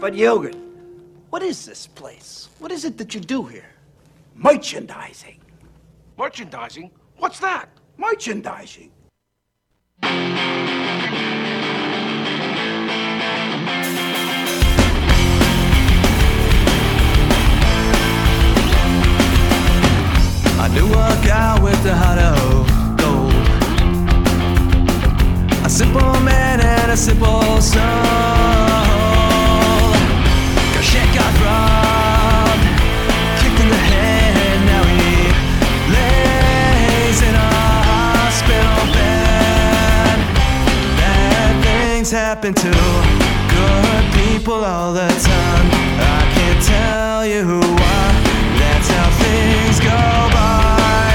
But Yogan, what is this place? What is it that you do here? Merchandising. Merchandising? What's that? Merchandising. I knew a guy with a heart of gold. A simple man and a simple soul. Got shit got robbed, kicked in the head. Now he lays in a hospital bed. Bad things happen to good people all the time. I can't tell you why. That's how things go by.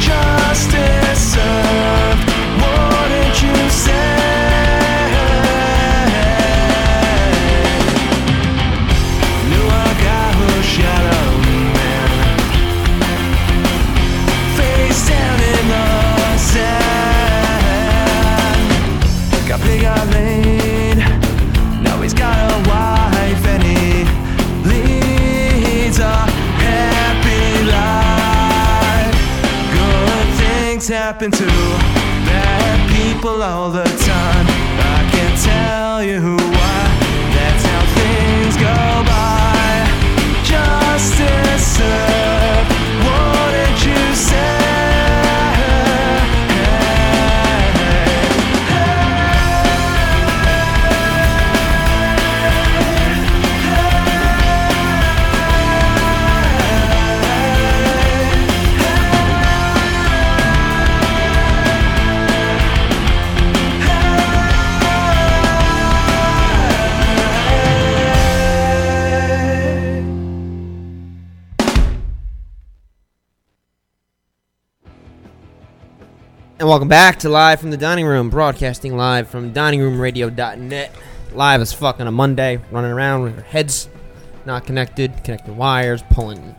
Justice served. Wouldn't you say? Knew a guy who shot a man face down in the sand. Got big on lead. Now he's got a wife and he leads a happy life. Good things happen to bad people all the time. I can't tell you why. That's how things go by. Justice served. Wouldn't you say? And welcome back to Live from the Dining Room, broadcasting live from diningroomradio.net. Live as fuck on a Monday, running around with our heads not connected, connecting wires, pulling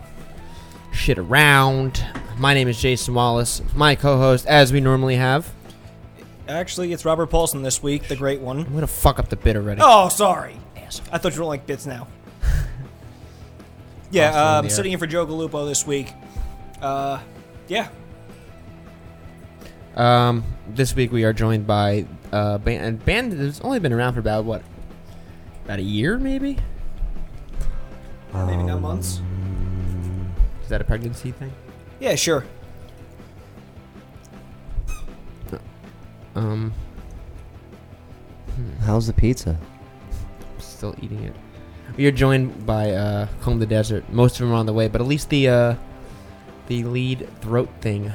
shit around. My name is Jason Wallace, my co host, as we normally have. Actually, it's Robert Paulson this week, the great one. I'm gonna fuck up the bit already. Oh, sorry. Uh, I thought you don't like bits now. Yeah, Awesome, um, dear. sitting in for Joe Galupo this week. Uh, yeah, Um, this week we are joined by uh, band, and band that's only been around for about, what, about a year maybe? maybe not months. Is that a pregnancy thing? Yeah, sure. Um, hmm. How's the pizza? still eating it. We are joined by uh, Comb the Desert. Most of them are on the way, but at least the uh, the lead throat thing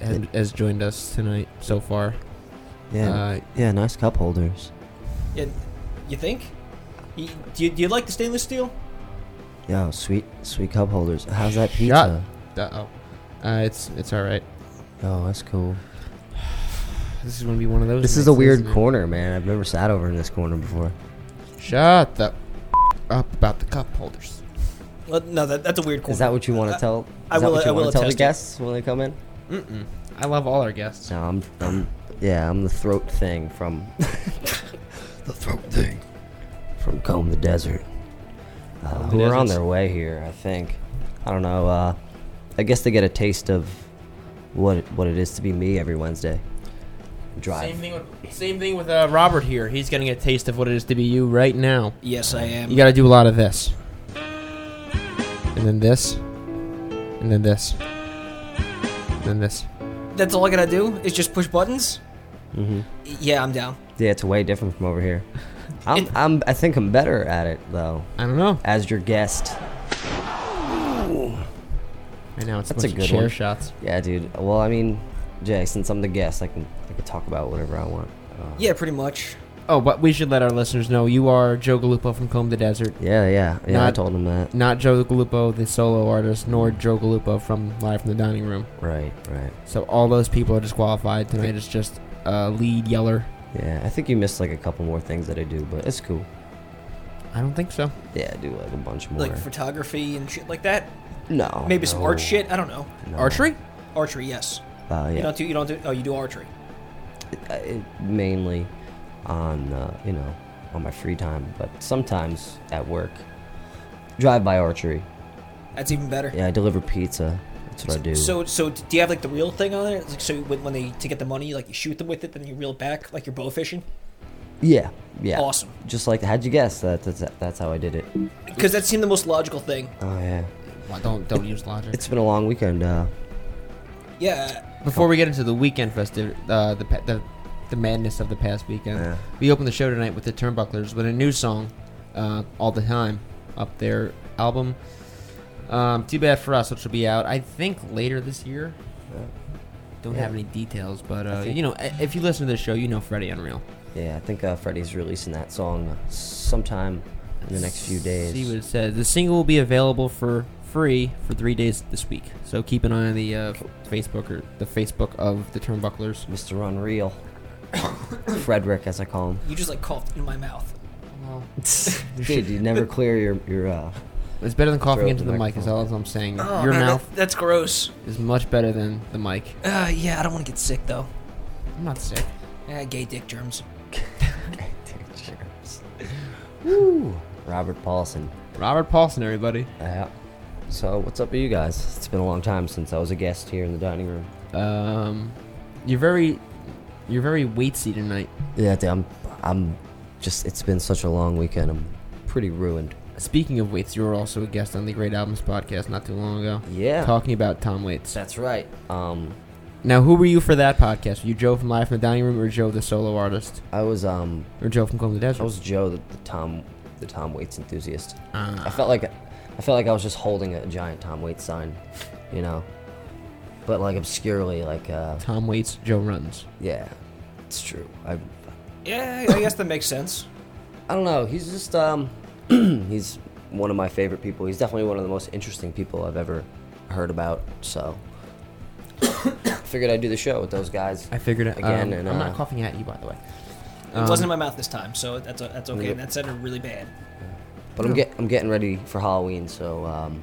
has, has joined us tonight so far. Yeah, Uh, yeah, nice cup holders. Yeah, you think? You, do, you, do you like the stainless steel? Yo, sweet, sweet cup holders. How's that Yeah. pizza? Uh oh, uh, it's it's all right. Oh, that's cool. This is gonna be one of those. This is nights, a weird isn't it? corner, man. I've never sat over in this corner before. Shut the up about the cup holders. Well, no, that, that's a weird. Corner. Is that what you want to tell? I is that will- what you I will wanna tell the attest it. guests when they come in? Mm-mm. I love all our guests. No, I'm, I'm, yeah, I'm the throat thing from the throat thing from Comb the Desert. Uh, Comb the who are on Deserts. their way here? I think. I don't know. Uh, I guess they get a taste of what it, what it is to be me every Wednesday. Drive. Same thing with same thing with uh, Robert here. He's getting a taste of what it is to be you right now. Yes, I am. You gotta do a lot of this. And then this. And then this. And then this. That's all I gotta do is just push buttons. Mm-hmm. Yeah, I'm down. Yeah, it's way different from over here. I'm, It- I'm, I think I'm better at it though. I don't know. As your guest, Right now it's That's a bunch a of good chair one. shots. yeah, dude. Well, I mean, Jay, since I'm the guest, I can, I can talk about whatever I want. Uh, Yeah, pretty much. Oh, but we should let our listeners know you are Joe Galupo from Comb the Desert. yeah, yeah, yeah. I Not- told him that. Not Joe Galupo, the solo artist, nor Joe Galupo from Live from the Dining Room. Right, right. So all those people are disqualified. Tonight it's just uh, lead yeller. Yeah, I think you missed like a couple more things that I do, but it's cool. I don't think so. Yeah, I do like a bunch more. Like photography and shit like that. no, Maybe some art no, shit. I don't know. no. Archery? Archery, yes. Uh, You yeah, don't do. You don't do. Oh, you do archery. it, mainly on uh, you know on my free time, but sometimes at work. Drive by archery. That's even better. Yeah, I deliver pizza. That's what I do. So, so do you have like the real thing on there? It's like, so when, when they to get the money, like you shoot them with it, then you reel it back, like you're bow fishing. yeah, yeah. Awesome. Just like how'd you guess that? That's that's how I did it. Because that seemed the most logical thing. Oh yeah. Why don't don't use logic. It's been a long weekend. Uh, Yeah. Before we get into the weekend festive, uh, the, pa- the the madness of the past weekend, Yeah. we opened the show tonight with the Turnbucklers with a new song, uh, "All the Time," up their album. Um, Too bad for us, which will be out I think later this year. Don't have any details, but uh, you know, i- if you listen to this show, you know Freddie Unreal. yeah, I think uh, Freddie's releasing that song sometime in the next few days. See what it says. The single will be available for free for three days this week. So keep an eye on the uh, Facebook or the Facebook of the Turnbucklers. Mr. Unreal. Frederick, as I call him. You just like coughed in my mouth. Dude, you never clear your your. Uh, It's better than coughing Throw into the the mic, is microphone. all I'm saying. Your Oh, man, mouth that- that's gross. is much better than the mic. Uh, yeah, I don't want to get sick though. I'm not sick. Yeah, gay dick germs. Woo, Robert Paulson. Robert Paulson, everybody. Yeah. So what's up with you guys? It's been a long time since I was a guest here in the dining room. Um, you're very, you're very weighty tonight. Yeah, dude, I'm, I'm, just. It's been such a long weekend. I'm pretty ruined. Speaking of weights, you were also a guest on the Great Albums podcast not too long ago. Yeah. Talking about Tom Waits. That's right. Um, Now, who were you for that podcast? Were you Joe from Live from the Dining Room or Joe the solo artist? I was um, Or Joe from Comb the Desert? I was Joe, the, the Tom, the Tom Waits enthusiast. Ah. I felt like, I felt like I was just holding a giant Tom Waits sign, you know, but like obscurely, like uh, Tom Waits, Joe Runs. yeah, it's true. I, Yeah, I guess that makes sense. I don't know. He's just um, he's one of my favorite people. He's definitely one of the most interesting people I've ever heard about. So, figured I'd do the show with those guys. I figured um, it again, um, and I'm uh, not coughing at you, by the way. it wasn't in my mouth this time, so that's that's okay. Yeah. And that sounded really bad. but I'm get I'm getting ready for Halloween, so um,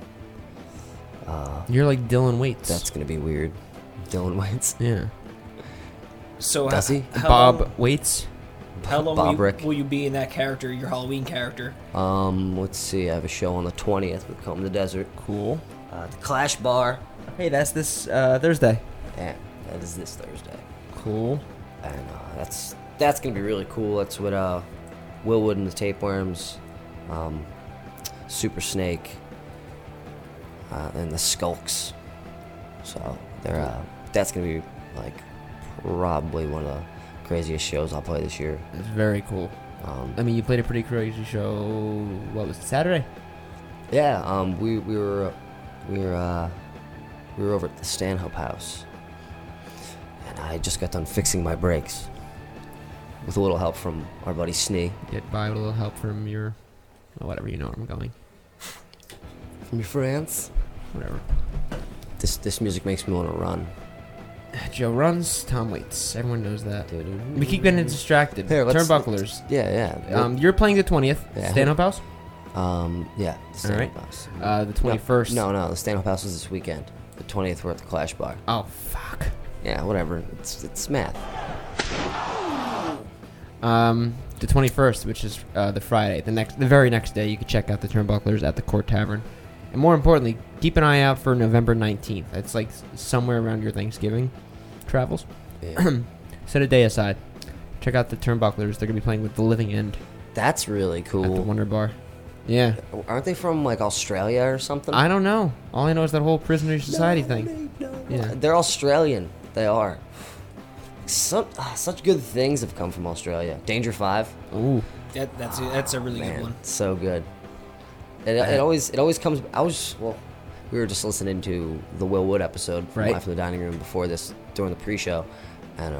uh, You're like Dylan Waits. that's gonna be weird. Dylan Waits, yeah. So Does ho- he? How Bob long, Waits. how long Bob will, you, Rick. will you be in that character, your Halloween character? Um, let's see. I have a show on the 20th with Comb the Desert. Cool. Uh, the Clash Bar. Hey, that's this uh, Thursday. Yeah, that is this Thursday. Cool. and uh, that's that's gonna be really cool. That's what uh, Will Wood and the Tapeworms, um, Super Snake, uh, and the Skulks. So they're uh, that's gonna be like probably one of the craziest shows I'll play this year. It's very cool. Um, I mean, you played a pretty crazy show. What was it, Saturday? yeah, um, we we were we were uh, we were over at the Stanhope House, and I just got done fixing my brakes with a little help from our buddy Snee. Get by with a little help from your, well, whatever you know where I'm going, From your friends. whatever. This this music makes me want to run. Joe runs. Tom waits. Everyone knows that. Doo-doo. We keep getting distracted. Here, let's- Turnbucklers. Yeah, yeah. Um, you're playing the twentieth. Yeah. Stanhope House. um yeah. The Stanhope right. House. Uh, the twenty first. No, no, the Stanhope House is this weekend. The twentieth, we're at the Clash Bar. Oh fuck. Yeah, whatever. It's it's math. Um, the twenty first, which is uh, the Friday, the next, the very next day, you can check out the Turnbucklers at the Court Tavern. And more importantly, keep an eye out for November nineteenth. It's like s- somewhere around your Thanksgiving travels. Yeah. Set a day aside. Check out the Turnbucklers. They're gonna be playing with the Living End That's really at the cool. Wonder Bar. Yeah. Aren't they from like Australia or something? I don't know. All I know is that whole prisoner society thing. Yeah. Uh, They're Australian. They are. Some, ah, such good things have come from Australia. Danger Five. Ooh. That, that's a, that's a really good Man, one. so good. It, it always it always comes. I was well, we were just listening to the Will Wood episode from Right. Live from the Dining Room before this during the pre-show, and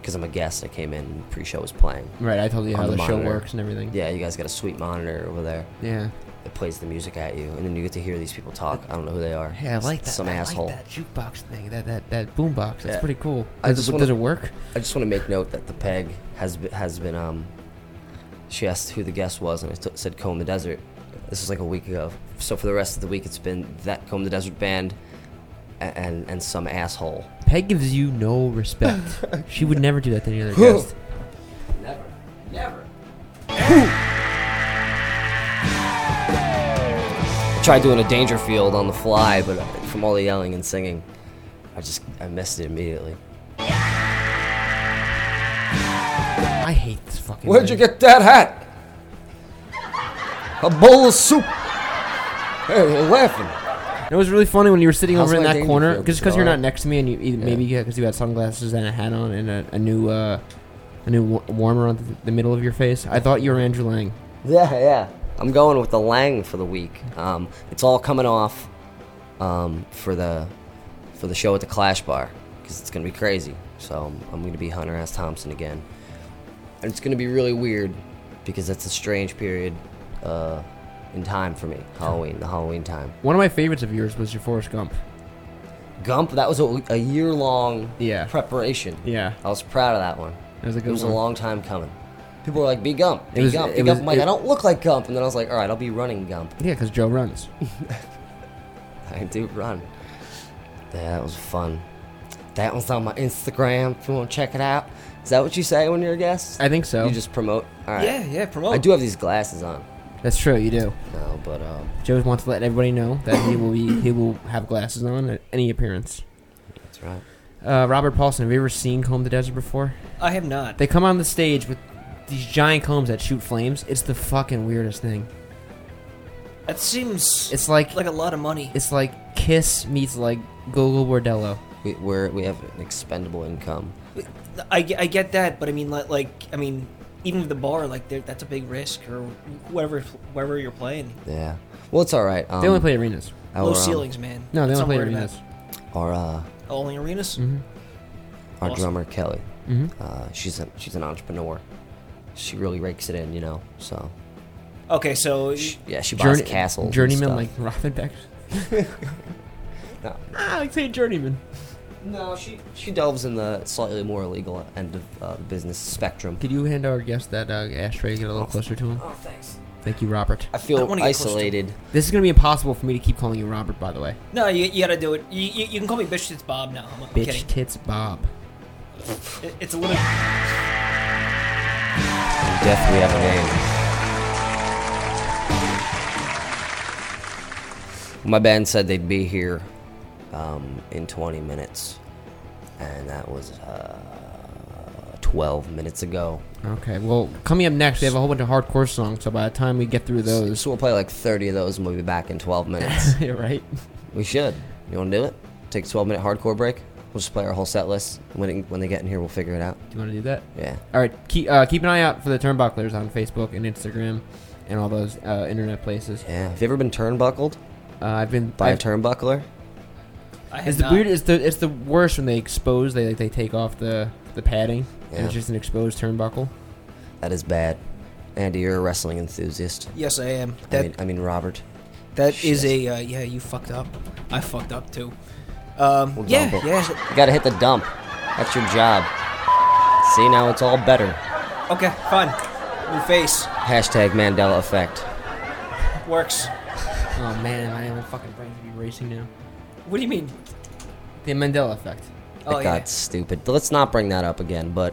because I'm a guest, I came in and the pre-show was playing. Right. I told you On how the the, show monitor. works and everything. Yeah, you guys got a sweet monitor over there. Yeah. It plays the music at you, and then you get to hear these people talk. I don't know who they are. Hey, I like that. Some I like asshole. that jukebox thing. That that that boombox. That's Yeah. pretty cool. I Does, just it- wanna- does it work? I just want to make note that the peg has be- has been um. She asked who the guest was, and I t- said Comb the Desert. This is like a week ago. So for the rest of the week, it's been that Comb the Desert band, a- and and some asshole. Peg gives you no respect. she would never do that to any other guest. Never, never. Everybody tried doing a Dangerfield on the fly, but from all the yelling and singing, I just I missed it immediately. I hate this fucking. Where'd you thing. get that hat? A bowl of soup. Hey, you're laughing. It was really funny when you were sitting How's over in my that Dangerfield? corner, just Is it because you're not alright? next to me, and you you- maybe yeah, because you had sunglasses and a hat on and a, a new uh, a new wa- warmer on the, the middle of your face. I thought you were Andrew Lang. Yeah, yeah. I'm going with the Lang for the week. Um, it's all coming off um, for the for the show at the Clash Bar because it's gonna be crazy. So I'm, I'm gonna be Hunter S. Thompson again, and it's gonna be really weird because that's a strange period uh, in time for me. Halloween, the Halloween time. One of my favorites of yours was your Forrest Gump. Gump. That was a, a year long Yeah. preparation. Yeah. I was proud of that one. That was a good It was one. a long time coming. People were like, "Be Gump, be was- Gump, be it Gump." was- I'm like, it- "I don't look like Gump," and then I was like, "All right, I'll be running Gump." Yeah, because Joe runs. I do run. Yeah, that was fun. That one's on my Instagram. If you want to check it out, is that what you say when you're a guest? I think so. You just promote. All right. Yeah, yeah, promote. I do have these glasses on. That's true. You do. No, but um, Joe wants to let everybody know that he will be he will have glasses on at any appearance. that's right. Uh, Robert Paulson, have you ever seen Comb the Desert before? I have not. They come on the stage with these giant combs that shoot flames. It's the fucking weirdest thing. That seems It's like like a lot of money. it's like Kiss meets like Gogo Bordello. We we're, we have an expendable income. I, ge- I get that, but I mean, like, like I mean, even with the bar, like, there- that's a big risk, or whoever, whoever you're playing. Yeah. Well, it's all right. Um, They only play arenas. our, Low um, ceilings, man. No, they That's only play what I'm worried arenas. Our uh, about. Only arenas. our Awesome. drummer Kelly. Mm-hmm. Uh, she's a, she's an entrepreneur. She really rakes it in, you know. So Okay, so she, yeah, she buys Journey, castles. and journeyman stuff. like Robin Beck. No. Ah, I like saying journeyman. No, she she delves in the slightly more illegal end of uh, the business spectrum. Could you hand our guest that uh, ashtray? Get a little closer to him. Oh, thanks. Thank you, Robert. I I feel wanna get close to- isolated. This is gonna be impossible for me to keep calling you Robert. By the way, no, you, you gotta do it. You, you, you can call me bitch. It's Bob now. I'm, I'm bitch kidding. tits Bob. It- it's a little. Death, we have a name. My band said they'd be here um, in 20 minutes, and that was uh, 12 minutes ago. Okay, well, coming up next, we have a whole bunch of hardcore songs. So by the time we get through those, So we'll play like 30 of those, and we'll be back in 12 minutes. yeah, right? we should. You want to do it? Take a 12 minute hardcore break. We'll just play our whole set list. When, it, when they get in here, we'll figure it out. Do you want to do that? Yeah. All right, keep uh, keep an eye out for the turnbucklers on Facebook and Instagram, and all those uh, internet places. Yeah. Have you ever been turnbuckled Uh, I've been by a I've- turnbuckler? I have It's the not. weird. It's the it's the worst when they expose. They they take off the the padding, and Yeah. it's just an exposed turnbuckle. That is bad. Andy, you're a wrestling enthusiast. Yes, I am. I That mean, I mean Robert. that is shit. a uh, yeah. You fucked up. I fucked up too. Um, We'll yeah, dump it. yeah. You gotta hit the dump. That's your job. See now, it's all better. Okay, fine. New face Hashtag Mandela effect. works. Oh man, I am fucking brain to be racing now. What do you mean? The Mandela effect. Oh it yeah. got stupid. Let's not bring that up again. But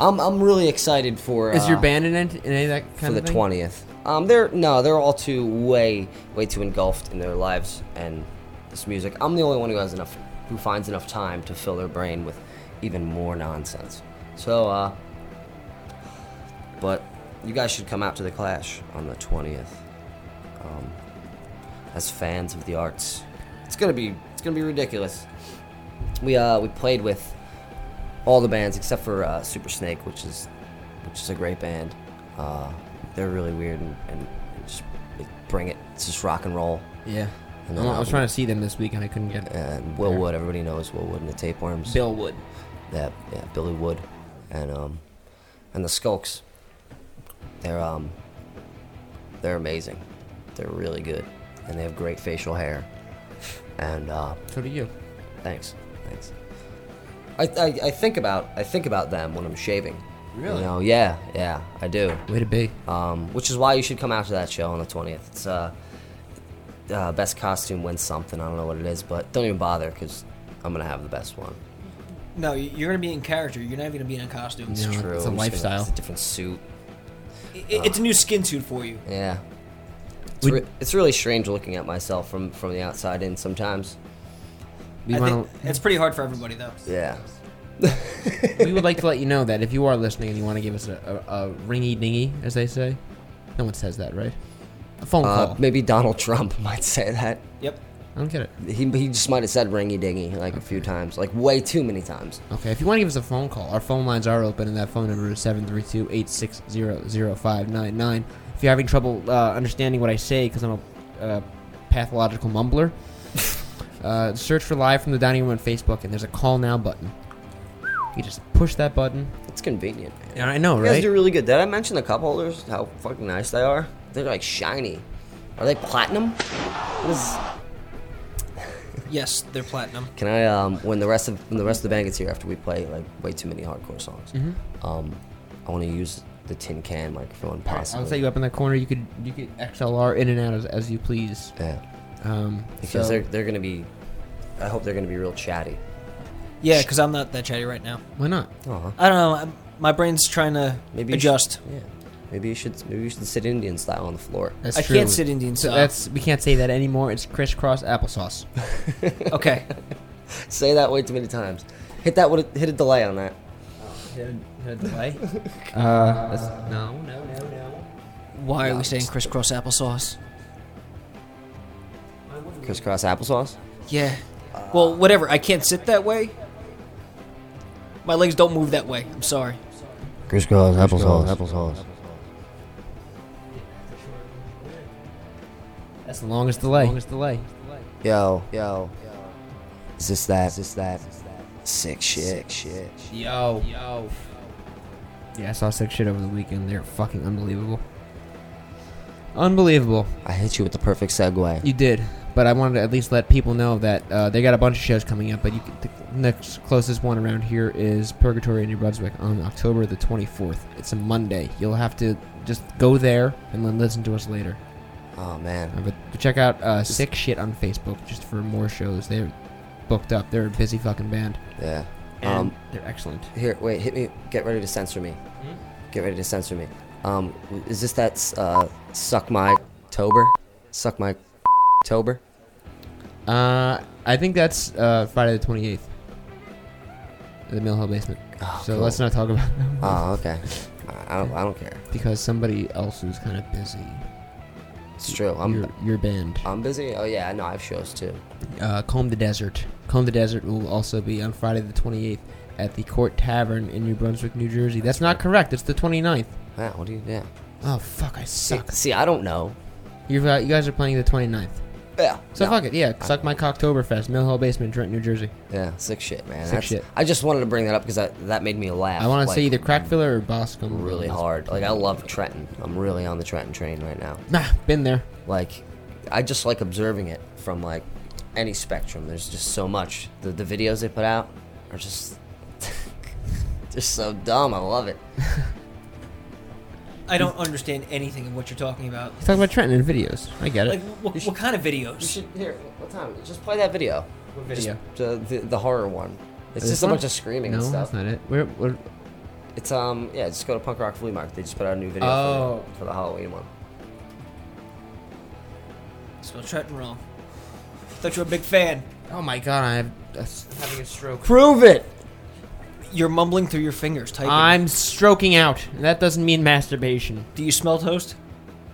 I'm I'm really excited for. Is uh, your band in, it- in any of that kind for of the thing? twentieth. Um, they're no, they're all too way way too engulfed in their lives and this music. I'm the only one who has enough who finds enough time to fill their brain with even more nonsense. So, uh, but you guys should come out to the Clash on the twentieth. Um, as fans of the arts, it's gonna be it's gonna be ridiculous. We uh we played with all the bands except for uh, Super Snake, which is which is a great band. Uh, they're really weird and, and, and just they bring it. It's just rock and roll. Yeah. And then I was I'll- trying to see them this week and I couldn't get And Will Wood, everybody knows Will Wood and the Tapeworms. Bill Wood. Yeah, yeah, Billy Wood, and um, and the Skulks. They're um, they're amazing. They're really good, and they have great facial hair. And uh, So do you. Thanks. Thanks. I, I, I think about I think about them when I'm shaving. Really? You know, yeah, yeah, I do. Way to be. Um, which is why you should come out to that show on the 20th. It's uh, uh, best costume wins something. I don't know what it is, but don't even bother because I'm gonna have the best one. No, y- you're gonna be in character. You're not even gonna be in a costume. No. It's a True. I'm just gonna- lifestyle. It's a different suit. i- it's a new skin suit for you. Yeah. It's, re- it's really strange looking at myself from, from the outside in sometimes. We I want think it's pretty hard for everybody though. Yeah. we would like to let you know that if you are listening and you want to give us a, a, a ringy dingy, as they say, no one says that, right? A phone Uh, call. maybe Donald Trump might say that. Yep. I don't get it. He, he just might have said ringy dingy like a few times, like way too many times. Okay, if you want to give us a phone call, our phone lines are open, and that phone number is 732 860 0599. If you're having trouble uh, understanding what I say because I'm a uh, pathological mumbler, uh, search for Live from the Dining Room on Facebook, and there's a Call Now button. You just push that button. It's convenient. Man. Yeah, I know, You guys right? do really good. Did I mention the cup holders? How fucking nice they are. They're like shiny. Are they platinum? What is- Yes, they're platinum. Can I um when the rest of when the rest of the band gets here after we play like way too many hardcore songs? Mm-hmm. Um, I want to use the tin can microphone possibly. I'll set you up in that corner. You could you could XLR in and out as, as you please. Yeah, Um, because so- they're they're gonna be. I hope they're gonna be real chatty. Yeah, because I'm not that chatty right now. why not? Uh-huh. I don't know. I'm, my brain's trying to Maybe you adjust. Should, yeah. Maybe you should maybe you should sit Indian style on the floor. That's I true. can't sit Indian So style. that's we can't say that anymore. It's crisscross applesauce. okay. Say that way too many times. Hit that with a, hit a delay on that. delay. uh, that's, no, no, no, no. Why are No, we saying just- crisscross applesauce? Crisscross applesauce. Yeah. Well, whatever. I can't sit that way. My legs don't move that way. I'm sorry. Crisscross applesauce. Applesauce. That's the longest delay. Longest delay. Yo, yo, Is this that? Is this that? Sick shit. Sick shit. Yo, yo. Yeah, I saw sick shit over the weekend. They're fucking unbelievable. Unbelievable. I hit you with the perfect segue. You did, but I wanted to at least let people know that uh, they got a bunch of shows coming up. But you can, the next closest one around here is Purgatory in New Brunswick on October the 24th. It's a Monday. You'll have to just go there and then listen to us later. Oh Uh, man. But check out uh, Sick Shit on Facebook just for more shows. They're booked up. They're a busy fucking band. Yeah. And Um. they're excellent. Here, wait. Hit me. Get ready to censor me. Hmm? Get ready to censor me. Um. Is this that? Uh. Suck my tober. Suck my tober. Uh, I think that's uh, Friday the 28th. The Mill Hill Basement. Oh, so cool. let's not talk about that one Oh, okay. I- I don't. I don't care. because somebody else is kind of busy. It's true. your, I'm. your band. I'm busy. Oh yeah. I know. I have shows too. uh, Comb the Desert. Comb the Desert will also be on Friday the 28th at the Court Tavern in New Brunswick, New Jersey. That's not correct. It's the 29th. Yeah. What do you? Yeah. Oh, fuck, I See, suck. see, I don't know. You've, uh, you guys are playing the 29th. Yeah. So no. fuck it, yeah. Suck my Cocktoberfest, Mill Hill Basement, Trent, New Jersey. Yeah, sick shit, man. Sick That's, shit. I just wanted to bring that up because that, that made me laugh. I want to like, say either Crack Filler or Boscombe. really hard. Like I love Trenton. I'm really on the Trenton train right now. Nah, been there. Like I just like observing it from like any spectrum. There's just so much. The the videos they put out are just they're so dumb. I love it. I don't understand anything of what you're talking about. He's talking about Trenton in videos. I get it. Like, what, what kind of You videos? should here. What time? Just play that video. What video? the, the the horror one. It's This just a one? bunch of screaming no, and that's stuff. not it. Where, where, It's um yeah, just go to Punk Rock Flea Market. They just put out a new video Oh. for, the, for the Halloween one. Spell Trenton wrong. Thought you were a big fan. oh my god, I'm having a stroke. Prove it. You're mumbling through your fingers, typing. I'm stroking out. That doesn't mean masturbation. Do you smell toast?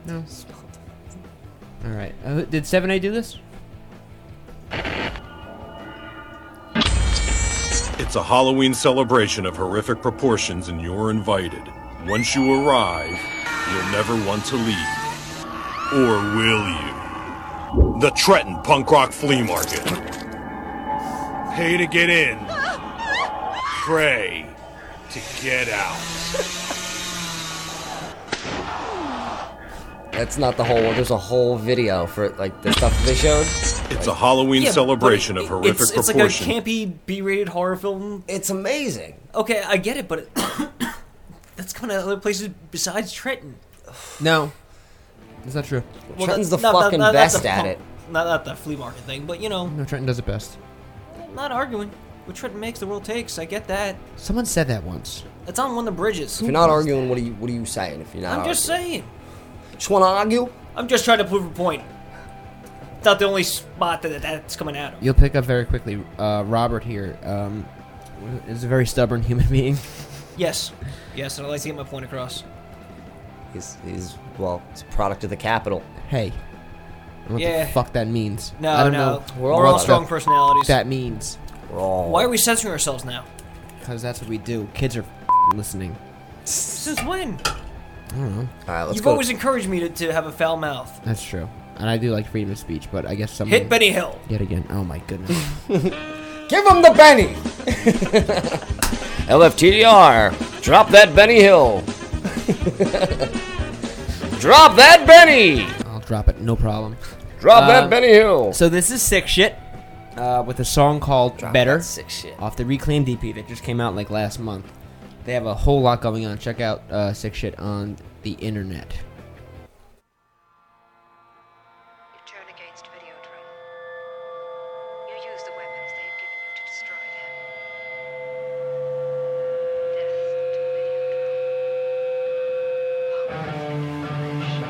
No. All right. Uh, did Seven A do this? It's a Halloween celebration of horrific proportions, and you're invited. Once you arrive, you'll never want to leave. Or will you? The Trenton Punk Rock Flea Market. Pay to get in, pray to get out. That's not the whole one. There's a whole video for like the stuff they showed. It's a Halloween Yeah, celebration but of it- horrific it's, it's like a proportions. campy B-rated horror film. It's amazing. Okay, I get it, but it, that's coming out of other places besides Trenton. No. That's not true. Well, Trenton's the that- not- not- fucking not- not best the at punk- it. Not not the flea market thing, but you know, No, Trenton does it best. I'm not arguing. What Trenton makes, the world takes. I get that. Someone said that once. That's It's on one of the bridges. If you're not arguing, what are you what are you saying? If you're not, I'm just arguing? saying. Just want to argue? I'm just trying to prove a point. It's not the only spot that that's coming at him. You'll pick up very quickly. Uh, Robert here um, is a very stubborn human being. Yes. Yes, and I like to get my point across. He's he's well, it's a product of the capital. Hey, I don't know what Yeah. the fuck that means? No, I don't no. know. We're all, what the strong f- personalities. That means We're all Why are we censoring ourselves now? because that's what we do. Kids are listening. Since when? All right, let's You've go. always encouraged me to, to have a foul mouth. That's true, and I do like freedom of speech, but I guess some Hit Benny Hill. yet again. Oh my goodness. Give him the Benny. LFTDR. Drop that Benny Hill. Drop that Benny. I'll drop it, no problem. Drop Uh, that Benny Hill. So this is sick shit uh, with a song called "Better" That sick shit. off the Reclaimed EP that just came out like last month. They have a whole lot going on. Check out uh, sick shit on the internet. You turn against Videodrome. You use the weapons they have given you to destroy them. Death to Videodrome. Power and anguish.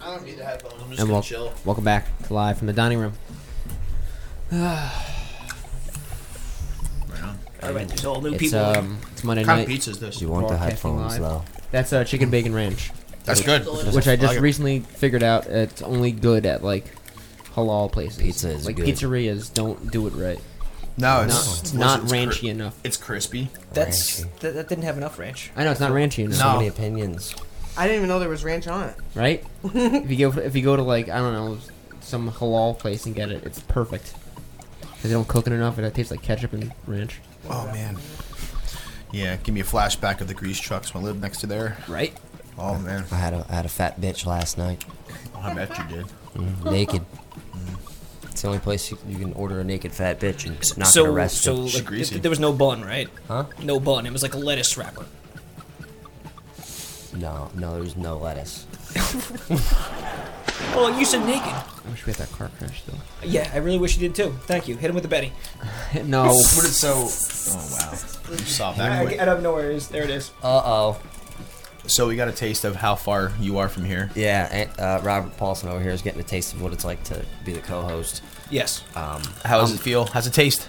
I don't need the headphones. I'm And just gonna wel- chill. welcome back to live from the dining room. Alright, there's all new It's people. um, it's Monday What kind night. of pizza is this? You want the Broadcasting headphones live. though. That's uh, chicken bacon ranch, That's good. which I just like it. recently figured out. It's only good at like halal places. Pizza is like good. pizzerias don't do it right. No, it's Not, it's- not it's cri- ranchy enough. It's crispy. That's that, that didn't have enough ranch. I know it's not ranchy enough. So No. many opinions. I didn't even know there was ranch on it. right? if you go if you go to like I don't know some halal place and get it, it's perfect. 'Cause they don't cook it enough, and it tastes like ketchup and ranch. Oh man. Yeah, give me a flashback of the grease trucks when I lived next to there. Right? Oh man, Oh, I had a I had a fat bitch last night, I bet you did. naked. It's the only place you, you can order a naked fat bitch and uh, not so get arrested. so like, She's th- greasy. there was no bun, right? Huh? No bun. It was like a lettuce wrapper. no, no, there was no lettuce. Oh, you said naked. I wish we had that car crash though. Yeah, I really wish you did too. Thank you. Hit him with the Betty. no, What did so? Oh wow, you saw that I, quick. I don't know where it is. There it is. Uh oh. So we got a taste of how far you are from here. Yeah, and, uh, Robert Paulson over here is getting a taste of what it's like to be the co-host. Um, Yes. How does it feel? How's it taste?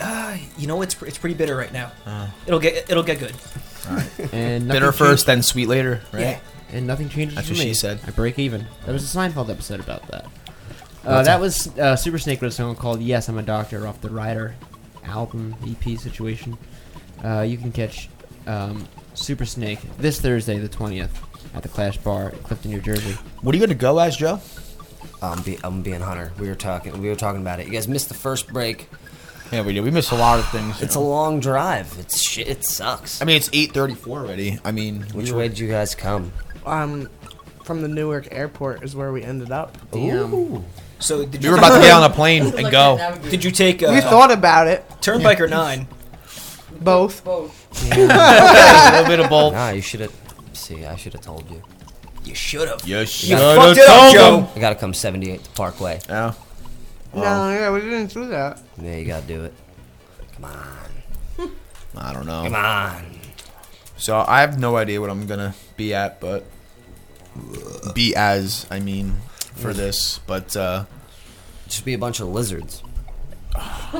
Uh, you know it's pr- it's pretty bitter right now. Uh. it'll get it'll get good. and nothing Bitter changed- first, then sweet later, right? Yeah. and nothing changes. That's for what me. she said. I break even. There was a Seinfeld episode about that. Uh, that was uh, Super Snake with a song called "Yes, I'm a Doctor" off the Rider album EP situation. Uh, you can catch um, Super Snake this Thursday, the twentieth, at the Clash Bar in Clifton, New Jersey. What are you gonna go as, Joe? Um, be, I'm being Hunter. We were talking. We were talking about it. You guys missed the first break. Yeah, we did. We missed a lot of things. It's a long drive. It's shit. It sucks. I mean, it's eight thirty-four already. I mean, Which we way did you guys come? Um, from the Newark airport is where we ended up. Damn. So did We you were about to get on a plane and go. did you take uh, We thought about it, Turnpike or nine? both. a little bit of both. Nah, you should have. See, I should have told you. You should have. You fucked it up, Joe. I gotta come 78 to Parkway. Yeah. No, yeah, we didn't do that. Yeah, you gotta do it. Come on. I don't know. Come on. So I have no idea what I'm gonna be at, but be as I mean for this. But uh, Just be a bunch of lizards.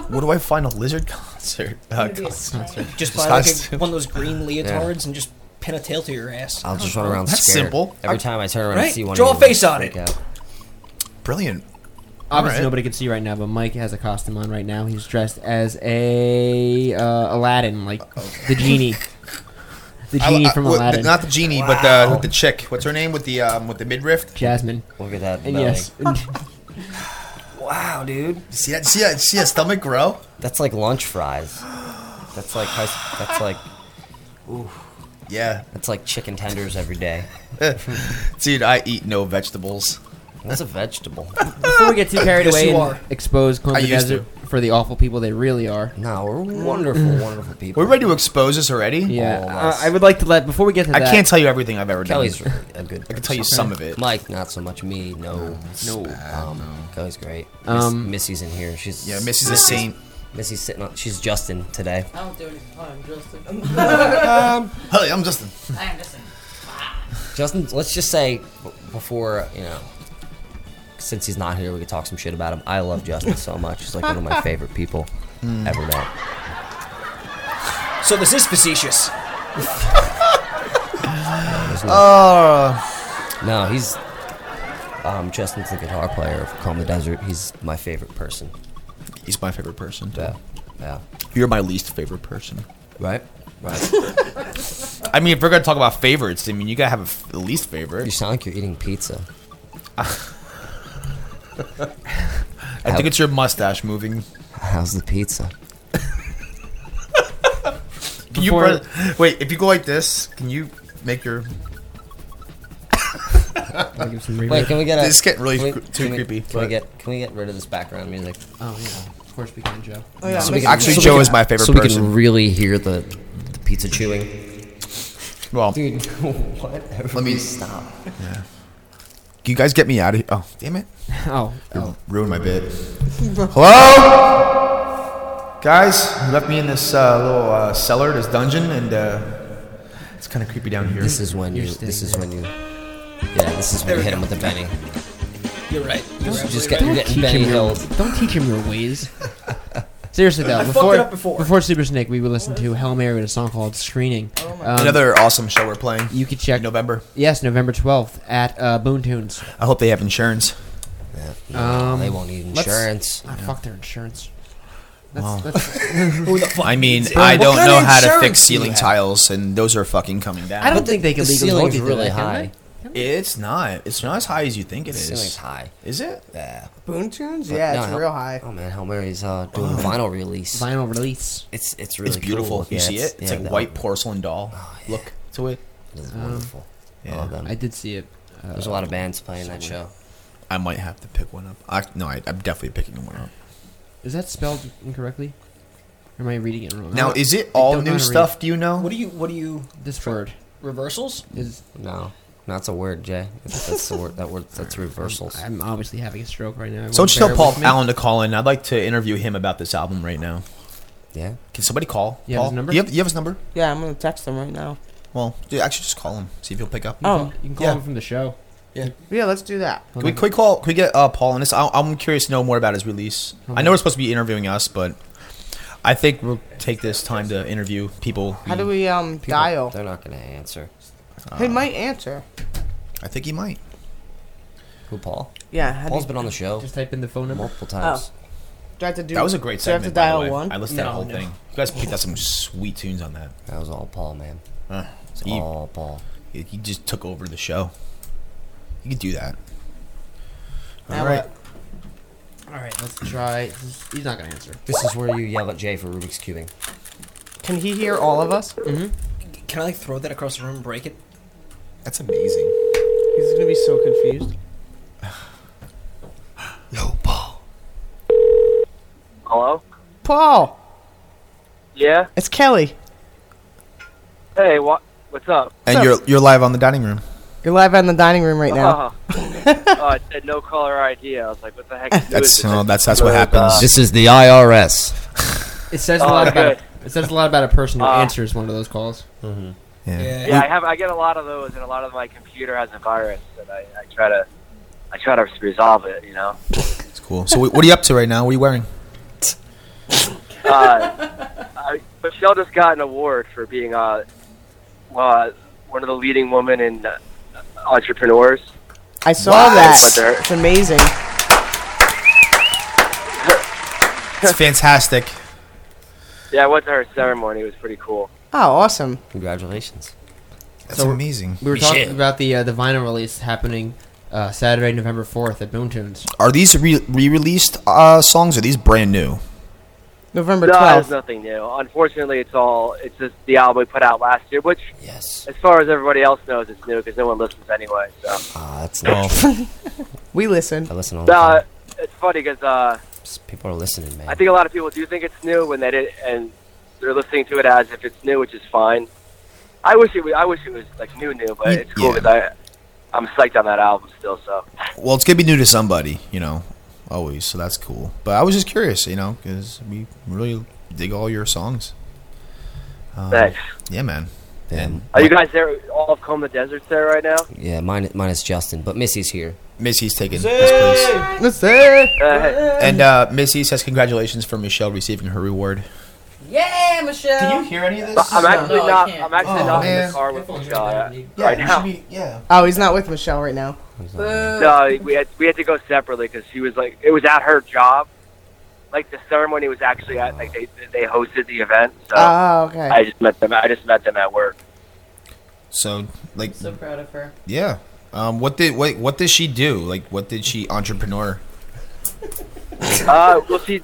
where do I find a lizard concert? Uh, concert. Just buy like a, Disgusting. one of those green leotards and just pin a tail to your ass. I'll just run around That's scared. simple. Every time I turn around, I Right? see one. Draw of a you, face on freak it. out. Brilliant. Obviously, Alright. nobody can see right now, but Mike has a costume on right now. He's dressed as a uh, Aladdin, like the genie, the I- genie I- from well, Aladdin, not the genie, but uh, the the chick. What's her name with the um, with the midriff? Jasmine. Look at that. And belly. yes, Wow, dude. You See that? See that? See that stomach grow? That's like lunch fries. That's like high s- that's like Yeah, that's like chicken tenders every day. dude. I eat no vegetables. That's a vegetable. before we get too carried Yes, away you and are. expose Clone I the used Desert for the awful people they really are. No, we're wonderful, wonderful people. We're ready to expose this already. Yeah, Oh, uh, nice. I would like to let before we get to I that. can't tell you everything I've ever Kelly's done. a good. I can tell you some of it. Mike, not so much. Me, no. No. Um, Kelly's great. Miss, Um, Missy's in here. She's Yeah, Missy's a saint. Missy's sitting on. She's Justin today. I don't do anything. I'm Justin. Um, Hey, I'm Justin. I am Justin. Justin, let's just say b- before you know, since he's not here, we could talk some shit about him. I love Justin so much. He's like one of my favorite people Hmm. ever met. So this is facetious. There's no- Uh. no, he's um, Justin's the guitar player of Calm the Desert. He's my favorite person. He's my favorite person. Yeah, yeah, You're my least favorite person. right, right. I mean, if we're gonna talk about favorites, I mean, you gotta have a f- the least you favorite. sound like you're eating pizza. I think it's your mustache moving. How's the pizza? Can you Before- pre- wait? If you go like this, can you make your? I'll give some reverb. Wait, can we get a? This is getting really can cr- too can we- creepy, Can we but- get can we get rid of this background music? Oh yeah, of course we can, Joe. Oh yeah, we Miss- can- Actually, so we Joe can- is my favorite so we person. can really hear the, the pizza chewing. Well, Dude, what? Everybody me- stop. can you guys get me out of here? Oh, damn it! Oh, oh. Ruined my bit. Hello, guys. You left me in this uh, little uh, cellar, this dungeon, and uh, it's kind of creepy down here. This is when you. staying This is when you. Yeah, this is when There you we hit him go. with the Benny. You're right. You're Just- just absolutely get- get- right. teach Benny him your, Hill's. don't teach him your ways. Seriously though, I fucked before, it up before. Super Snake, we would listen to Hell Mary with a song called "Screening." Um, Another awesome show we're playing. you could check November. Yes, November twelfth at uh, Boontoons. I hope they have insurance. Yeah, no, Um, they won't need let's- insurance. Ah, fuck their insurance. That's, Wow. that's, Who the fuck I mean, needs it? I What don't kind know of how to insurance fix do you ceiling have? tiles, and those are fucking coming down. I don't the- think they can the legally ceiling's hold you to really that, can high. they? It's not. It's not as high as you think it The is. ceiling's high. Is it? Yeah. Boon tunes? But Yeah, no, it's Hel- real high. Oh man, Hail Mary's uh, doing a vinyl release. Vinyl release. It's it's really Oh. It's beautiful. Cool. You Yeah, see it? It's yeah, like that white one. Oh, porcelain doll. Look Um, to it. It is wonderful. I Yeah. love them. I did see it. Uh, Um, There's a lot of bands playing that show. I might have to pick one up. I, no, I, I'm definitely picking one up. is that spelled incorrectly? Or am I reading it wrong? Now, I- is it I all don't know how new to read. stuff? Do you know? What do you? What do you? This word Reversals? is. No, that's a word, Jay. That's, that's the word. That word. That's reversals. I'm obviously having a stroke right now. so Everyone just tell bear Paul with me. Allen to call in. I'd like to interview him about this album right now. Yeah. Can somebody call? You have Paul? his number? You have, you have his number? Yeah, I'm gonna text him right now. Well, dude, actually, just call him. See if he'll pick up. Oh. You can call Yeah. him from the show. Yeah, let's do that. Can we, can we call? Can we get uh, Paul on this? I, I'm curious to know more about his release. I know we're supposed to be interviewing us, but I think we'll take this time to interview people. uh, How do we um dial? They're not gonna answer. He might answer. I think he might. Who Paul? Yeah. How do, Paul's you, been on the show Just type in the phone number. multiple times. Oh. do I have to do? That was a great Do I have segment. to by the dial way. one? I listened to that No, whole no. thing. You guys picked out some sweet tunes on that. That was all Paul, man. Uh, It's he, all Paul. he he just took over the show. You could do that. Now All right. what? All right, let's try. He's not gonna answer. This is where you yell at Jay for Rubik's cubing. Can he hear all of us? Mm-hmm. Can I like throw that across the room and break it? That's amazing. He's gonna be so confused. Yo, Paul. Hello? Paul, Yeah? it's Kelly. Hey, what? What's up? And you're you're live on the dining room. You're live in the dining room right now. Oh. oh, it said no caller ID. I was like, what the heck? is That's this? uh, that's that's what happens. This is the IRS. It says a Oh, lot about. good. It says a lot about a person who Uh, answers one of those calls. yeah. Yeah, I have. I get a lot of those, and a lot of my computer has a virus, and I, I try to, I try to resolve it. You know. It's cool. So wh- what are you up to right now? What are you wearing? Uh, I, Michelle just got an award for being uh, uh, one of the leading women in uh, entrepreneurs. I saw What? that. It's amazing. It's fantastic. Yeah, I went to her ceremony. It was pretty cool. Oh, awesome. Congratulations. That's So- amazing. We were talking Shit. about the uh, the vinyl release happening uh, Saturday, November fourth at Boontoons. Are these re- re-released uh, songs? Or are these brand new? November No, there's 12th. nothing new. Unfortunately, it's all it's just the album we put out last year, which, Yes. as far as everybody else knows, it's new because no one listens anyway. So. Ah, that's nice. We listen. I listen all the No, time. it's funny because uh, People are listening, man. I think a lot of people do think it's new when they did, and they're listening to it as if it's new, which is fine. I wish it was, I wish it was like new, new, but Ye- it's cool yeah. because I, I'm psyched on that album still. So Well, it's gonna be new to somebody, you know, always. So that's cool. But I was just curious, you know, because we really dig all your songs. Um, thanks. Yeah, man. Damn. Are you guys there? All of Comb the Desert's there right now. Yeah, mine, mine is Justin, but Missy's here. Missy's taking this place. Let's say. Uh, hey, And uh, Missy says congratulations for Michelle receiving her reward. Yeah, Michelle. hear any of I'm actually No, I not. can't. I'm actually Oh, not in man. the car with Michelle. yeah, right you now. should be- yeah. Oh, he's not with Michelle right now. No, we had we had to go separately because she was like it was at her job. Like the ceremony was actually at like they they hosted the event. So Ah, Oh, okay. I just met them. I just met them at work. So, like, proud of her. yeah. Um, what did what what did she do? Like, what did she entrepreneur? Uh, well, she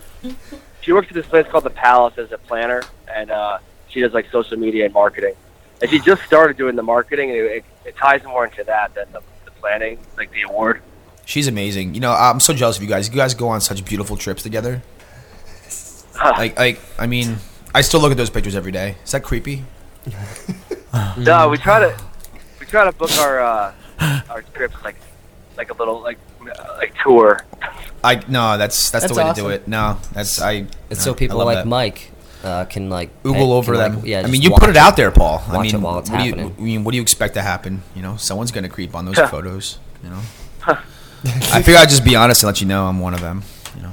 she works at this place called the Palace as a planner, and uh, she does like social media and marketing. And she just started doing the marketing, and it, it ties more into that than the, the planning, like the award. She's amazing. You know, I'm so jealous of you guys. You guys go on such beautiful trips together. like, like, I mean, I still look at those pictures every day. Is that creepy? No, we try to we try to book our uh, our trips like like a little like uh, like tour. I no, that's that's, That's the way to awesome. do it. No, that's I. It's I- so I people love like that. Mike uh, can like oogle pay- can, over like, them. yeah, I just mean, you watch put it out there, Paul. I watch mean, it while it's what do you, happening. I mean, what do you expect to happen? You know, someone's gonna creep on those Huh. photos. You know, I figure I'd just be honest and let you know I'm one of them. You know,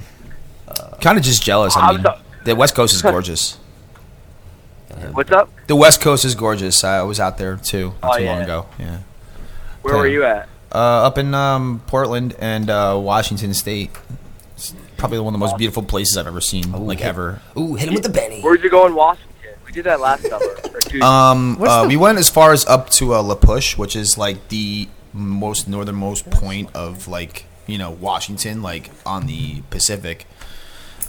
kind of just jealous. I mean, the West Coast is gorgeous. What's up? The West Coast is gorgeous. I was out there too not Oh, too long yeah. ago. Yeah. Where were you at? Uh, up in um, Portland and uh, Washington State. It's probably one of the most beautiful places I've ever seen, like ever. Ooh, hit him with the Benny. Where'd you go in Washington? We did that last summer. Or two Um, What's uh, the- we went as far as up to uh, La Push, which is like the most northernmost point of like you know Washington, like on the Pacific.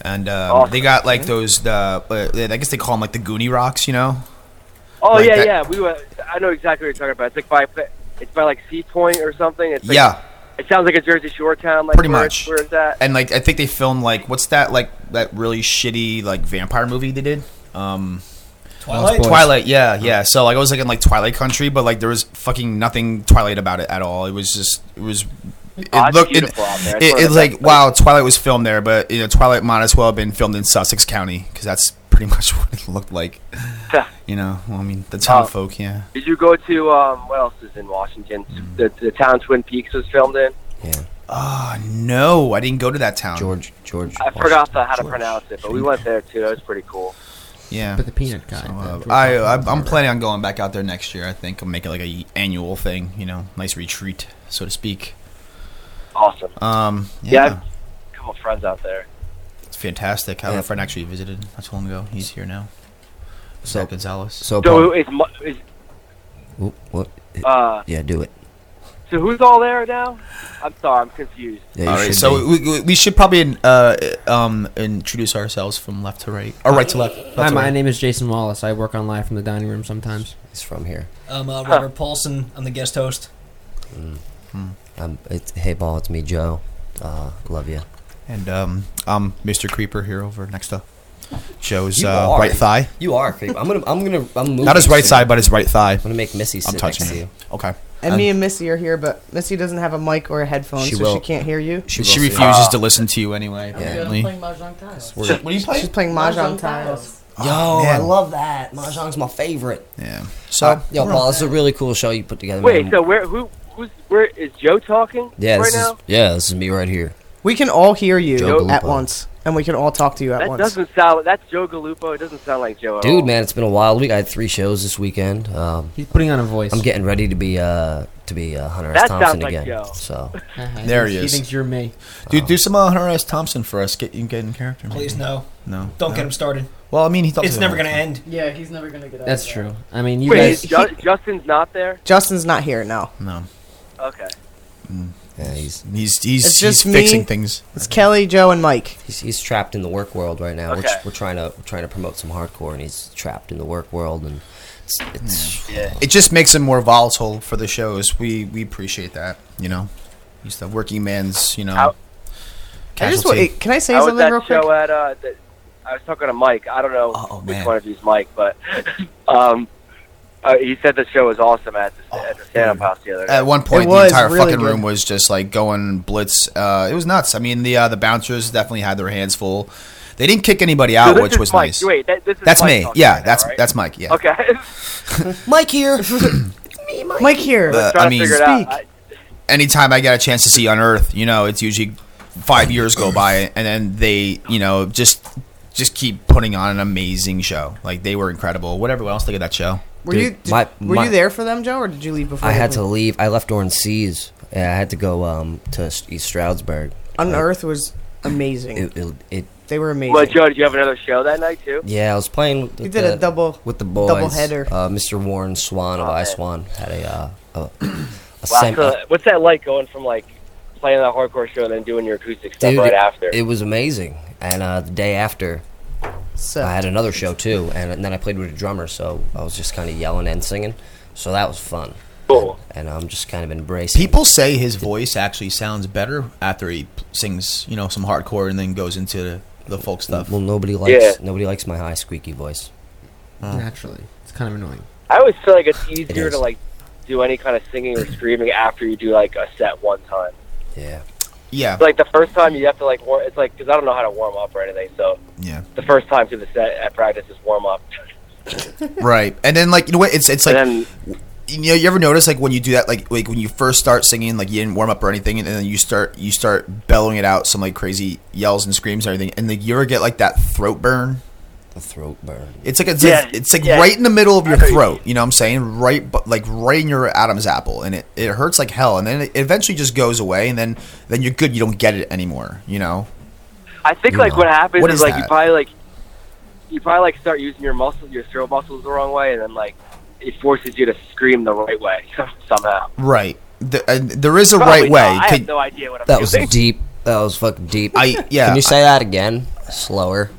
And um, Awesome. they got like those the uh, I guess they call them like the Goonie Rocks, you know. Oh Like yeah, that- yeah. We were. I know exactly what you're talking about. It's like by it's by like Sea Point or something. It's like, Yeah. It sounds like a Jersey Shore town. Like Pretty where much. It's, where it's at. And like I think they filmed like what's that like that really shitty like vampire movie they did? Um Twilight? Lost Boys. Twilight, yeah, yeah. So like I was like in like Twilight Country, but like there was fucking nothing Twilight about it at all. It was just it was it Oh, it's looked it, beautiful out there. It's it- one of it's the like wow, Twilight was filmed there, but you know Twilight might as well have been filmed in Sussex County because that's pretty much what it looked like. you know, well, I mean the town Oh. folk, yeah. Did you go to um, what else is in Washington? The, the town Twin Peaks was filmed in. Ah, no, I didn't go to that town. George, George. I forgot the, how to pronounce it, but we went there too. That was pretty cool. Yeah, But the peanut guy. Uh, I, I I'm planning on going back out there next year. I think I'll make it like a y- annual thing. You know, nice retreat, so to speak. Awesome. Um, yeah, Yeah, I've a couple friends out there. it's fantastic. I have a friend actually visited not too long ago. He's here now. So Gonzalez. So, So is, mu- is Oop, what? uh Yeah, do it. so who's all there now? I'm sorry, I'm confused. All right, so we, we, we should probably uh, um, introduce ourselves from left to right, or right to left. left Hi, to my right. name is Jason Wallace. I work on live from the dining room sometimes. He's from here. I'm uh, Robert Paulson. I'm the guest host. Mm. Um, it's, hey, ball, it's me, Joe. Uh, love you. And um, I'm Mr. Creeper here over next to Joe's You uh, are- right thigh. You are. creep. I'm gonna. I'm gonna. I'm moving Not his right soon. side, but his right thigh. I'm gonna make Missy sit next to you. Okay. And me and Missy are here, but Missy doesn't have a mic or a headphone, She so will- she can't hear you. She, Ah. refuses to listen to you anyway. apparently. Mahjong tiles. What are you playing? She's playing Mahjong tiles. Yo, Oh, I man. love that. Mahjong's my favorite. Yeah. Uh, So, yo, we're Paul, on this is a really cool show you put together. Wait, man. so where who who's where is Joe talking yeah, right this now? is yeah, this is me right here. We can all hear Joe you at Galupo. once, and we can all talk to you at that once. doesn't sound. That's Joe Galupo. It doesn't sound like Joe. At all. Dude, man, it's been a wild week. I had three shows this weekend. Um, He's putting on a voice. I'm getting ready to be uh to be uh, Hunter That S. sounds Thompson like again. Joe. So There he is. thinks you're me. Dude, do some uh, Hunter S. Thompson for us. Get you get in character. maybe. Please no. No. Don't No. get him started. Well, I mean, he thought It's never gonna end. Yeah, he's never gonna get out. That's true. I mean, you Wait, guys. is Ju- Justin's not there. Justin's not here now. No. Mm. Okay. yeah, he's He's he's, It's just he's me. fixing things. It's Kelly, Joe, and Mike. he's, he's trapped in the work world right now. We're, Okay. tr- we're trying to we're trying to promote some hardcore, and he's trapped in the work world, and it's, it's Yeah. It just makes him more volatile for the shows. We we appreciate that. You know, he's the working man's. You know, How- I just, casualty. wait, can I say How was something that real quick? show at? Uh, that, I was talking to Mike. I don't know Oh, which man. one of you's Mike, but um, uh, he said the show was awesome at the, at the stand-up house the other day. Oh, At one point, It the was entire really fucking good. room was just like going blitz. Uh, it was nuts. I mean, the uh, the bouncers definitely had their hands full. They didn't kick anybody So out, this which is was Mike. nice. Wait, that, this is that's Mike me. talking Yeah, right now, that's right? that's Mike. Yeah. Okay. Mike here. Mike here. Uh, Trying I to mean, figure it out. I- anytime I get a chance to see Unearth, you know, it's usually five years go by, and then they, you know, just just keep putting on an amazing show. Like they were incredible. Whatever else think of that show? were dude, you did, my- were my- you there for them, Joe, or did you leave before? I they had to went? leave. I left Orange Seas. and I had to go um to S- East Stroudsburg. Unearth was amazing. It, it, it- they were amazing. Well, Joe, did you have another show that night too? yeah, I was playing. With We the, did a double- with the boys. double header. Uh, Mr. Warren Swan of Oh, I man. Swan had a uh, a, a Wow, sem- so uh, a- what's that like going from like playing that hardcore show and then doing your acoustic stuff right it, after? it was amazing. And uh, the day after, So- I had another show too, and, and then I played with a drummer, so I was just kind of yelling and singing. So that was fun. cool. And I'm just kind of embracing. People say his voice actually sounds better after he p- sings, you know, some hardcore and then goes into the, the folk stuff. Well, nobody likes Yeah. nobody likes my high squeaky voice. Naturally, it's kind of annoying. I always feel like it's easier is. to like do any kind of singing or screaming after you do like a set one time. Yeah. Yeah. So, like the first time you have to like war. It's like because I don't know how to warm up or anything. So Yeah. the first time to the set at practice is warm up. right. And then like you know what? It's it's like you know you ever notice like when you do that like like when you first start singing like you didn't warm up or anything and then you start you start bellowing it out some like crazy yells and screams and everything and like you ever get like that throat burn. The throat burn. It's like it's, Yeah, it's like yeah. right in the middle of your throat. You know what I'm saying? Right, but like right in your Adam's apple, and it, it hurts like hell. And then it eventually just goes away, and then then you're good. You don't get it anymore. You know? I think You like know. what happens What is is like you that? probably like you probably like start using your muscles, your throat muscles the wrong way, and then like it forces you to scream the right way somehow. Right. The, uh, there is a Probably right not. way. I have Could- no idea what I'm That was doing. deep. That was fucking deep. I- yeah, Can you I- say that again? Slower.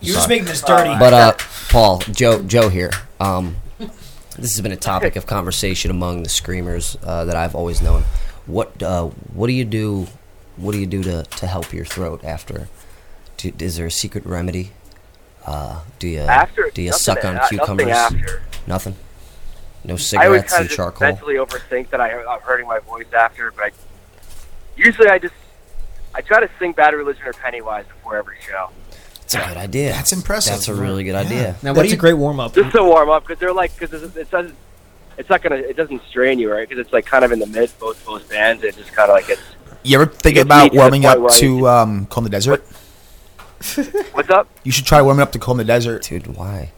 You're Sorry. just making this dirty. But uh, Paul, Joe, Joe here. Um, this has been a topic of conversation among the screamers uh, that I've always known. What uh, what do you do? What do you do to, to help your throat after? Do, is there a secret remedy? Uh, do you After- do you nothing suck a- on nothing cucumbers? after. Nothing? I No always kind cigarettes and of just charcoal. mentally overthink that I, I'm hurting my voice after, but I, usually I just I try to sing Bad Religion or Pennywise before every show. That's a good idea. That's impressive. That's a really good idea. Now, what do you great warm up? Just to warm up because they're like because it, it doesn't it's not gonna it doesn't strain you right because it's like kind of in the mid both both bands it just kind of like it's You ever think You need about to warming the up point where to um, Calm the Desert? what's up. You should try warming up to Calm the Desert. Dude, why?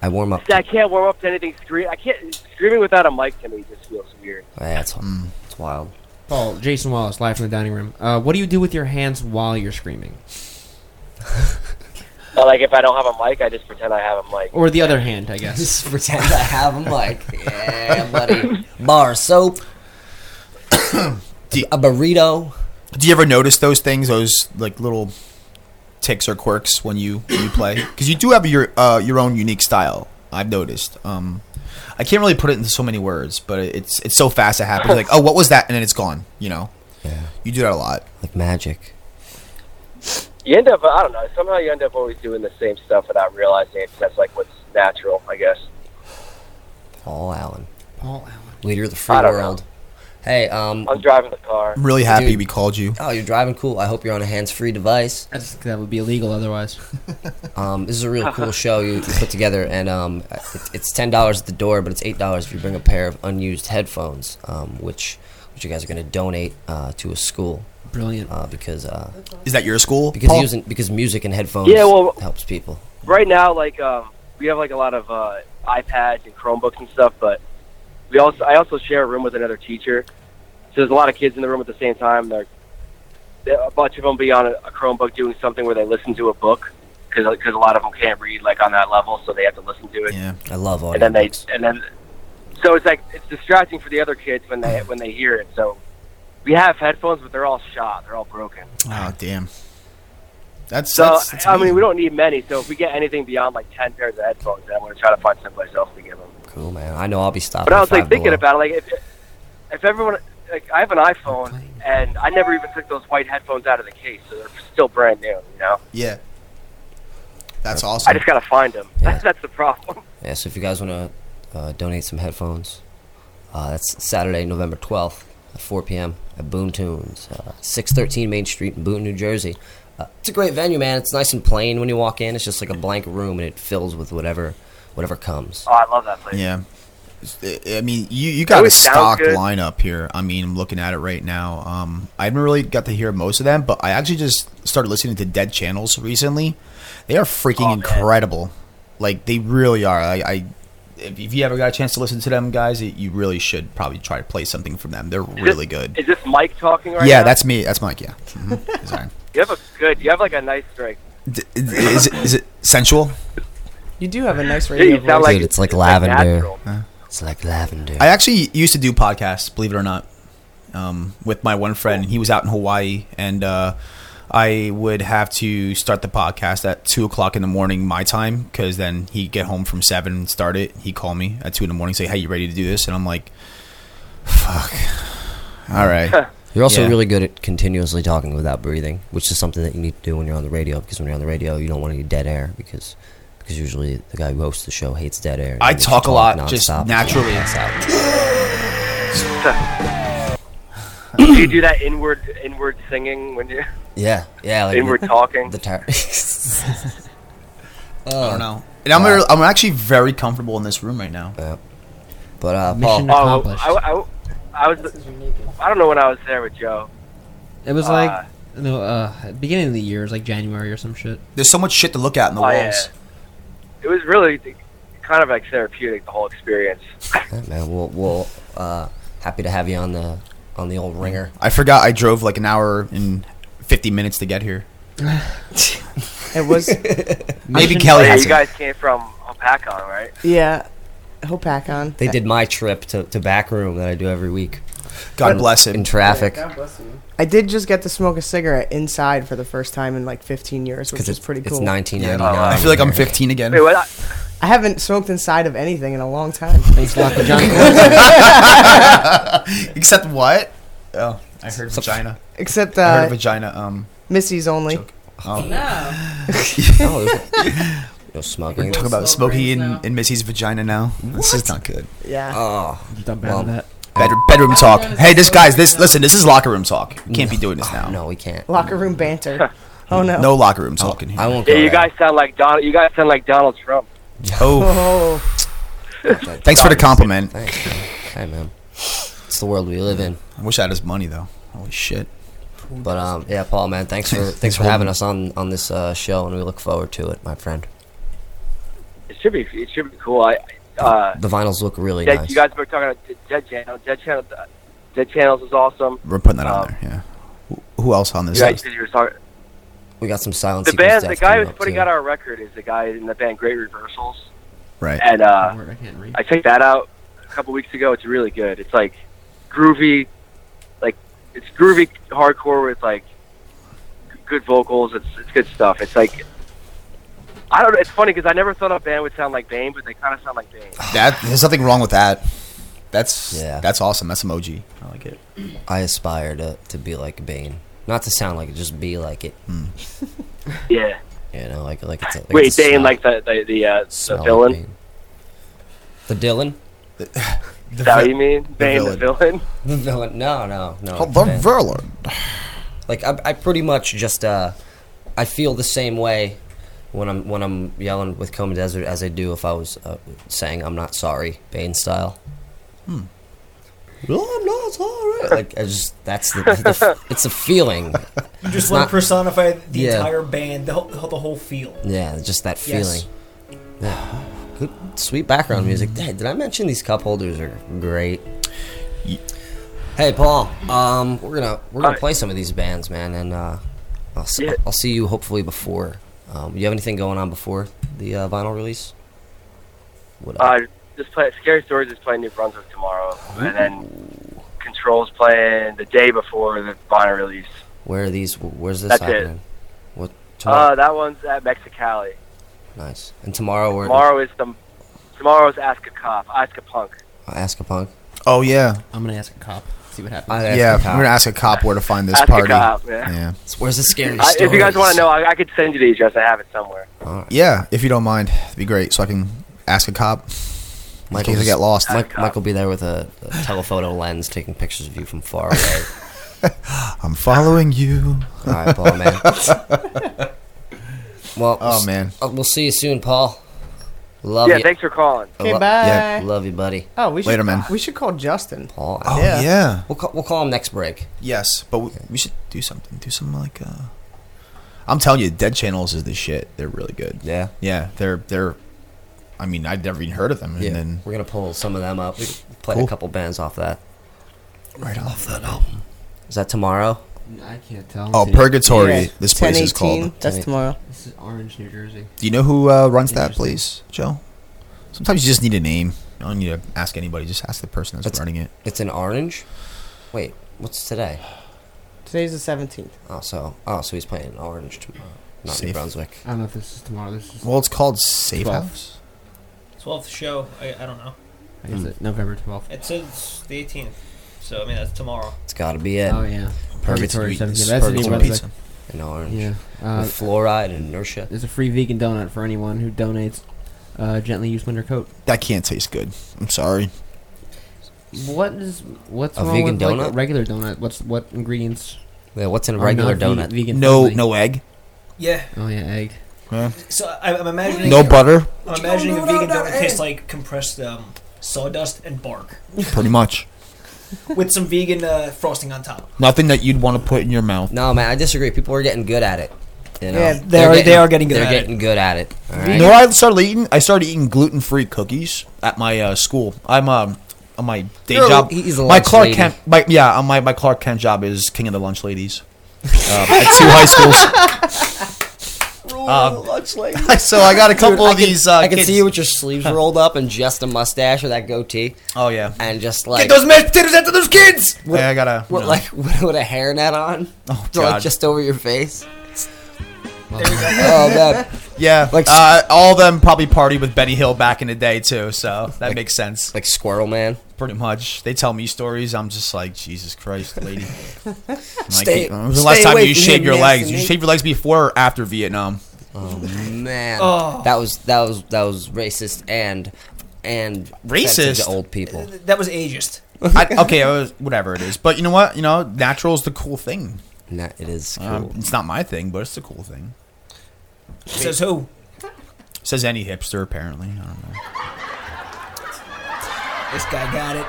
I warm up. See, I can't warm up to anything. Scream! I can't screaming without a mic to me just feels weird. That's Mm. it's wild. Paul, Jason Wallace, live from the dining room. Uh, what do you do with your hands while you're screaming, But like if I don't have a mic, I just pretend I have a mic. or the other hand, I guess? pretend I have them like, yeah, buddy. Bar of soap. a burrito. Do you ever notice those things, those like little ticks or quirks when you when you play? Because you do have your uh, your own unique style. I've noticed. Um, I can't really put it into so many words, but it's it's so fast it happens. Like, oh, what was that? And then it's gone. You know. Yeah. You do that a lot. Like magic. You end up I don't know somehow you end up always doing the same stuff without realizing it. 'cause That's like what's natural, I guess. Paul Allen. Paul Allen. Leader of the free I don't world. Hey, um. I'm driving the car. I'm really happy Dude. we called you. Oh, you're driving cool. I hope you're on a hands-free device. That's, that would be illegal otherwise. Um, this is a real cool show you, you put together, and um, it, it's ten dollars at the door, but it's eight dollars if you bring a pair of unused headphones, um, which which you guys are going to donate uh, to a school. Brilliant. Uh, because uh, Is that your school? Because Paul? using because music and headphones Yeah, well- helps people. Right now, like um, we have like a lot of uh, iPads and Chromebooks and stuff, but we also I also share a room with another teacher. So there's a lot of kids in the room at the same time. They're there- a bunch of them be on a, a Chromebook doing something where they listen to a book because a lot of them can't read like on that level, so they have to listen to it. Yeah. I love audio. and then they and then so it's like it's distracting for the other kids when they when they hear it. So we have headphones, but they're all shot, they're all broken. Oh damn. That's So that's, that's I mean, amazing. we don't need many. So if we get anything beyond like ten pairs of headphones, then I'm gonna try to find someplace else to give them. cool, man. I know I'll be stopping. But I at was like Five thinking Below. about it, like if if everyone like I have an iPhone and I never even took those white headphones out of the case, so they're still brand new. You know, Yeah. That's I awesome. just gotta find them. Yeah. That's the problem. Yeah, so if you guys want to uh, donate some headphones, uh, that's Saturday, November 12th at 4 p.m. at Boom Tunes, uh, 613 Main Street in Boone, New Jersey. Uh, it's a great venue, man. It's nice and plain when you walk in. It's just like a blank room, and it fills with whatever whatever comes. Oh, I love that place. Yeah. I I mean, you, you got a always sounds stocked good. lineup here. I mean, I'm looking at it right now. Um, I haven't really got to hear most of them, but I actually just started listening to Dead Channels recently. They are Oh, freaking incredible. Like they really are. I, I if, if you ever got a chance to listen to them, guys, it, you really should probably try to play something from them. They're really good. Is this Mike talking right yeah, now? that's me. That's Mike. Yeah. Mhm. Sorry. You have a good. You have like a nice strike. D- is, it- is it sensual? You do have a nice Yeah, you radio sound voice. like- Dude, it's like it's like lavender. natural. it's like lavender. I actually used to do podcasts, believe it or not, um, with my one friend. He was out in Hawaii, and uh, I would have to start the podcast at two o'clock in the morning my time because then he'd get home from seven and start it. He'd call me at two in the morning, say, "Hey, you ready to do this?" And I'm like, "Fuck, all right." You're also Yeah. really good at continuously talking without breathing, which is something that you need to do when you're on the radio. Because when you're on the radio, you don't want any dead air because because usually the guy who hosts the show hates dead air. I You just talk a lot, just nonstop. naturally. That's out. do you do that inward inward singing when you? Yeah, yeah. Like inward the- talking. The tar- I don't know. And I'm, uh, re- I'm actually very comfortable in this room right now. But uh, Mission Paul, Oh, accomplished. I, I, I was. I don't know when I was there with Joe. It was Uh, like no, uh, at the beginning of the year, it was like January or some shit. There's so much shit to look at in the Oh, yeah. walls. It was really th- kind of like therapeutic the whole experience. yeah, man, we'll, we'll uh, happy to have you on the on the old ringer. I forgot I drove like an hour and 50 minutes to get here. It was. Maybe Mission- Kelly yeah, has you it. guys came from Opacon, right? Yeah, Hopacon. They did my trip to, to back room that I do every week. God In- bless him. In traffic, I did just get to smoke a cigarette inside for the first time in like 15 years, which because is it's, pretty it's cool. Yeah. 1999. I feel like I'm Eric. 15 again. Wait, what? I, I haven't smoked inside of anything in a long time. Thanks a lot to Johnny. Except what? Oh, I heard vagina. Except I heard uh, vagina. Um, oh. Missy's only. Oh, there's no- no smoking. talk about Smokey and, and Missy's vagina now. This is not good. Yeah. Oh, Dump Well, out of that. Bed- bedroom talk. Hey, this guys. This listen. This is locker room talk. You can't be doing this now. no, we can't. Locker room banter. Oh no. No locker room talk in here. I won't go. yeah, you there. guys sound like Don. You guys sound like Donald Trump. Oh, Oh, thanks for the compliment. Thanks, man. Hey, man. It's the world we live in. I wish I had his money though. Holy shit. But um, yeah, Paul, man, thanks for thanks for having us on on this uh, show, and we look forward to it, my friend. It should be. It should be cool. I. Uh, The vinyls look really Dead, nice. You guys were talking about Dead- Dead Channel. Dead Channel. Dead Channels is awesome. We're putting that on Um, there. Yeah. Wh- Who else on this? You guys, list? you were talking, we got some silence. the band, the guy who's putting out our record is the guy in the band Great Reversals, Right. and uh, Word, I can't read. I checked that out a couple weeks ago. It's really good. It's like groovy, like it's groovy hardcore with like good vocals. It's it's good stuff. It's like I don't know. It's funny because I never thought a band would sound like Bane, but they kind of sound like Bane. That there's nothing wrong with that. That's Yeah. that's awesome. That's emoji. I like it. I aspire to to be like Bane, not to sound like it, just be like it. Hmm. Yeah. You know, like like it's a, like Wait, it's a Bane smell- like the the the, uh, the smell like villain. Bane. The Dylan, The Is that what you mean? Bane the villain. villain. the villain. No, no, no. Oh, it's the Bane. villain. like I, I pretty much just uh, I feel the same way when I'm when I'm yelling with Coma Desert as I do if I was uh, saying I'm not sorry, Bane style. Hmm. No, I'm not sorry. Like I just that's the, the it's a feeling. You just not- want to personify the Yeah. entire band, the whole, the whole feel. Yeah, it's just that feeling. Yes. Yeah. Good, sweet background music. Hey, did I mention these cup holders are great? Hey, Paul. Um, we're gonna we're gonna Hi. play some of these bands, man, and uh, I'll see, Yeah. I'll see you hopefully before. Um, you have anything going on before the uh, vinyl release? What Uh, just play Scary Stories is playing New Brunswick tomorrow, and then Controls playing the day before the vinyl release. Where are these? Where's this that's it. happening? What tomorrow? Uh, that one's at Mexicali. nice. And tomorrow we're Tomorrow is the tomorrow's Ask a Cop, Ask a Punk. uh, ask a punk. Oh yeah. I'm gonna ask a cop. See what happens. I ask yeah. a We're cop. gonna ask a cop where to find this Ask a party. cop, yeah. yeah. Where's the scary? I, if you guys want stories? to know, I, I could send you the address. I have it somewhere. Yeah, if you don't mind, it'd be great. So I can ask a cop. In case I just- get lost. Mike, Mike will be there with a, a telephoto lens, taking pictures of you from far away. I'm following you. All right, Paul, man. Well, Oh, s- man. uh, we'll see you soon, Paul. Love yeah, you. thanks for calling. okay, lo- bye. yeah, Love you, buddy. Oh, we should. Later, man. We should call Justin. Paul. Oh Yeah. yeah. We'll call, we'll call him next break. Yes, but we, we should do something. Do some like. uh I'm telling you, Dead Channels is the shit. They're really good. Yeah. Yeah, they're they're. I mean, I'd never even heard of them, and Yeah. then We're gonna pull some of them up. We can play a Cool. couple bands off that. right off that Is that tomorrow? I can't tell. Oh, Dude, Purgatory. This 10, place is called. That's tomorrow. This is Orange, New Jersey. Do you know who uh, runs that Interesting. place, Joe? Sometimes you just need a name. You don't need to ask anybody. Just ask the person that's, That's- running it. It's in Orange. Wait, what's today? Today's the seventeenth. Oh, so oh, so he's playing in Orange tomorrow, not New Safe. Brunswick. I don't know if this is tomorrow. This is Well, it's called Safe Twelve. House. 12th show, I, I don't know. I guess it, November 12th. It says the 18th. So, I mean, that's tomorrow. It's got to be it Oh yeah, Purgatory Purgatory 17. That's a new Purgatory Brunswick. Pizza. in Orange. Yeah. Uh, With fluoride and inertia. there's a free vegan donut for anyone who donates. Uh, gently used winter coat. That can't taste good. I'm sorry. What is what's A wrong vegan with, like, a donut? regular donut? What's what ingredients? Yeah, what's in a are regular not ve- donut? Vegan No, friendly? no egg. Yeah. Oh yeah, egg. So I, I'm imagining No butter? I'm imagining a vegan donut tastes like compressed um, sawdust and bark, Pretty much. with some vegan uh, frosting on top. Nothing that you'd want to put in your mouth. No, man, I disagree. People are getting good at it. You know? Yeah, they They're are- they are getting good They're at getting good at it. all You right? know what I started eating? I started eating gluten free cookies at my uh, school. I'm um on my day You're a- job. he's a my lunch Clark lady. Kent, my yeah, on my my Clark Kent job is king of the lunch ladies uh, at two high schools. Um, so I got a couple of Dude, Uh, I can- these. Uh, I can kids. see you with your sleeves rolled up and just a mustache or that goatee. Oh yeah, and just like those mashed potatoes out to those kids. What- yeah, I gotta. What, no. like what, what a hairnet on? Oh God. like just over your face. oh man, Yeah, like Like- uh, all of them probably party with Benny Hill back in the day too, so that makes sense. Like Squirrel Man, pretty much. They tell me stories. I'm just like, Jesus Christ, lady. I'm like, Stay- when was the stay last time away you from shaved your your nasty legs? You meat." shaved your legs before or after Vietnam? oh man, Oh. that was that was that was racist and and offensive Racist? to old people. That was ageist. I, okay, it was, whatever it is. But you know what? You know, natural is the cool thing. Nah, it is cool. Um, it's not my thing, but it's the cool thing. Says who? Says any hipster, apparently. I don't know. This guy got it.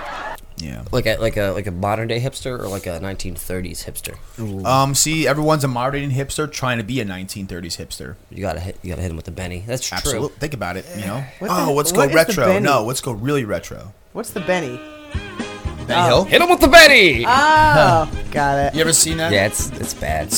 Yeah. like a like a like a modern day hipster or like a 1930s hipster. Um. See, everyone's a modern hipster trying to be a 1930s hipster. You gotta hit you gotta hit him with the Benny. That's true. Absolutely. Think about it. You know. What oh, the- let's what go is the retro. Benny? No, let's go really retro. What's the Benny? Benny Hill. Hit him with the Benny. Oh, got it. You ever seen that? yeah, it's it's bad.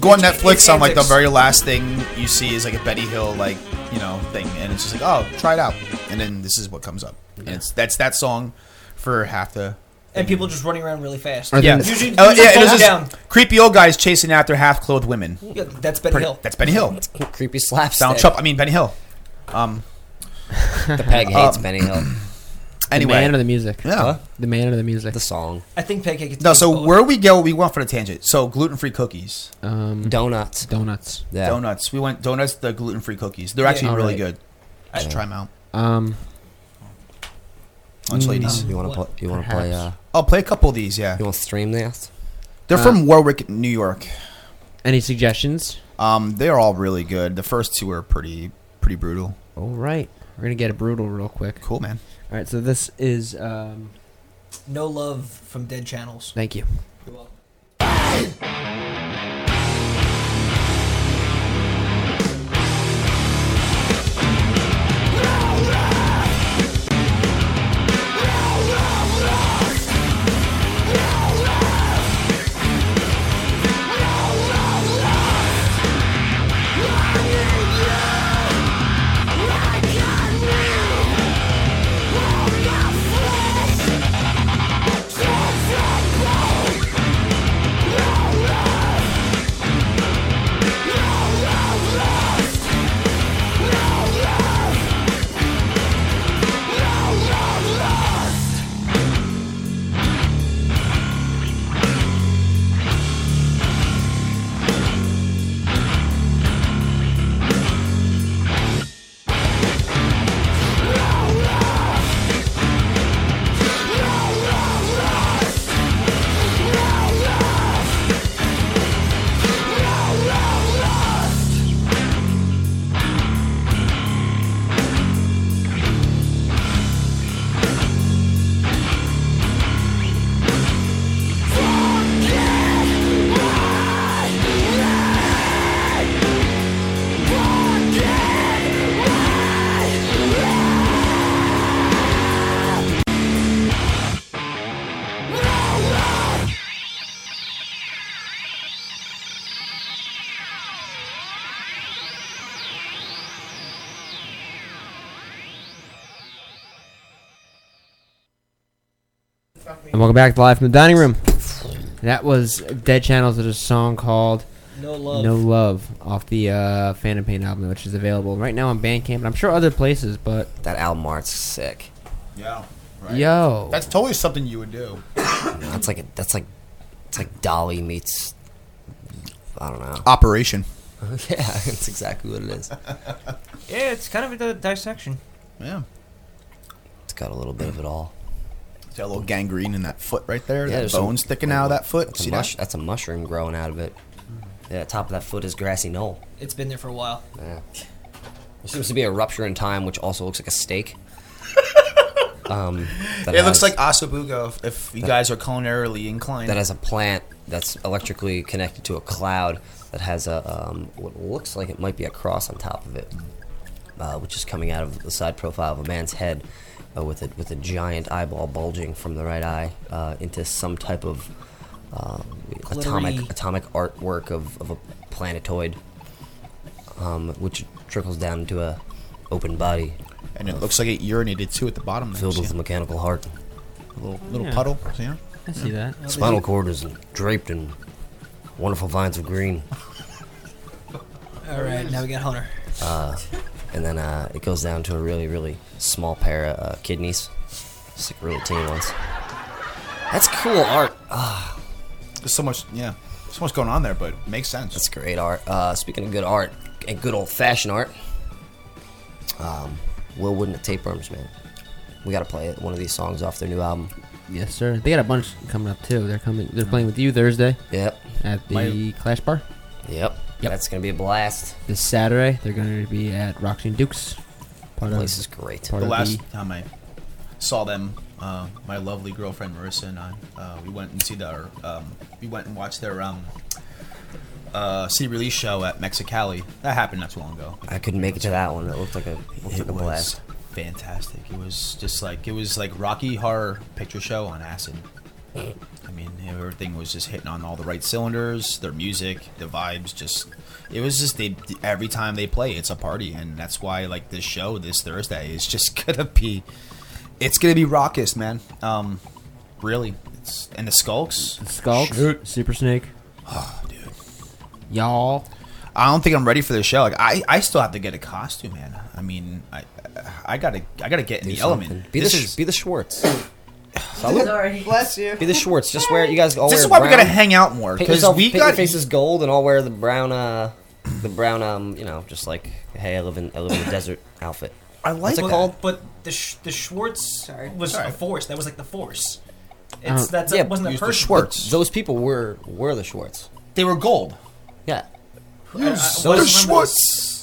go on Netflix on like the antics. very last thing you see is like a Betty Hill like you know thing, and it's just like oh try it out, and then this is what comes up, and it's that's that song for half the And people just running around really fast. Are they- yeah Usually, Oh, usually yeah and falls it's just down. creepy old guys chasing after half clothed women. Yeah, that's Benny Pretty- Hill. That's Benny Hill, Creepy slapstick. Donald Trump. I mean Benny Hill. Um. The peg hates Um, Benny Hill. The man or Anyway. the music? Yeah. The man or the music? The song I think Pancake. Gets No. So where we go, we went for the tangent. So gluten free cookies, Um, donuts. donuts. Yeah. donuts. We went donuts. The gluten free cookies. They're Yeah. actually All really right. good. I should try them out. Um, Lunch ladies. Mm. You wanna play? What? You wanna play? Uh, Perhaps. I'll play a couple of these. Yeah. you wanna stream this? They're Uh, from Warwick, New York. any suggestions? Um, they are all really good. The first two are pretty pretty brutal. All right, we're gonna get a brutal real quick. Cool, man. All right, so this is. Um, No love from dead channels. thank you. And welcome back to Live from the Dining Room. That was Dead Channels with a song called No love. No Love off the uh, Phantom Pain album, which is available right now on Bandcamp. And I'm sure other places, but That album art's sick. Yeah. yo. That's totally something you would do. That's like a, that's like it's like Dolly meets I don't know. Operation. yeah, that's exactly what it is. Yeah, it's kind of a di- dissection. Yeah. It's got a little bit of it all. See that little gangrene in that foot right there? that there's bone sticking out of that foot? That's See a, that? mush, that's a mushroom growing out of it. Yeah, the top of that foot is grassy knoll. It's been there for a while. Yeah. There seems to be a rupture in time, which also looks like a steak. um, that It looks has- like asabuco if, if you That- guys are culinarily inclined. that has a plant that's electrically connected to a cloud that has a um, what looks like it might be a cross on top of it, uh, which is coming out of the side profile of a man's head uh, with a with a giant eyeball bulging from the right eye uh, into some type of uh, Glittery. atomic atomic artwork of, of a planetoid, um, which trickles down into a open body. And it looks like it urinated too at the bottom. there, Filled see? with a mechanical heart. little, little puddle. See that? I see that. Spinal cord is draped in wonderful vines of green. All right, now we got Hunter. Uh, and then uh, it goes down to a really, really small pair of uh, kidneys. Just like really teeny ones. That's cool art. Ah, There's so much, yeah, so much going on there, but it makes sense. That's great art. Uh, speaking of good art and good old fashioned art, um, Will Wooden at Tapeworms, man. We got to play it, one of these songs off their new album. Yes, sir. They got a bunch coming up too. They're coming. They're playing with you Thursday. Yep. At the My- Clash Bar. Yep. That's going to be a blast. This Saturday, they're going to be at Roxy and Duke's. Part of- Place is great. part the of last time I saw them, uh, my lovely girlfriend Marissa and I, uh, we went and see their, um, we went and watched their um, uh, city release show at Mexicali. That happened not too long ago. I couldn't make it to that one. It looked like a, looked like a was blast. fantastic. It was just like it was like Rocky Horror Picture Show on acid. I mean, everything was just hitting on all the right cylinders. Their music, the vibes, just it was just they every time they play, it's a party, and that's why like this show this Thursday is just gonna be, it's gonna be raucous, man. Um, really, it's and the skulks, the Skulks, Super Snake. y'all. I don't think I'm ready for this show. Like I, I still have to get a costume, man. I mean, I, I gotta, I gotta get in Do the something. element. Be the This Sch- is- be the Schwartz. Bless you. Be the Schwartz. Just wear it. You guys all This wear is why we brown. gotta hang out more, Paint 'cause yourself- we paint got- your faces gold, and I'll wear the brown. Uh, the brown. Um, you know, just like hey, I live in I live in the desert outfit. What's it But- called? But the sh- the Schwartz was Sorry. a force. That was like the force. I don't- It's that's Yeah, it wasn't a use the person. Schwartz. Those people were were the Schwartz. They were gold. Yeah. I- I- Those- what I remember is- Schwartz.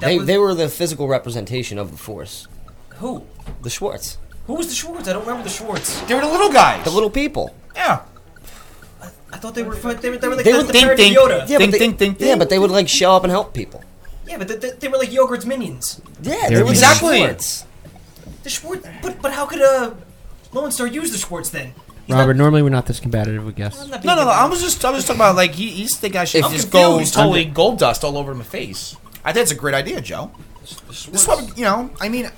That They, was- they were the physical representation of the force. Who? The Schwartz. Who was the Schwartz? I don't remember the Schwartz. They were the little guys. The little people. Yeah. I, I thought they were. They were, they were like They the, would the think- parody of think- Yoda. yeah, but they- yeah, but they would like show up and help people. Yeah, but they, they, they were like Yogurt's minions. Yeah, they were exactly. exactly. The Schwartz. But but how could uh, Lone Star use the Schwartz then? Robert, normally we're not this combative with guests. I'm not No, being no, no. good. I was just, I was talking about like he, he's think I should If I'm it's confused. gold- totally I'm- gold dust all over my face. I think it's a great idea, Joe. This is what we- you know. I mean,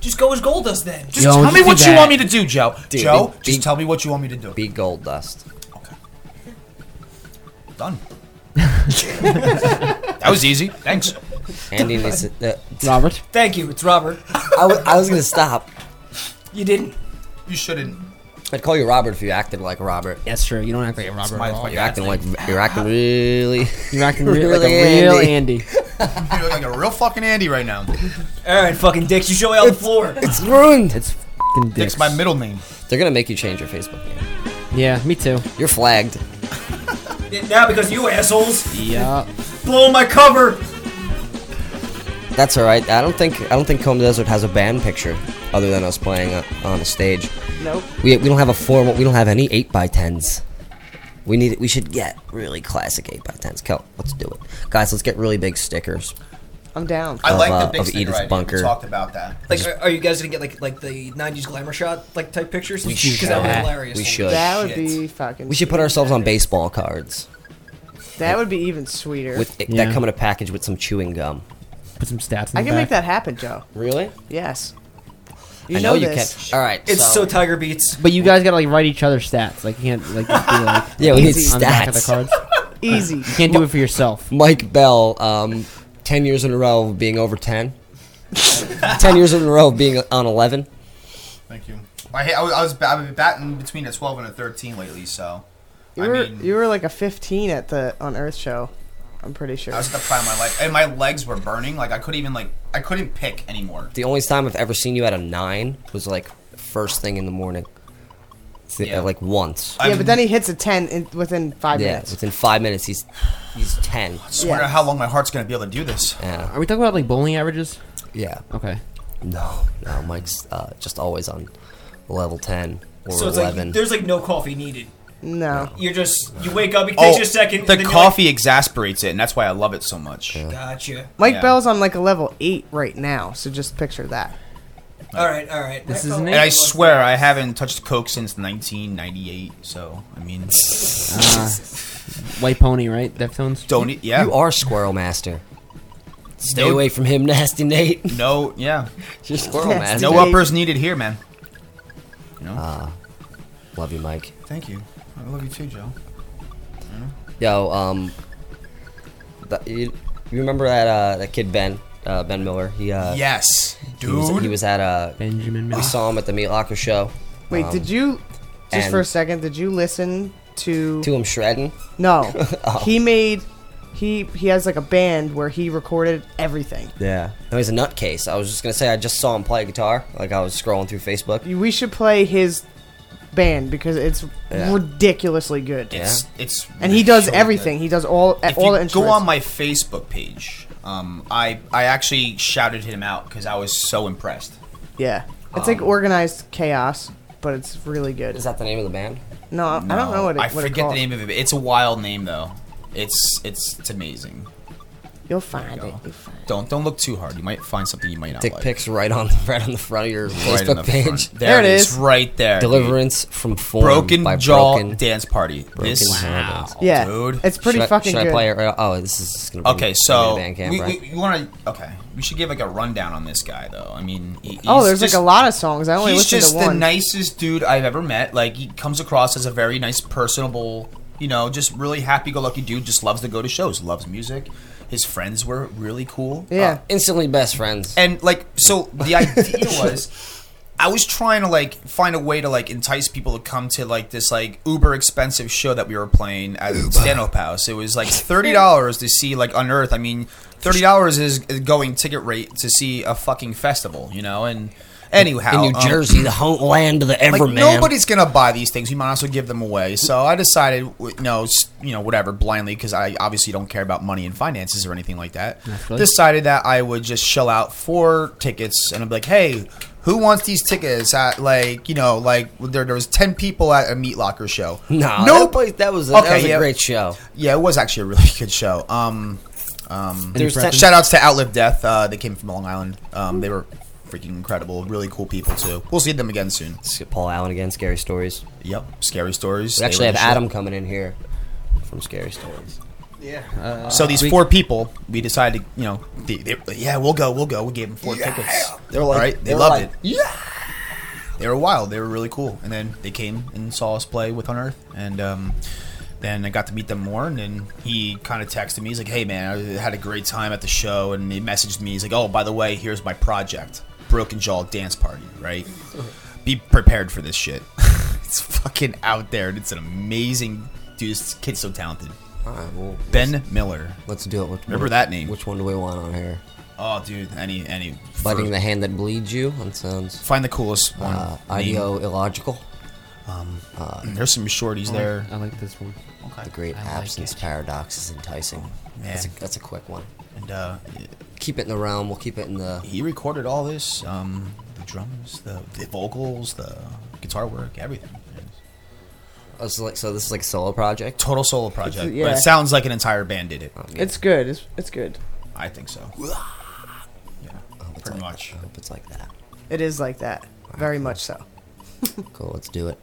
Just go as Goldust then. just Yo, tell me do what you that. want me to do, Joe. Dude, Joe, be- just be- tell me what you want me to do. Be gold dust. Done. that was easy. Thanks. Andy needs to. Uh, Robert. Thank you. It's Robert. I, w- I was gonna stop. You didn't. You shouldn't. I'd call you Robert if you acted like Robert. That's true. You don't act like a Robert. my- at all. my You're acting like you're acting really. You're acting real, like a real Andy. You look like a real fucking Andy right now. All right, fucking dicks. You show me on the floor. It's ruined. It's Fucking Dick's dicks. my middle name. They're gonna make you change your Facebook name. Yeah, me too. You're flagged. now because you assholes Yeah. blow my cover. That's all right. I don't think I don't think Comb Desert has a band picture other than us playing uh, on a stage. Nope. We, we don't have a formal. We don't have any eight by tens. We need. We should get really classic eight by tens. Kel, let's do it, guys. Let's get really big stickers. I'm down. I Of, like uh, the big of sticker Edith idea. Bunker. We talked about that. Like, are, are you guys gonna get like like the '90s glamour shot like type pictures? We 'Cause that would be should. hilarious. We should. that would Shit. be fucking. We should put ourselves on baseball cards That would be even sweeter. with Yeah. that come in a package with some chewing gum. Put some stats. In I the can make back. that happen, Joe. Really? Yes. You I know, know, you this. can. All right. It's so Tiger Beats. But you guys gotta like write each other stats. Like you can't like just be like Yeah, we need on the back of the stats. cards. Easy. You can't do it for yourself. Mike Bell, um, 10 years in a row of being over 10. 10 years in a row of being on 11. Thank you. I, hate- I was, I was I've been batting between a 12 and a 13 lately, so You I were mean- you were like a 15 at the on Earth show. I'm pretty sure. I was at the prime of my life, and my legs were burning. Like I couldn't even like I couldn't pick anymore. The only time I've ever seen you at a 9 was like first thing in the morning. Th- Like once. yeah, but then he hits a ten in, within five yeah, minutes. within five minutes he's he's ten. I just wonder Yeah. how long my heart's gonna be able to do this. Yeah. Are we talking about like bowling averages? Yeah. Okay. No, no, Mike's uh, just always on level ten or So it's eleven. like there's like no coffee needed. No. You're just you wake up, it Oh, takes you a second. Oh, The and then you're coffee exasperates it, and that's why I love it so much. Like, gotcha. Mike Yeah. Bell's on like a level eight right now, so just picture that. All right, all right. This That is felt- an And I swear I haven't touched Coke since 1998. So I mean, Uh, White Pony, right? Deftones. Don't eat- yeah. You are Squirrel Master. Stay No- away from him, Nasty Nate. No, yeah. Just Squirrel Master. No uppers needed here, man. Uh, love you, Mike. Thank you. I love you too, Joe. Yo, um, th- you, you remember that uh, that kid Ben, uh, Ben Miller? He uh, Yes, He was, dude. he was at uh, Benjamin. We saw him at the Meat Locker show. Wait, Um, did you just for a and- second? Did you listen to to him shredding? No, Oh. he made he he has like a band where he recorded everything. Yeah. No, he's a nutcase. I was just gonna say I just saw him play guitar. Like I was scrolling through Facebook. We should play his band because it's Yeah. ridiculously good. It's- it's and he does really good. everything. He does all If all you the go instruments. on my Facebook page, um, I I actually shouted him out because I was so impressed. yeah, it's like Um, organized chaos, but it's really good. Is that the name of the band? No, I- I don't know what it, I what it's forget called. the name of it. but It's a wild name though. It's it's it's amazing. You'll find it. Don't don't look too hard. You might find something you might not Dick like. pics right on right on the front of your Right on Facebook the front. page. There There it it is. is. Right there, dude. Deliverance from form Broken by Jaw broken, Dance Party. Broken This- Jaw Wow, Dance. Yeah, dude. it's pretty Should I- fucking Should I good. play it? Right? Oh, this is just gonna. Be Okay, so band camp, we, right? we, want to. Okay, we should give like a rundown on this guy, though. I mean, he- Oh, he's there's just- like a lot of songs. I only He's listened just to one. the nicest dude I've ever met. Like he comes across as a very nice, personable, you know, just really happy-go-lucky dude. Just loves to go to shows, loves music. His friends were really cool. Uh, Yeah. instantly best friends. And like, so the idea was, I was trying to like find a way to like entice people to come to like this like uber expensive show that we were playing at Stanhope House. It was like thirty dollars to see like Unearth. I mean, thirty dollars is is going ticket rate to see a fucking festival, you know. And anyhow, in New um, Jersey, the home land of the like, Everman. nobody's gonna buy these things. You might as well give them away. So I decided, w- you know, s- you know, whatever, blindly, because I obviously don't care about money and finances or anything like that. Naturally. Decided that I would just shell out four tickets, and I'd be like, hey. Who wants these tickets at like you know like there, there was ten people at a Meat Locker show. No, nope. that was- that was a- that was a great show. Yeah, it was actually a really good show. Um, um, There's preference? shout outs to Outlive Death. Uh, they came from Long Island. Um, they were freaking incredible. Really cool people too. We'll see them again soon. Paul Allen again. Scary stories. Yep, scary stories. We actually They have were Adam shit. coming in here from Scary Stories. Yeah. so these four people, we decided, to, you know, they, they, yeah, we'll go, we'll go. We gave them four tickets. They were like- right? they they were loved like, it. Yeah, they were wild. They were really cool. And then they came and saw us play with Unearth, and um, then I got to meet them more. And then he kind of texted me. He's like, "Hey, man, I had a great time at the show." And he messaged me. He's like, "Oh, by the way, here's my project, Broken Jaw Dance Party. Right? Be prepared for this shit. it's fucking out there, and it's an amazing dude. This kid's so talented." All right, well, Ben Miller. Let's do it. Which- Remember that name. Which one do we want on here? Oh, dude, any any Biting fruit. the hand that bleeds you. That sounds. Find the coolest one. Uh, IDO illogical. Um, Uh, there's some shorties I like- there. Um, I like this one. Okay. The great absence paradox is enticing. That's, a, that's a quick one. And uh, keep it in the realm. We'll keep it in the. He recorded all this. Um, the drums, the, the vocals, the guitar work, everything. Oh, so, like, so this is like a solo project. Oh, Total solo project. It's- yeah. But it sounds like an entire band did it. It's good. It's it's good. I think so. Yeah, pretty much. I hope it's like that. It is like that, very much so. Cool. Let's do it.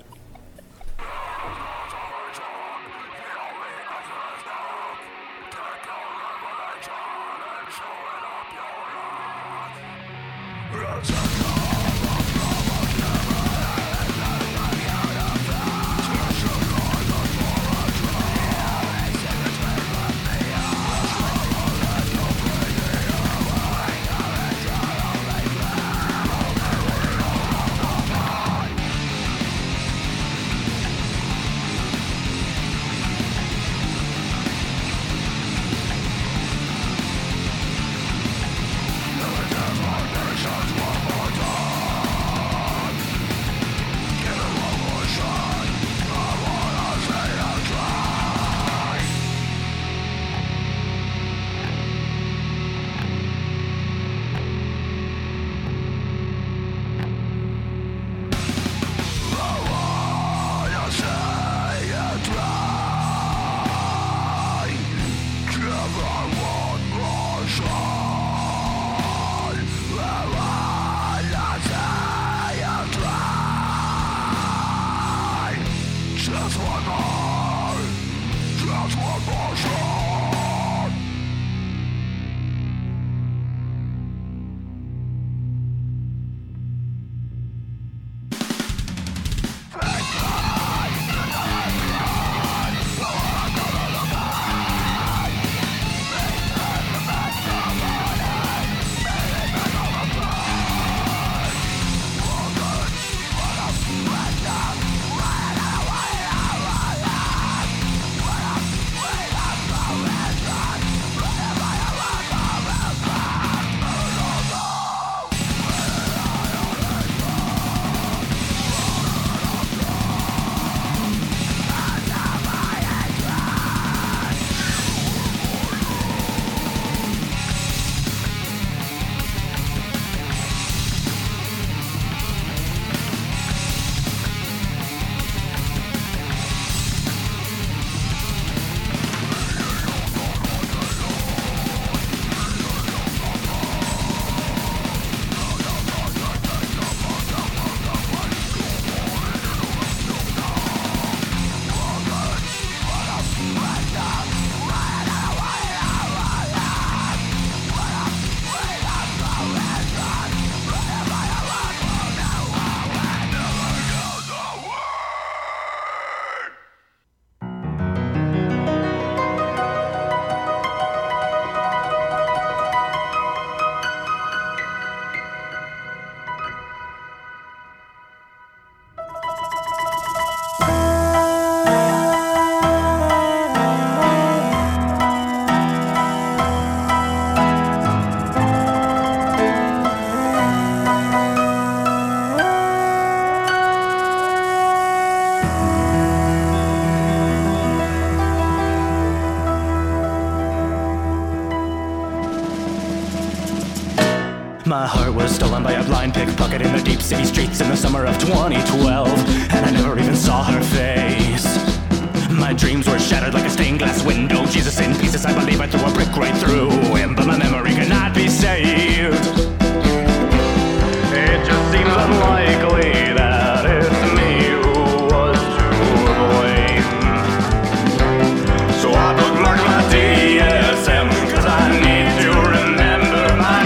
Shots one more time. My heart was stolen by a blind pickpocket in the deep city streets in the summer of 2012, and I never even saw her face. My dreams were shattered like a stained glass window. Jesus in pieces, I believe I threw a brick right through him, but my memory cannot be saved. It just seems unlikely that it's me who was to blame. So I bookmarked my DSM, cause I need to remember my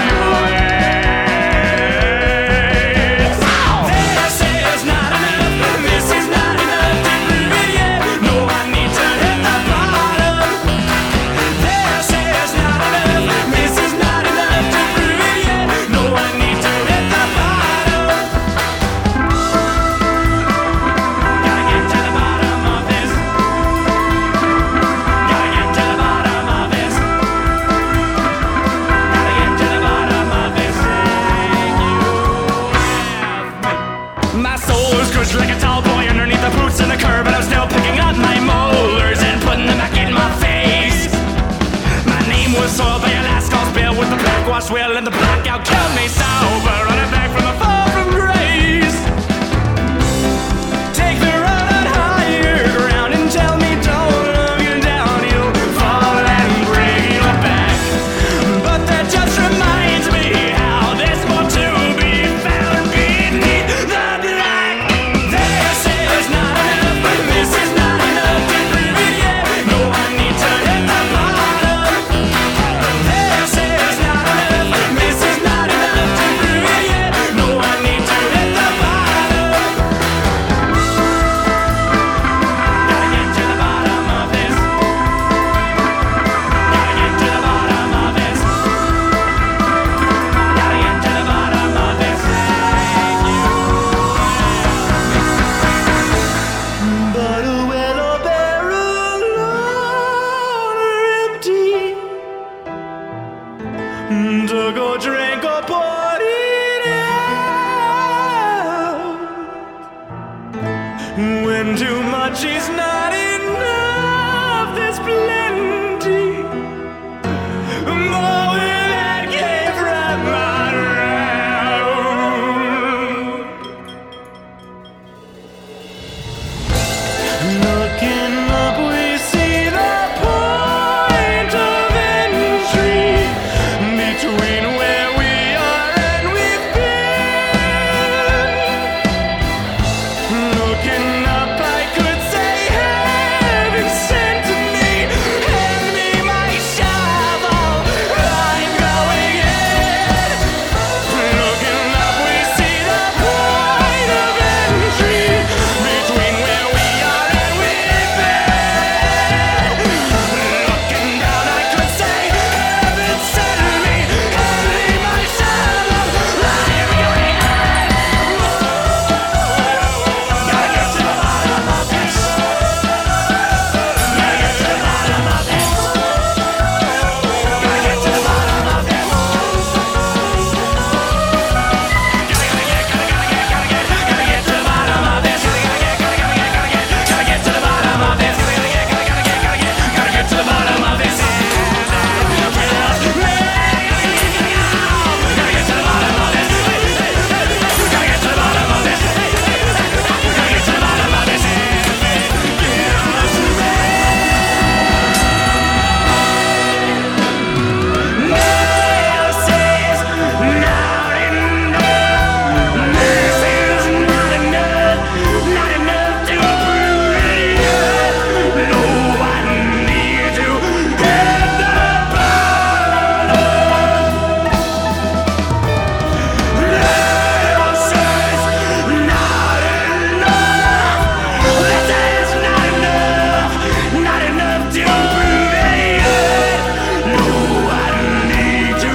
to prove it. No, I don't need to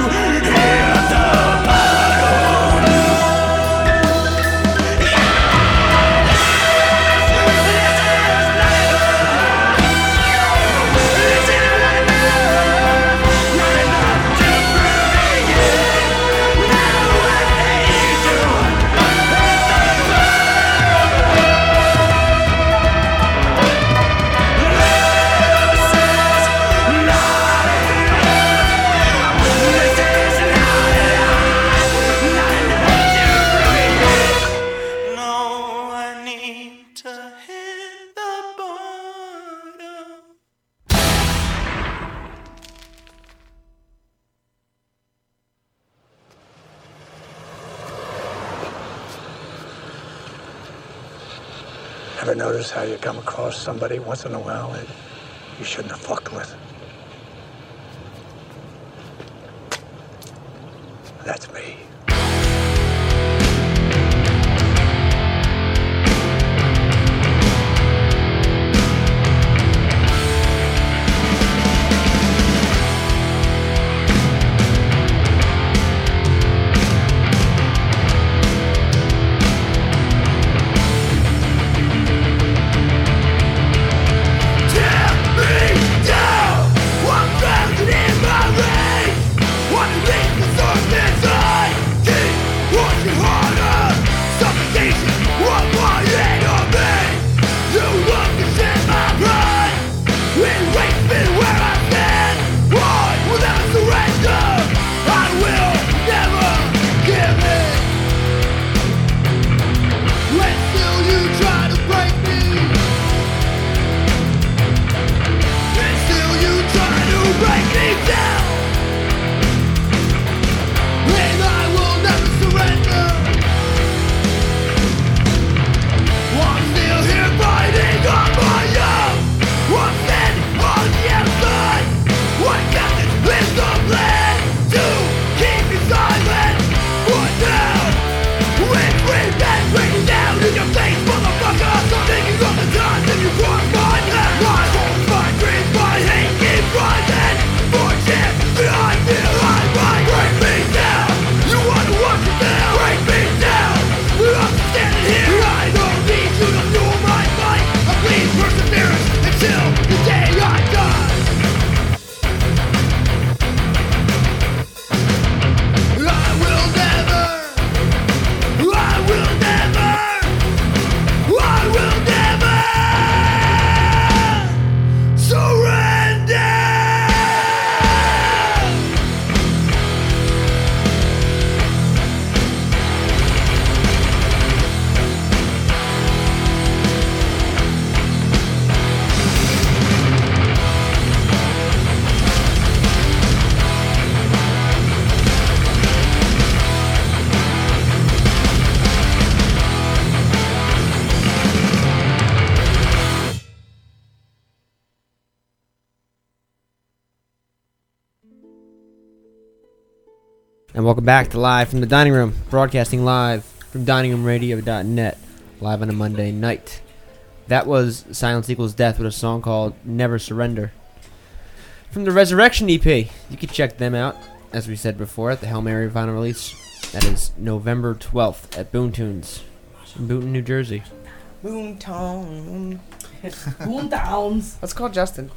hear the bottom. Ever notice how you come across somebody once in a while that you shouldn't have fucked with? That's me. And welcome back to Live from the Dining Room, broadcasting live from diningroomradio.net, live on a Monday night. That was Silence Equals Death with a song called Never Surrender. From the Resurrection EP, you can check them out, as we said before, at the Hail Mary vinyl release. That is November 12th at Boontoons in Boonton, New Jersey. Boomtown. Boomtowns. Let's call Justin.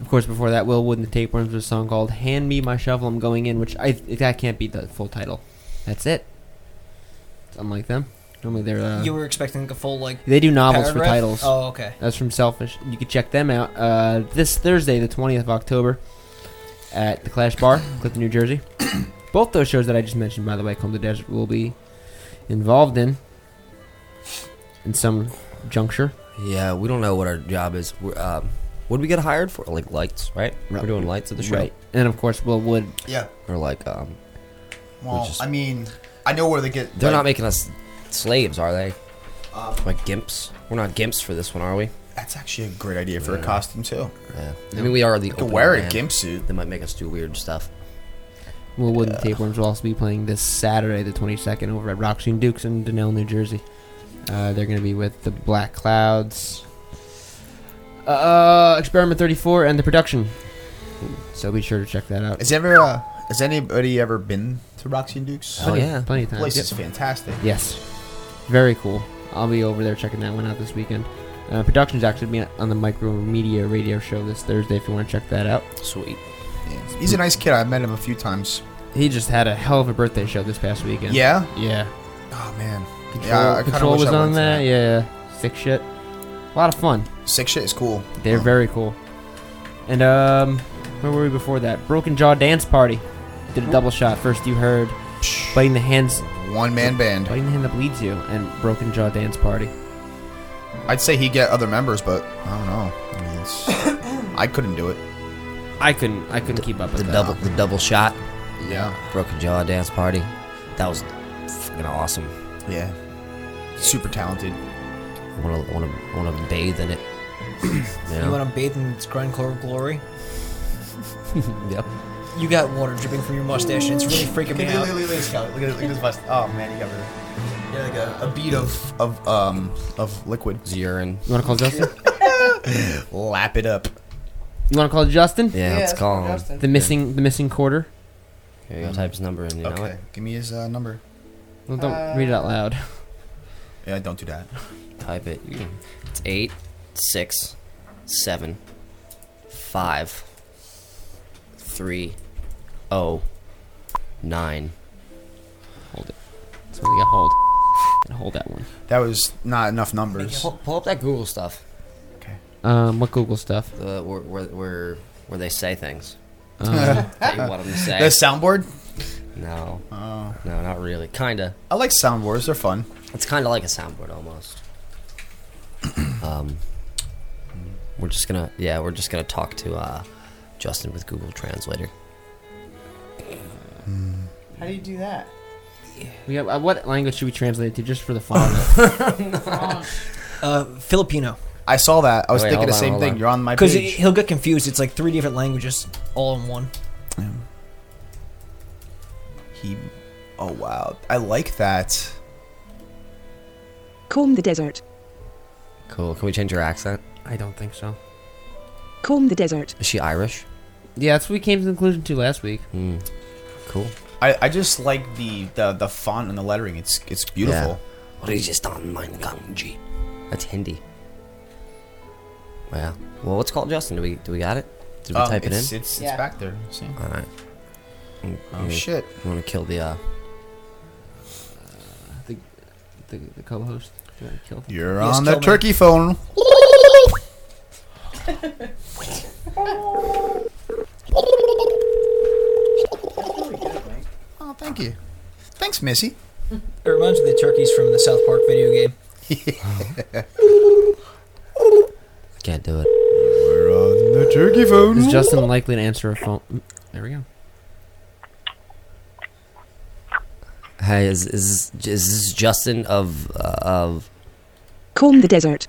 Of course, before that, Will Wood and the Tapeworms was a song called "Hand Me My Shovel, I'm Going In," which I that can't be the full title. That's it. It's unlike them. Normally they're uh, You were expecting like a full like. they do novels for paragraph? titles. Oh okay. That's from Selfish. You can check them out uh, this Thursday, the twentieth of October, at the Clash Bar, Clifton, New Jersey. Both those shows that I just mentioned, by the way, Come to Desert will be involved in in some juncture. Yeah, we don't know what our job is. We're, um, what did we get hired for? Like lights, right? We're doing lights at the show. Right. And of course, Will Wood. Yeah. Or like, um, Well, Which is- I mean, I know where they get. they're like- not making us slaves, are they? Um, like gimps? We're not gimps for this one, are we? That's actually a great idea for a costume too. Yeah. I mean, we are the. You could open wear a land. gimp suit. They might make us do weird stuff. Will Wood and the Tapeworms will also be playing this Saturday, the 22nd, over at Roxy and Dukes in Denell, New Jersey. Uh, they're going to be with the Black Clouds, Uh, Experiment 34 and the production. So be sure to check that out. Has ever uh, has anybody ever been to Roxy and Duke's? Oh, Plenty- plenty of times. Place Yep. is fantastic. Yes, very cool. I'll be over there checking that one out this weekend. Uh, production's actually being on the Micro Media Radio Show this Thursday. If you want to check that out, sweet. He's a nice kid. I've met him a few times. He just had a hell of a birthday show this past weekend. Yeah? yeah. Oh man, Control, Yeah, I kinda Control wish was I went on to that. Yeah, sick shit. A lot of fun. Sick shit is cool. They're very cool. And um, where were we before that? Broken Jaw Dance Party did a double shot. First you heard biting the hands, one man band, biting the hand that bleeds you, and Broken Jaw Dance Party. I'd say he get other members, but I don't know. I, mean, it's- I couldn't do it. I couldn't. I couldn't keep up with the that. double the double shot. Yeah. Broken jaw dance party. That was fucking awesome. Yeah. Super talented. I want to want to want to bathe in it. you You know? want to bathe in its grindcore glory? yep. You got water dripping from your mustache, and it's really freaking me Look at- out. Look at this guy. Look at look at this bust. Oh man, he got rid of. Yeah, like a, a bead of of um of liquid. It's urine. You want to call Justin? Lap it up. You want to call Justin? Yeah, Yeah, let's let's call call him. Justin. The missing, the missing quarter. Here you go. Type his number in. You know Okay, it. give me his uh, number. Well, don't Oh, Uh, read it out loud. Yeah, don't do that. Type it. It's eight, six, seven, five, three, oh, nine. Hold it. That's what we got. Hold. And hold that one. That was not enough numbers. Pull, pull up that Google stuff. Um, what Google stuff? The where where where, where they say things. Um. that you want 'em to say. Oh. The soundboard? Oh. No. No, not really. Kinda. I like soundboards. They're fun. It's kind of like a soundboard almost. um, we're just gonna yeah, we're just gonna talk to uh, Justin with Google Translator. How do you do that? We got, uh, what language should we translate it to just for the fun? of it? Uh, Filipino. I saw that. I was Wait, hold thinking the on, same hold thing. on. You're on my Because page. he'll get confused. It's like three different languages all in one. he. Oh wow, I like that. Comb the desert. Cool. Can we change her accent? I don't think so. Comb the desert. Is she Irish? Hmm. Yeah, that's what we came to the conclusion to last week. Cool. I, I just like the, the the font and the lettering. It's it's beautiful. Rajasthan mein Ganji. That's Hindi. Wow. Well, what's called Justin? Do we do we got it? Did we Um, type it in? it's- it's- it's Yeah. back there. See? All right. Mm, Oh, shit. You want to kill the uh, The, the, the co-host. Do you wanna kill them? You're Yes, on the kill me. turkey phone. oh, thank you. Thanks, Missy. It reminds me of the turkeys from the South Park video game. I can't do it. We're on the turkey phone. Is Justin likely to answer a phone? Mm, There we go. Hey, is is this, is this Justin of uh, of? mm-hmm. Comb the desert.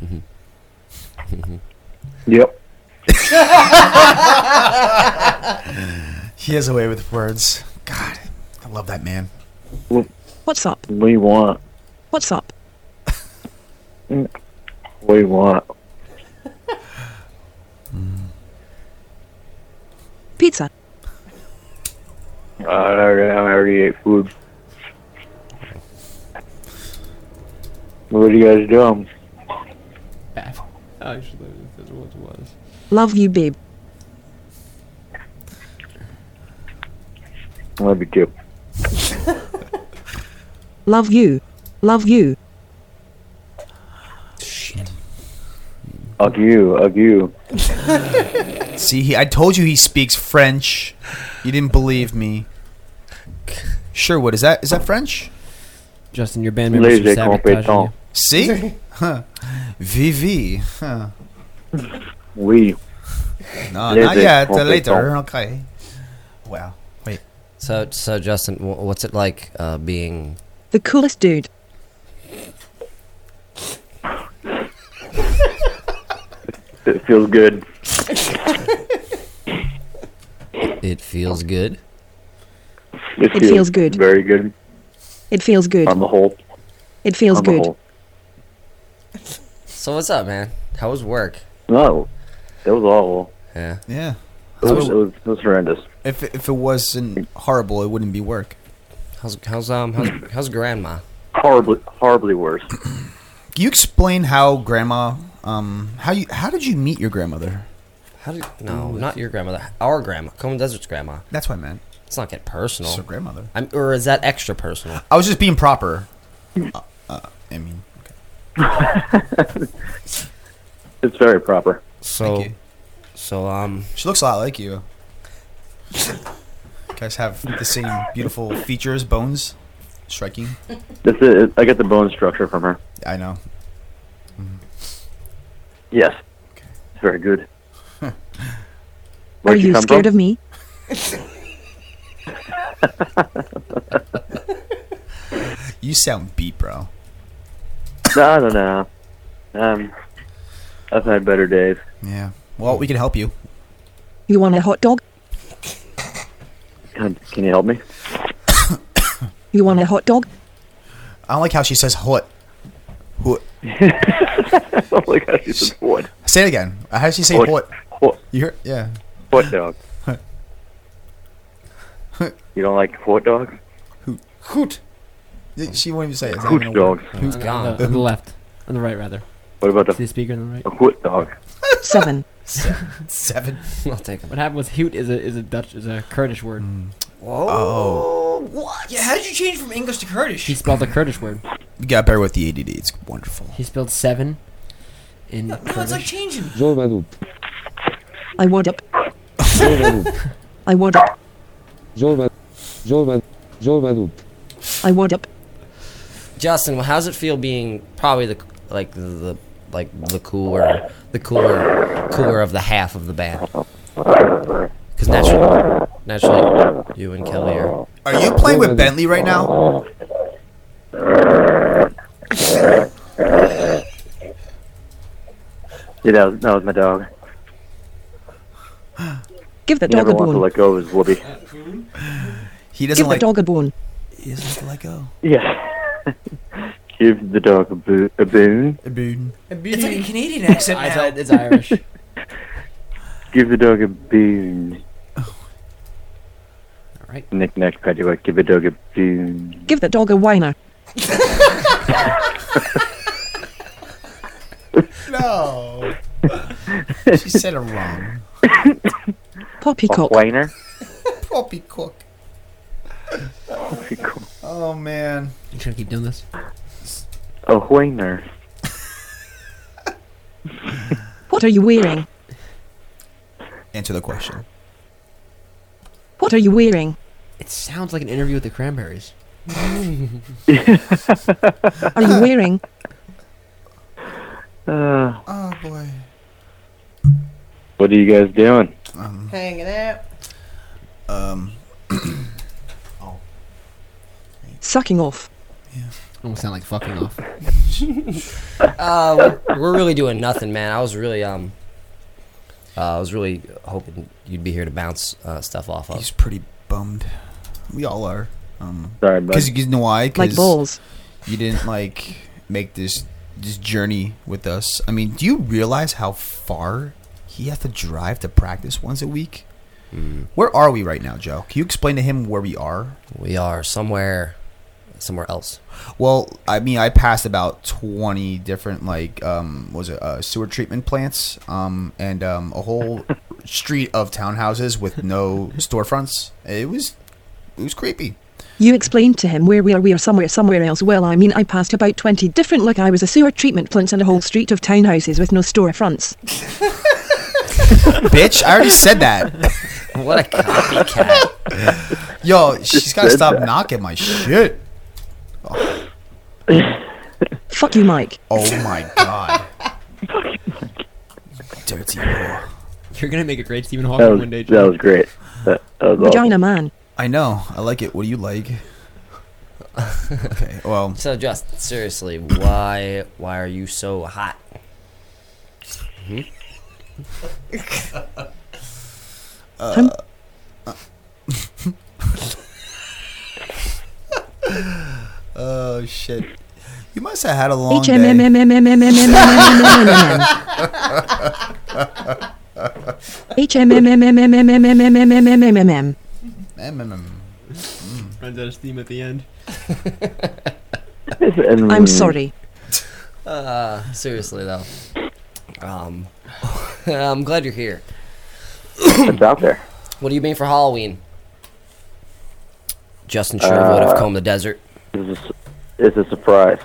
Yep. He has a way with words. God, I love that man. What's up? We want. What's up? We want. Pizza. I already, I already ate food. What are you guys doing? I should that's what it was. Love you, babe. Love you too. Love you. Love you. Fuck you. Fuck you. See, he, I told you he speaks French. You didn't believe me. Sherwood, is that is that French? Justin, your band members are Lazy sabotaging you. See? Uh, Huh. Vivi. Huh. We. No, not yet. uh, Later. Okay. Wow. Wait. So so Justin, wh- what's it like uh, being? The coolest dude. It feels good. It feels good. It, It feels good. Very good. It feels good. On the whole. It feels on the good. whole. So what's up, man? How was work? No, it was awful. Yeah. Yeah. It was, it was, it was horrendous. If if it wasn't horrible, it wouldn't be work. How's how's um how's, how's grandma? Horribly, horribly worse. Can you explain how grandma um how you how did you meet your grandmother? How did No, not your grandmother. Our grandma, Common Desert's grandma. That's what I meant. Let's not get personal. It's her grandmother. I'm, or is that extra personal? I was just being proper. Uh, uh, I mean, It's very proper. So, so um, she looks a lot like you. You guys have the same beautiful features, bones, striking. This is, I get the bone structure from her. Mm-hmm. I know. Yes. It's very good. Are Where'd you come scared of from? me? You sound beat, bro. No, I don't know. Um, I've had better days. Yeah. Well, we can help you. You want a hot dog? Can, can you help me? You want a hot dog? I don't like how she says "hot." Hot. oh my god, she says "hot." Say it again. How does she say Hot. "hot"? Hot. You hear? Yeah. Hot dog. you don't like hot dogs? Hoot. She won't even say it. It's not Hoot even a word. dogs. Hoot. It's On the, on the left. On the right, rather. What about the- See the speaker on the right? A hot dog. Seven. Seven. I'll take What happened was hoot is a is a Dutch is a Kurdish word. Hmm. Uh, Oh. What? Yeah, how did you change from English to Kurdish? He spelled the Kurdish word. You got better with the ADD. It's wonderful. He spelled seven in No, it's like Kurdish. changing. I want up. I want up. I want up. Justin, well, how's it feel being probably the like the, the like the cooler, the cooler, cooler of the half of the band? Because naturally, naturally, you and Kelly are. Are you playing with Bentley right now? Yeah, that was, that was my dog. Give the He dog never a wants to bone. let go of his whoopee. He Give the dog a bone. He doesn't like to let go. Yeah. Give the dog a, boo- a boon. A boon. It's like a Canadian accent. I now. thought it's Irish. Give the dog a boon. All right. Nick Nack Paddywhack, give the dog a boon. Give the dog a whiner. No. she said it wrong. Poppycock. A whiner? Poppy cook. Oh man. You trying to keep doing this? A whiner. What are you wearing? Answer the question. What are you wearing? It sounds like an interview with the Cranberries. Are you wearing? Uh, Oh boy. what are you guys doing? Hanging out. Um. Sucking off. Almost sound like fucking off. Uh, we're, we're really doing nothing, man. I was really um, uh, I was really hoping you'd be here to bounce uh, stuff off of. He's pretty bummed. We all are. Um, Sorry, bud. because you know why? 'Cause Like balls. You didn't like make this this journey with us. I mean, do you realize how far he has to drive to practice once a week? Hmm. Where are we right now, Joe? Can you explain to him where we are? We are somewhere, somewhere else. Well, I mean, I passed about twenty different like um, was it uh, sewer treatment plants, um, and um, a whole street of townhouses with no storefronts. It was it was creepy. You explained to him where we are. We are somewhere, somewhere else. Well, I mean, I passed about 20 different, like I was a sewer treatment plant and a whole street of townhouses with no storefronts. Bitch, I already said that. what a copycat. Yo, she's gotta said stop that. knocking my shit. Fuck you, Mike. Oh my god. Dirty whore. You're gonna make a great Stephen That Hawking was, one day. that was great. That, that was awesome. Vagina man. I know. I like it. What do you like? okay. Well, So, Justin, seriously, why why are you so hot? Hmm? uh, oh shit. You must have had a long day. HMMMMMMMMMMMM. HMMMMMMMMMMMMMMMMM. Runs out of steam at the end. I'm sorry. Uh, seriously though, um, I'm glad you're here. it's out there. What do you mean for Halloween? Justin Sherwood Uh, of Comb the Desert. It's a, su- it's a surprise.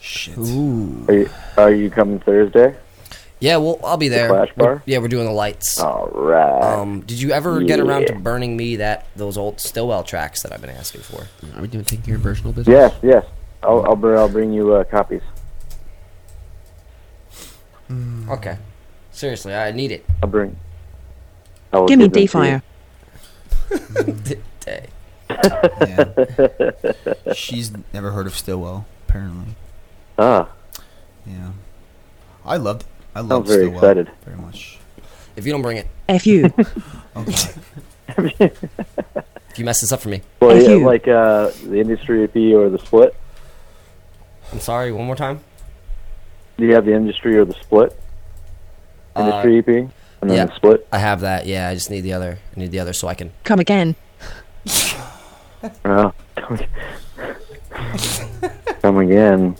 Shit. Are you, are you coming Thursday? Yeah, well, I'll be The there. Flash We're- Bar? yeah, we're doing the lights. All right. Um, did you ever get around to Yeah. burning me that those old Stillwell tracks that I've been asking for? Are we doing taking care of personal business? Yes, yes. I'll I'll, br- I'll bring you uh, copies. Okay. Seriously, I need it. I'll bring. I will Give me give them to Dayfire. Day. Yeah. She's never heard of Stillwell, apparently. Ah. Yeah. I loved. I I'm loved very Stillwell excited. very much. If you don't bring it, F you. if you mess this up for me, Well, Thank yeah, you. like uh, the industry AP or the split. I'm sorry. One more time. Do you have the industry or the split? Uh, Industry EP E and then yeah. the split. I have that. Yeah, I just need the other. I need the other so I can. Come again. Oh. Come again.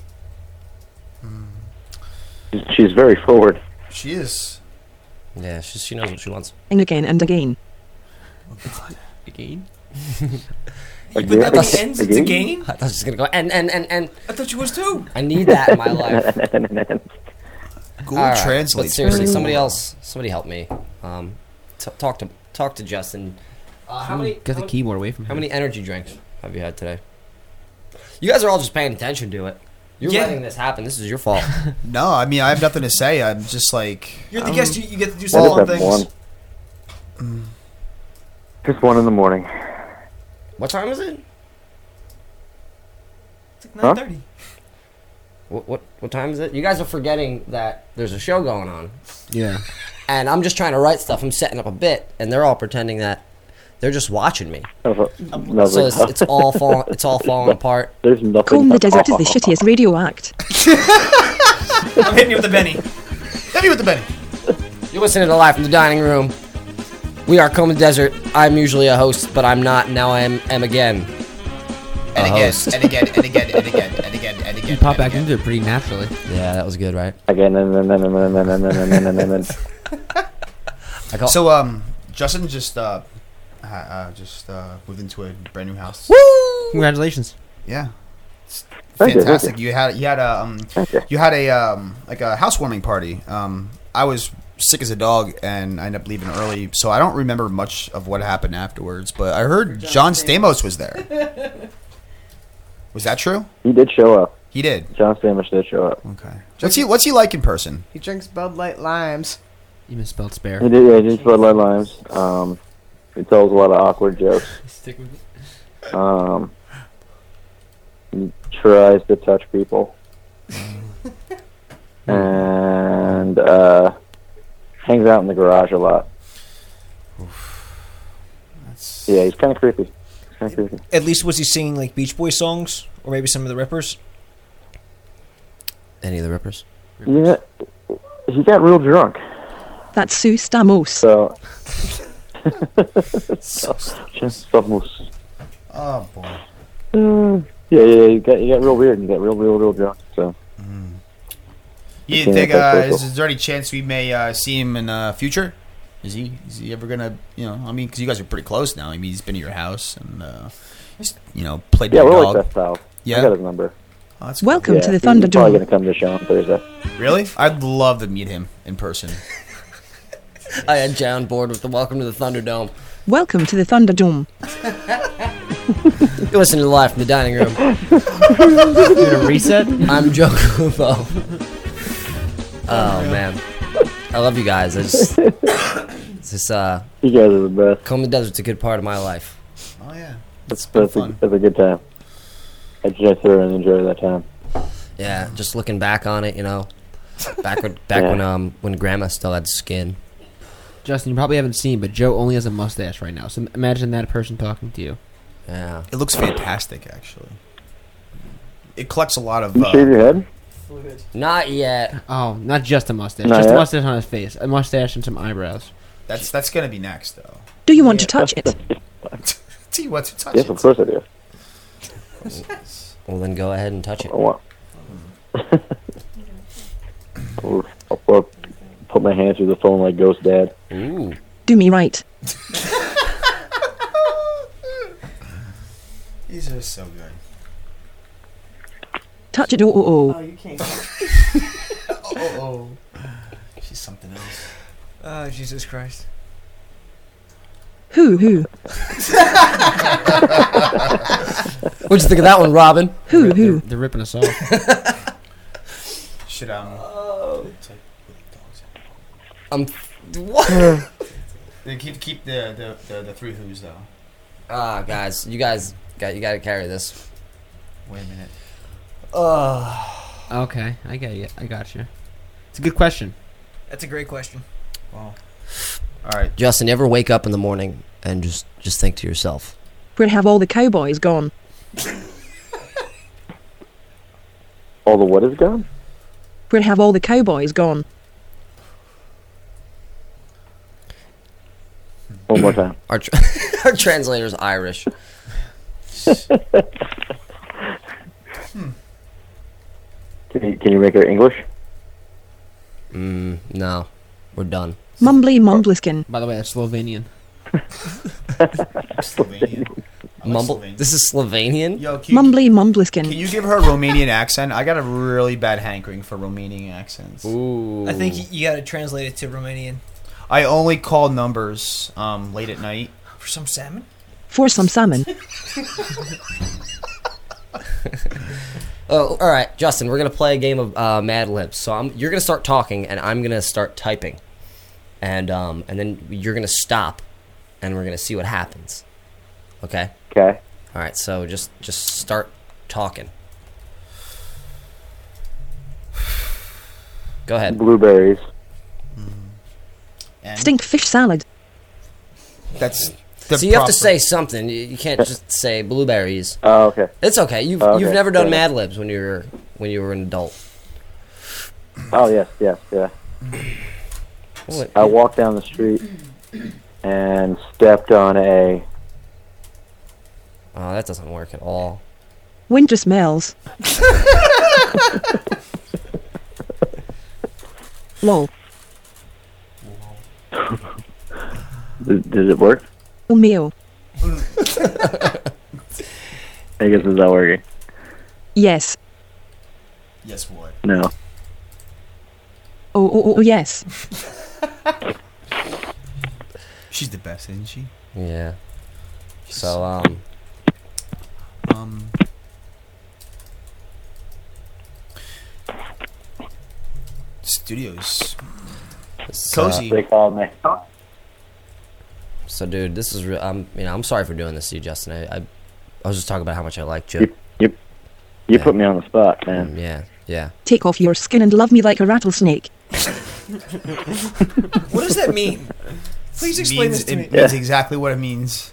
She's very forward. She is. Yeah, she, she knows what she wants. And again and again. Again. You put that Again? ends, it's a game. game? I thought she was gonna go "Ah, and and and and. I thought you was too. I need that in my life. Google All right, Translate. But seriously, pretty somebody well. else, somebody help me. Um, t- talk to talk to Justin. Uh, how Someone many? get the how many- keyboard away from How him. many energy drinks have you had today? You guys are all just paying attention to it. You're Yeah. letting this happen. This is your fault. No, I mean I have nothing to say. I'm just like You're the I'm- guest. You, you get to do some fun things. One. Just one in the morning. what time is it? It's Huh? like 9:30. What what what time is it? You guys are forgetting that there's a show going on. Yeah. And I'm just trying to write stuff. I'm setting up a bit, and they're all pretending that they're just watching me. so it's, it's all falling. It's all falling apart. There's nothing. Comb the Desert is the shittiest radio act. I'm hitting you with the Benny. Hit me with the Benny. You're listening to Live from the Dining Room. We are Coma Desert. I'm usually a host, but I'm not. Now I am, am again. And a again, host. and again, and again, and again, and again, and again. You pop back into it pretty naturally. Yeah, that was good, right? Again, and then, and then, and then, and then, and then, and then, and then. I call- so um, Justin just uh, ha- uh just uh moved into a brand new house. Congratulations. Yeah. It's Thank you, thank fantastic. you. You had you had a um, you had a um, like a housewarming party. Um, I was sick as a dog and I ended up leaving early, so I don't remember much of what happened afterwards. But I heard John, Stamos. was there. Was that true? He did show up. He did. John Stamos did show up. Okay. What's he What's he like in person? He drinks Bud Light limes. You misspelled spare. He did. Yeah, he did Bud Light Limes. Um, he tells a lot of awkward jokes. Stick with it. Um, he tries to touch people. and uh, hangs out in the garage a lot. Yeah, he's kind of creepy. He's kind of creepy. At least was he singing like Beach Boy songs or maybe some of the Rippers? Any of the rippers? Yeah, he got real drunk. That's Sue Stamos. So, just almost. Oh boy. Yeah, yeah, yeah, he got he got real weird. and He got real, real, real drunk. So. Hmm. You Yeah, didn't think that's uh, cool. is, is there any chance we may uh, see him in uh, future? Is he is he ever gonna you know I mean because you guys are pretty close now. I mean he's been at your house and uh, he's you know played Yeah, with we're your like dog. best pals. Yeah? I got his number. Oh, that's Welcome Yeah, to the he- He's probably gonna Thunderdome. come to the show on Thursday. Really? I'd love to meet him in person. I had Jay on board with the Welcome to the Thunderdome. Welcome to the Thunderdome. You're listening to Live from the Dining Room. reset? I'm Joe Kubo. Oh, man. I love you guys. I just, it's just, uh, You guys are the best. Comb the Desert's a good part of my life. Oh yeah. That's that's a, that's a good time. I just thoroughly enjoy that time. Yeah, just looking back on it, you know. Back when, back Yeah. when, um, when Grandma still had skin. Justin, you probably haven't seen, but Joe only has a mustache right now. So imagine that person talking to you. Yeah. It looks fantastic actually. It collects a lot of You uh, shave your head? Not yet. Oh, not just a mustache. Not just a yet? mustache on his face. A mustache and some eyebrows. That's that's gonna be next though. Do you want to touch it? Do you want to touch Yes, it? of course I do. Well, then go ahead and touch it. I want. or, or put my hand through the phone like Ghost Dad. Ooh. Do me right. These are so good. Touch it. Oh, oh, oh. you can't. oh, she's something else. Uh, Oh, Jesus Christ. Who, who? What'd you think of that one, Robin? Who, who? They're ripping us off. Shit, um. Oh. I'm. What? They keep keep the the, the, the three who's though. Ah, guys, you guys got you got to carry this. Wait a minute. Oh. Okay, I get you. I got you. It's a good question. That's a great question. Wow. All right. Justin, you ever wake up in the morning and just just think to yourself, Where have all the cowboys gone? All Oh, the what is gone? Where have all the cowboys gone? One more time. our tr- our translator's Irish. Can you, can you make it English? Mm, no, we're done. Mumbly mumbliskin. By the way, that's Slovenian. Slovenian. Mumble. This is Slovenian. Yo, can you, Mumbly mumbliskin. can you give her a Romanian accent? I got a really bad hankering for Romanian accents. Ooh. I think you, you got to translate it to Romanian I only call numbers um late at night. for some salmon. For some salmon. Oh, all right, Justin. We're gonna play a game of uh, Mad Libs. So I'm, you're gonna start talking, and I'm gonna start typing, and um, and then you're gonna stop, and we're gonna see what happens. Okay. Okay. All right. So just just start talking. Go ahead. Blueberries. Stink fish salad. That's. so you have to say something. You, you can't just say blueberries. Oh, okay. It's okay. You've Oh, okay. you've never done Fair Mad enough. Libs when you were when you were an adult. Oh yes, yes, yeah. What? I walked down the street and stepped on a. Oh, that doesn't work at all. Winter smells. Lol. Does, does it work? Oh, meal. I guess it's not working. Yes. Yes, what? No. Oh, oh, oh, yes. She's the best, isn't she? Yeah. So um, Um. Studios. Cozy. They called me. so dude, this is real. I'm you know I'm sorry for doing this to you, Justin. I I, I was just talking about how much I like Chip. You, you put me on the spot, man. Yeah, yeah. Take off your skin and love me like a rattlesnake. What does that mean? Please explain Means- this to it me. means exactly what it means.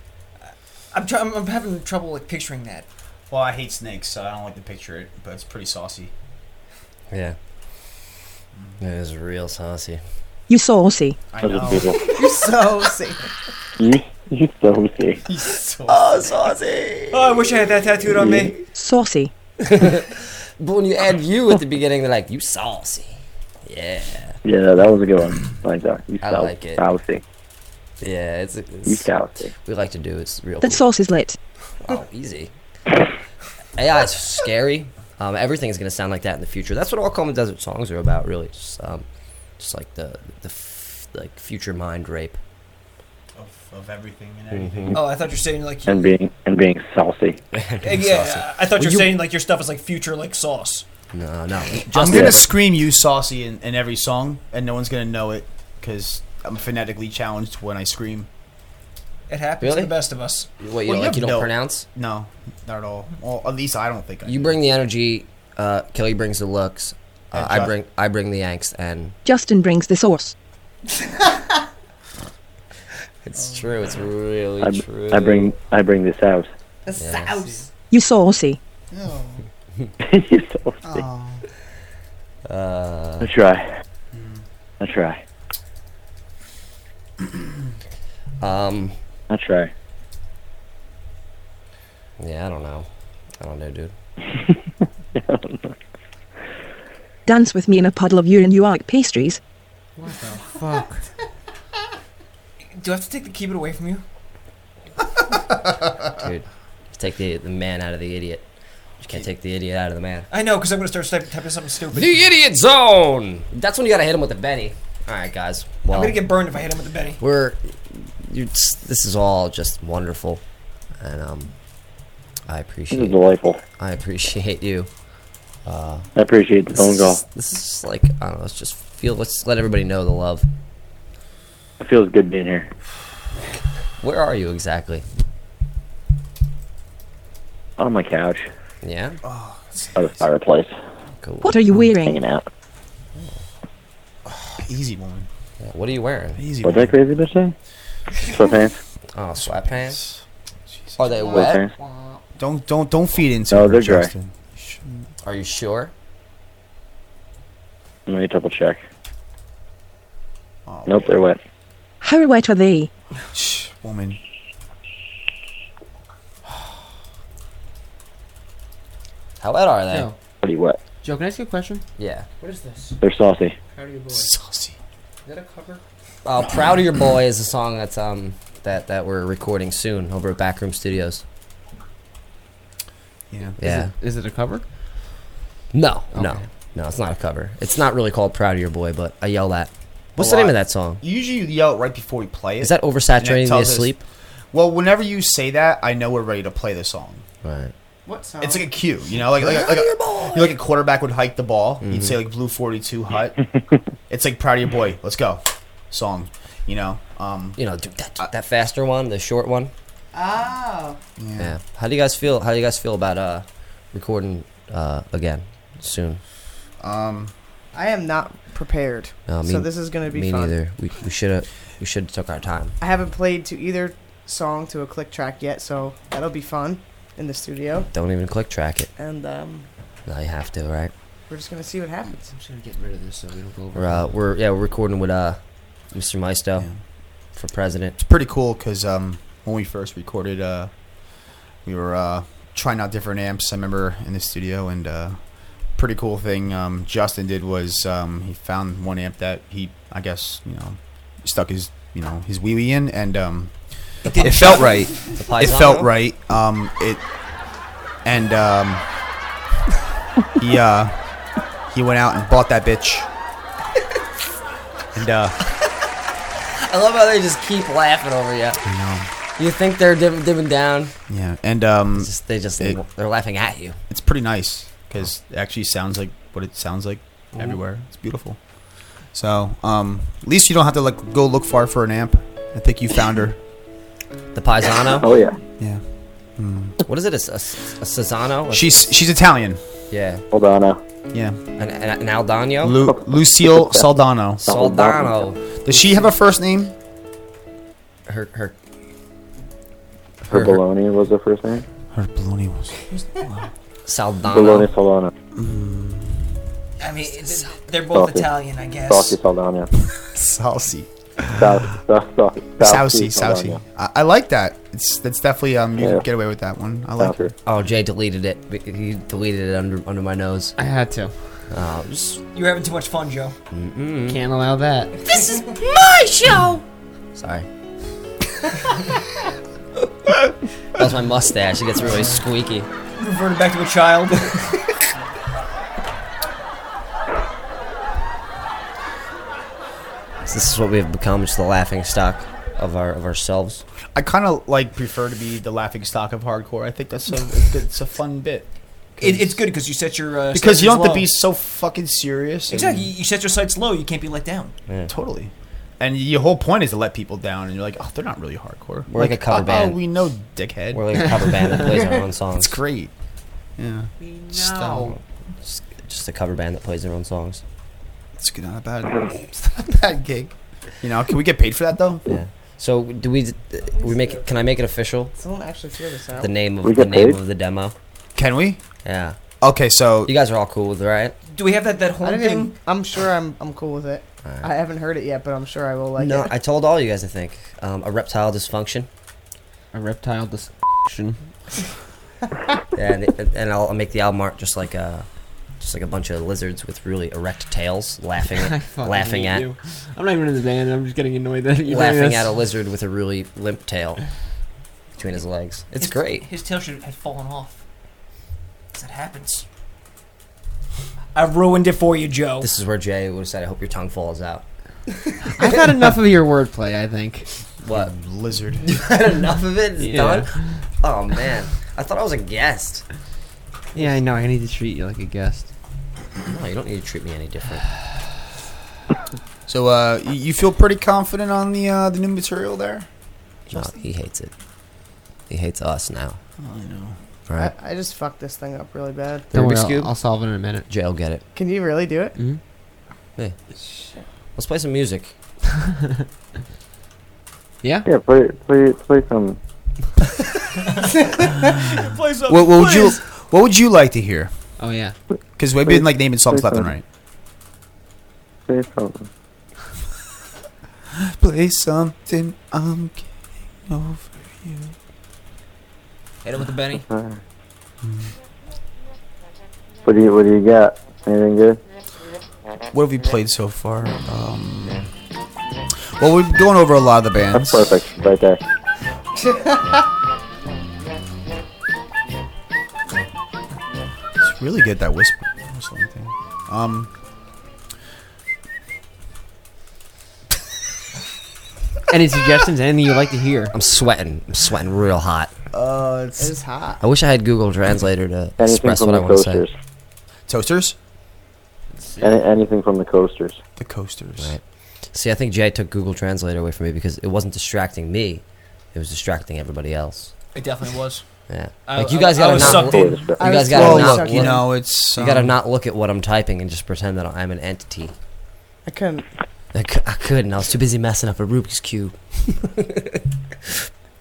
I'm, try- I'm, I'm having trouble like picturing that. Well, I hate snakes, so I don't like to picture it, but it's pretty saucy. Yeah. It is real saucy. You saucy. I Those are people. You're so sick. You, you so sick. Oh, saucy. Oh, I wish I had that tattooed on me. Saucy. But when you add you at the beginning, they're like you saucy. Yeah, Yeah, that was a good one. I like uh, that. You I so like it. Saucy. yeah. It's, it's You saucy. We like to do it's real. That sauce is lit. Oh, easy. AI is scary. Um, everything's gonna sound like that in the future. That's what all Common Desert songs are about, really. Just, um, just like the the f- like future mind rape. Of, of everything and everything. Oh, I thought you were saying like you, And being and being saucy. Eh, yeah. I thought you Well, were you- saying like your stuff is like future like sauce. No, no. I'm Justin, gonna scream "you saucy" in, in every song, and no one's gonna know it because I'm phonetically challenged when I scream. It happens to Really? the best of us. what you, Well, don't- like, have you don't no- pronounce. No, not at all. Well, at least I don't think I. You bring the energy. Uh, Kelly brings the looks. Uh, And I Justin. bring I bring the angst, and Justin brings the sauce. it's true. It's really I, true. I bring I bring this out. You saucy. you so sick. Uh, I try. I try. Um, I try. Yeah, I don't know. I don't know, dude. Dance with me in a puddle of urine, you like pastries. What the fuck? Do I have to take the keyboard away from you? Dude, just take the the man out of the idiot. You can't take the idiot out of the man. I know, because I'm going to start typing, typing something stupid. The idiot zone. That's when you gotta hit him with the Benny. All right, guys. Well, I'm going to get burned if I hit him with the Benny. We're, you, this is all just wonderful, and um, I appreciate. delightful. I appreciate you. Uh, I appreciate the this phone is- call. This is just like I don't know. Let's just feel. Let's let everybody know the love. It feels good being here. Where are you exactly? On my couch. Yeah. Oh, By the fireplace. Cool. What are you wearing? Hanging out. Easy woman. What are you wearing? Easy. What that crazy bitch say? Sweatpants. Oh, sweatpants. Are they wet? Sweatpants. Don't don't don't feed into No, her, they're dry. Justin. Are you sure? Let me double check. nope, they're wet. How wet are they? Woman. How wet are they? Yo, Pretty wet. Joe, can I ask you a question? Yeah. What is this? They're saucy. Proud of your boy. Saucy. Is that a cover? Uh, "Proud of Your Boy" is a song that's um that that we're recording soon over at Backroom Studios. Yeah. Yeah. Is it, is it a cover? No, no, Okay. no. It's not a cover. It's not really called "Proud of Your Boy," but I yell that. What's A the name lot. of that song? You usually yell it right before we play it. Is that and it oversaturating the tells us- sleep? Well, whenever you say that, I know we're ready to play the song. Right. What song? It's like a cue, you know, like like, like, a, you know, like a quarterback would hike the ball. You'd say like blue forty two hut. it's like proud of your boy. Let's go, song. You know, um, you know that, that faster one, the short one. Oh. Yeah. How do you guys feel? How do you guys feel about uh recording uh again soon? Um, I am not prepared, No, me- so this is going to be me fun. neither. We we should have we should have took our time. I haven't played to either song to a click track yet, so that'll be fun in the studio. Don't even click track it. And um, Now you have to, right? we're just going to see what happens. I'm just going to get rid of this so we don't go over. We're uh, we're yeah we're recording with uh Mr. Maisto for president. it's pretty cool because um, when we first recorded, uh, we were uh, trying out different amps. I remember in the studio, and uh, pretty cool thing um, Justin did was um, he found one amp that he, I guess, you know, stuck his you know his wee wee in, and um, it, didn't felt fit. right. The It Paisano? felt right. Um, it and um, he uh, he went out and bought that bitch, and uh. I love how they just keep laughing over you. You know. You think they're div- divin' down? Yeah, and um, they just they're laughing at you. It's pretty nice because it actually sounds like what it sounds like everywhere. It's beautiful. So um, at least you don't have to like go look far for an amp. I think you found her. The Paisano. Oh, yeah. Yeah. Mm. What is it? A, s- a s- a Susano? A- She's she's Italian. yeah. Aldana. Yeah. An, an, an Aldano. Lu- Lucille Saldano. Saldano. Does she have a first name? Her her Her bologna was the first name. Her bologna was. Saldano. Bologna Solana. Mm. I mean, it's- they're both Saucy. Italian, I guess. Saucy Saldana. Saucy. Sou- sou- sou- Saucy, Saldana. Saucy. I, I like that. It's that's definitely um you Yeah. can get away with that one. I like it. Oh, Jay deleted it. B- He deleted it under under my nose. I had to. Oh, just, You're having too much fun, Joe. mm-mm. Can't allow that. This is my show! Sorry. that was my mustache. It gets really squeaky. Reverted back to a child. This is what we have become. Just the laughing stock of our of ourselves. I kind of like prefer to be the laughing stock of hardcore. I think that's a it's, good, it's a fun bit. it, it's good because you set your. Uh, Because you standards don't have low. to be so fucking serious. and- Exactly. You you set your sights low, you can't be let down. Totally. And your whole point is to let people down, and you're like, oh, they're not really hardcore. We're like a cover "Oh, band." Oh, we know, dickhead. We're like a cover band that plays our own songs. It's great. Yeah. Just, um, Just, just a cover band that plays their own songs. It's good, not a bad, it's not a bad gig. You know, can we get paid for that though? Yeah. So do we? We make? Can I make it official? Someone actually figure this out. The name of We the get name paid? of the demo. Can we? Yeah. Okay, so you guys are all cool with it, right? Do we have that that I whole didn't even- thing? I'm sure I'm I'm cool with it. Alright. I haven't heard it yet, but I'm sure I will like no, it. I told all you guys. I think um, a reptile dysfunction. A reptile dysfunction. and and I'll, I'll make the album art just like a just like a bunch of lizards with really erect tails, laughing I at, fucking laughing hate at you. I'm not even in the band. I'm just getting annoyed that you're laughing doing at this. a lizard with a really limp tail between his legs. It's His- great. His tail should have fallen off. 'Cause That happens. I ruined it for you, Joe. This is where Jay would have said, "I hope your tongue falls out." I've had enough of your wordplay. I think. What lizard? You had enough of it. It's Yeah. done. Oh man, I thought I was a guest. Yeah, I know. I need to treat you like a guest. No, you don't need to treat me any different. So uh, you, you feel pretty confident on the uh, the new material there? No, he hates it. He hates us now. I know. All right. I, I just fucked this thing up really bad. Don't worry, I'll, I'll solve it in a minute. Jay will get it. Can you really do it? Mhm. Hey, let's play some music. Yeah. Yeah. Play play play some. Play some- What, what would you please. What would you like to hear? Oh yeah. Because we've been like naming songs left and right. Play something. Play something. I'm getting over you. Hit him with the Benny. What do you What do you got? Anything good? What have we played so far? Um, well, we've gone over a lot of the bands. That's perfect right there. It's really good that whisper whistling thing. Um, Any suggestions? Anything you'd like to hear? I'm sweating. I'm sweating real hot. uh, It is hot. I wish I had Google Translator to Anything Uh, express from what I the want to say. coasters. Toasters? Any, anything from the coasters. The coasters. Right. See, I think Jay took Google Translate away from me because it wasn't distracting me; it was distracting everybody else. It definitely was. Yeah, I- like you I- guys I gotta was not. sucked look- in. You I guys was gotta totally not. sucked look- in. You know, it's, you gotta um, not look at what I'm typing and just pretend that I'm an entity. I couldn't. I, c- I couldn't. I was too busy messing up a Rubik's cube.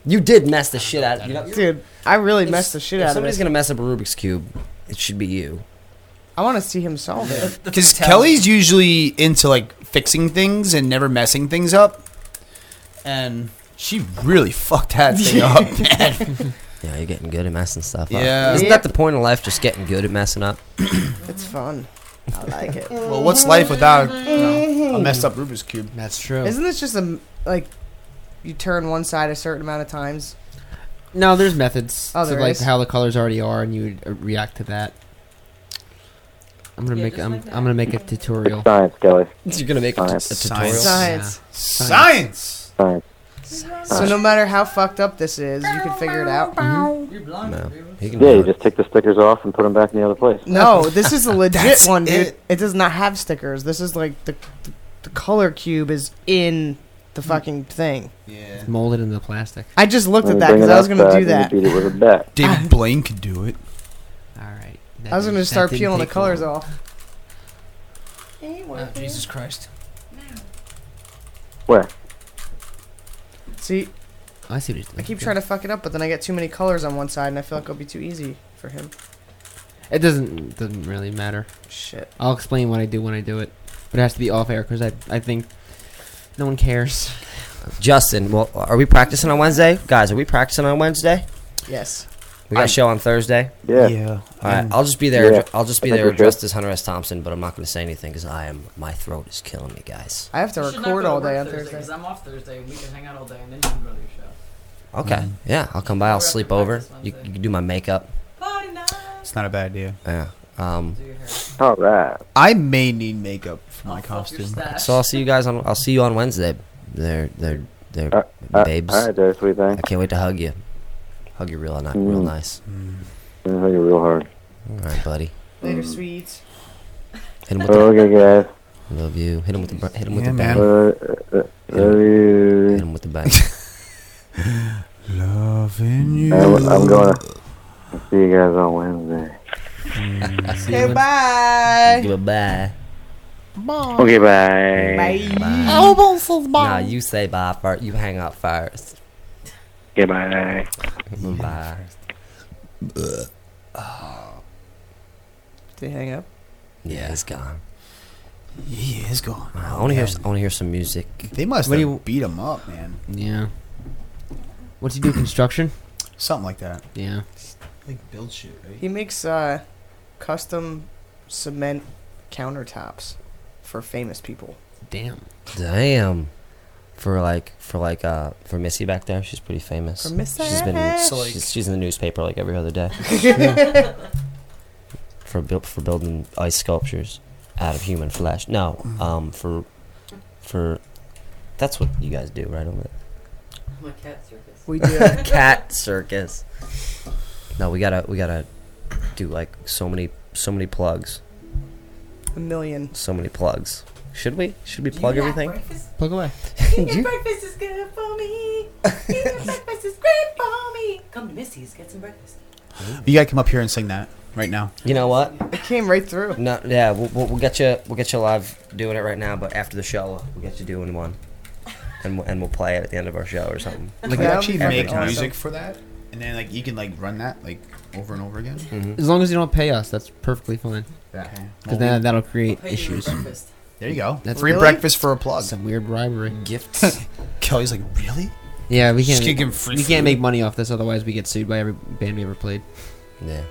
you did mess the shit out. You know, Dude, I really messed the shit if out of somebody's it. gonna mess up a Rubik's cube, it should be you. I want to see him solve it. Because Kelly's usually into like fixing things and never messing things up, and she really fucked that thing up, man. Yeah, you're getting good at messing stuff up. Yeah. Isn't that the point of life? Just getting good at messing up. It's fun. I like it. Well, what's life without you know, a messed up Rubik's cube? That's true. Isn't this just a like you turn one side a certain amount of times? No, there's methods Oh, to there like is? how the colors already are, and you would uh, react to that. I'm gonna make I'm, I'm gonna make a tutorial. Science, Kelly. You're gonna make a, t- a Science. tutorial. Science. Science. Science. Uh, So no matter how fucked up this is, you can figure it out. Mm-hmm. No. You can Yeah, do you it. just take the stickers off and put them back in the other place. No, this is a legit That's one, dude. It. it. does not have stickers. This is like the, the the color cube is in Mm. the fucking thing. Yeah. It's molded into plastic. I just looked And at that you bring because it uh, I was gonna outside do that. and you Beat it with a bat. David Blaine could do it. All right. I was gonna start peeling the colors off. Oh, Jesus Christ. Where? See, Oh, I see what he's doing. I keep trying to fuck it up, but then I get too many colors on one side, and I feel like it'll be too easy for him. It doesn't doesn't really matter. Shit. I'll explain what I do when I do it, but it has to be off air because I I think no one cares. Justin, well, are we practicing on Wednesday, guys? Are we practicing on Wednesday? Yes. We got a show on Thursday. Yeah. All right, I'll just be there. Yeah. I'll just be I think there we're good. dressed as Hunter S. Thompson, but I'm not going to say anything because I am. My throat is killing me, guys. I have to You should not go record to all day work on Thursday, Thursday. 'cause I'm off Thursday. We can hang out all day and then you can go to your show. Okay, yeah, I'll come by. I'll We're at sleep the over. practice You, Wednesday. you can do my makeup. Party night. It's not a bad idea. Yeah. Um, All right. I may need makeup for my costume. stash. so I'll see you guys on. I'll see you on Wednesday. They're they're they're uh, babes. all right, there, sweet thing. I can't wait to hug you. Hug you real, ni- real Mm. nice. I'm gonna hug you real hard. All right, buddy. Later, Mm. sweets. Hit him with the Okay, guys. love you. Hit him with the br- hit him with Yeah, the man. Uh, bang. uh, uh, love you. Hit him with the bang. Loving you. I'm, I'm gonna see you guys on Wednesday. Mm. Okay, bye. Goodbye. Okay, bye. Oh, Oh, Nah, you say bye first. You hang up first. Okay, bye. Bye. They hang up. Yeah, he's gone. He is gone. I want to hear. I want to hear some music. They must What have do beat him up, man. Yeah. What's he do? Construction? Something like that. Yeah. Like build shit, right? He makes uh, custom cement countertops for famous people. Damn. Damn. For like, for like, uh, for Missy back there, she's pretty famous. For Missy? she's been, So, like- she's, she's in the newspaper like every other day. for built for building ice sculptures out of human flesh. No, Mm-hmm. um, for, for, that's what you guys do, right over there. My cat circus. We do. cat circus. No, we gotta we gotta do like so many so many plugs. A million. So many plugs. Should we? Should we plug everything? Plug away. Eating breakfast is good for me. Eating breakfast is great for me. Come to Missy's, get some breakfast. You gotta come up here and sing that right now. You know what? It came right through. No, yeah, we'll, we'll, we'll get you we'll get you live doing it right now, but after the show we'll get you doing one, and we'll, and we'll play it at the end of our show or something. Like you actually Every make time. music for that, and then like you can like run that like over and over again. As long as you don't pay us, that's perfectly fine. Yeah. Okay. Because then that'll create I'll pay you issues. breakfast. There you go. That's Free Really? breakfast for a plug. Some weird bribery. Gifts. Kelly's like, really? Yeah, we Just can't. give him free we can't food. make money off this, otherwise we get sued by every band we ever played. Yeah.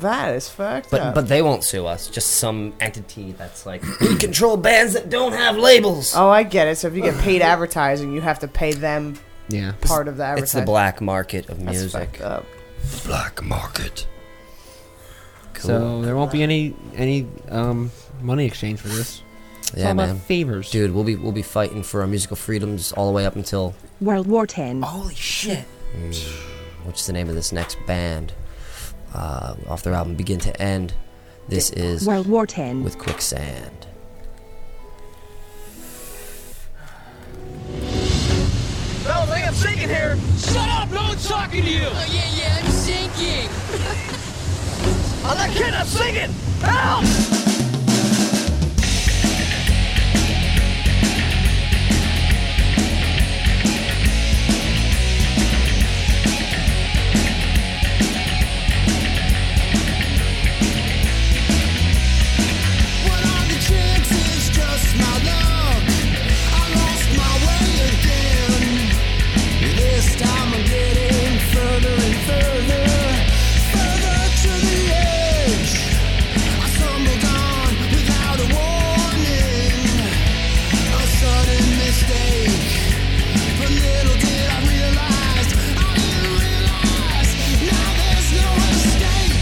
That is fucked But up. but they won't sue us. Just some entity that's like we control bands that don't have labels. Oh, I get it. So if you get paid advertising, you have to pay them. Yeah. Part of the It's the advertising. black market of That's music. fucked Uh, up. Black market. So there won't be any any um, money exchange for this. It's yeah, all about man. Favors, dude. We'll be we'll be fighting for our musical freedoms all the way up until World War Ten. Holy shit. mm, what's the name of this next band uh, off their album Begin to End. This is World War Ten. with quicksand. Well, I think I'm sinking here. Shut up! No one's talking to you. Oh yeah, yeah, I'm sinking. I'm not kidding. I'm sinking. Help! What are the chances? Just my luck. I lost my way again. This time I'm getting further and further, further to the edge. I stumbled on without a warning, a sudden mistake. But little did I realize, I didn't realize. Now there's no escape.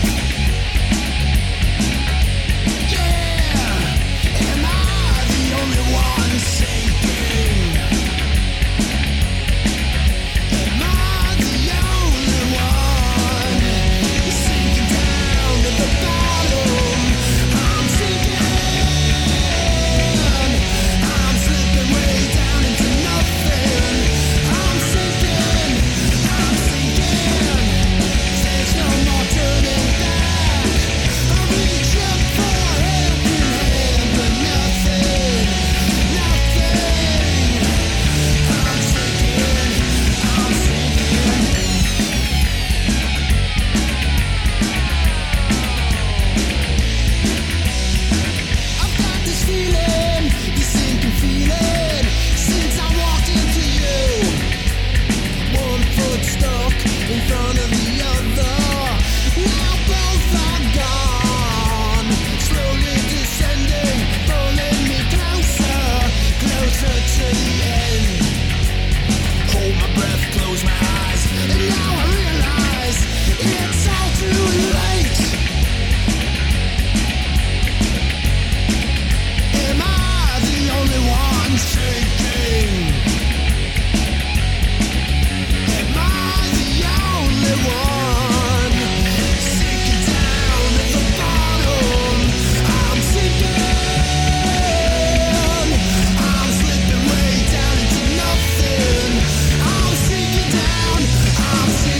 Yeah, am I the only one sinking? this feeling, this sinking feeling, since I walked into you. One foot stuck in front of the other. Now both are gone. Slowly descending, pulling me closer, closer to the end. Hold my breath, close my eyes, and now I realize it's all too late. Am I the only one shaking? Am I the only one sinking down at the bottom? I'm sinking. I'm slipping way down into nothing. I'm sinking down.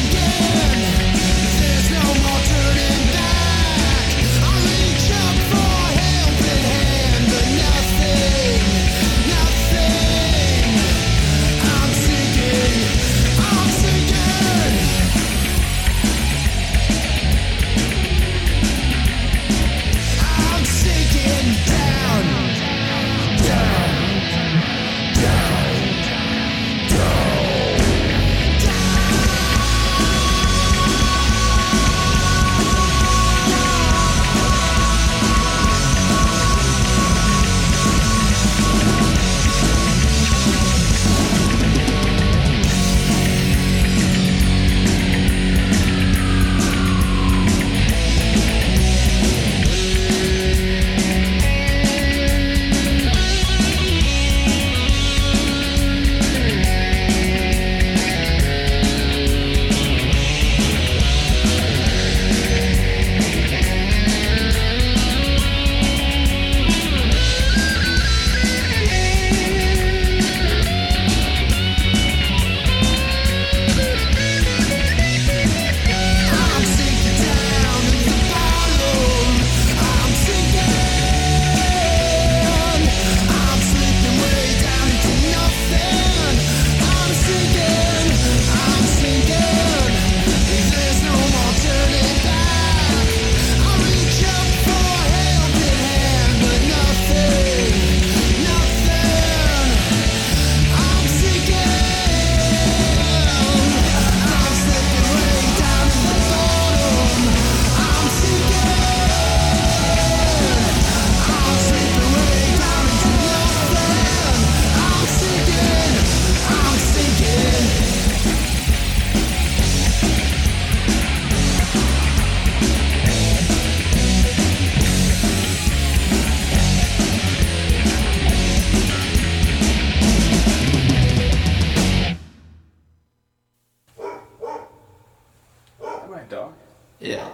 right, dog. Yeah.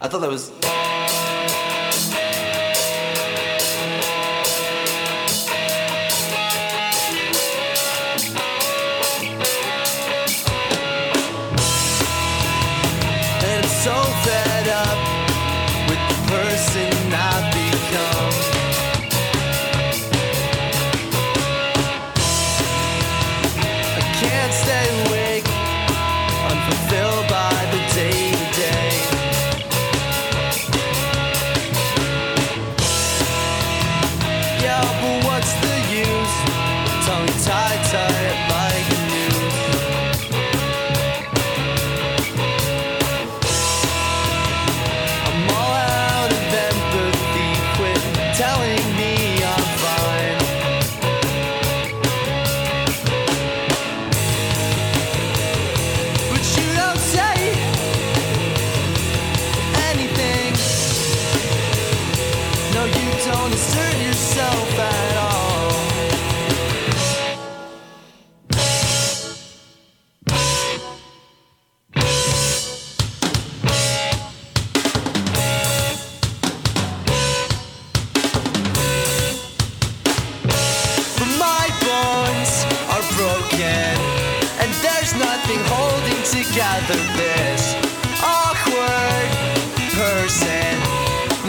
I thought that was. And I'm so fed up with the person I've become. I can't stay awake, unfulfilled by the day to day. Yeah, but what's the use? Tongue tied, tied like a I'm all out of empathy. Quit telling me I'm fine. But you don't say anything. No, you don't assert yourself at all. But my bones are broken, and there's nothing holding together this awkward person.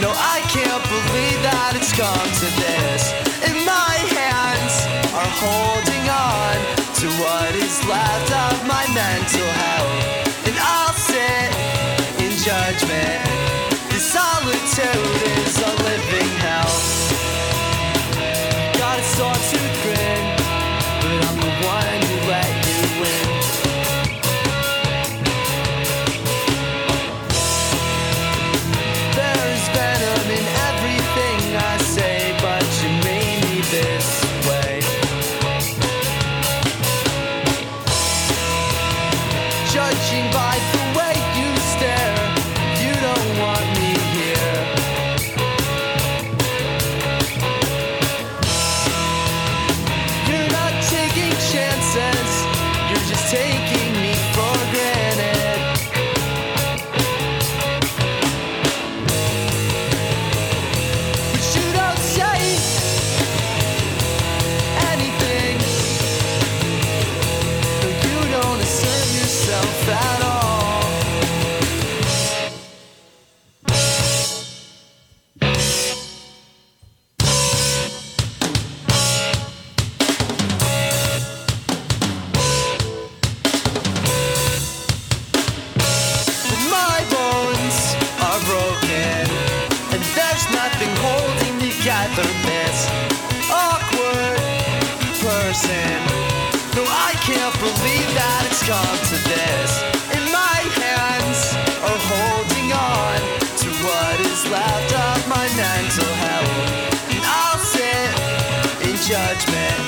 No, I can't believe that it's come to this. And my hands are holding on to what is left of my mental health. And I'll sit in judgment. This solitude is a living hell. Got a sore tooth grin, but I'm the one who let you win. There's venom in everything I say, but you made me this way. Judging by the way you stare, you don't want me here. You're not taking chances, you're just taking me for granted. But you don't say anything, but you don't assert yourself at all. My bones are broken, and there's nothing holding together this awkward person. No, I can't believe that it's come to this. And my hands are holding on to what is left of my mental health. And I'll sit in judgment.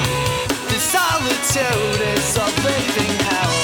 This solitude is a living hell.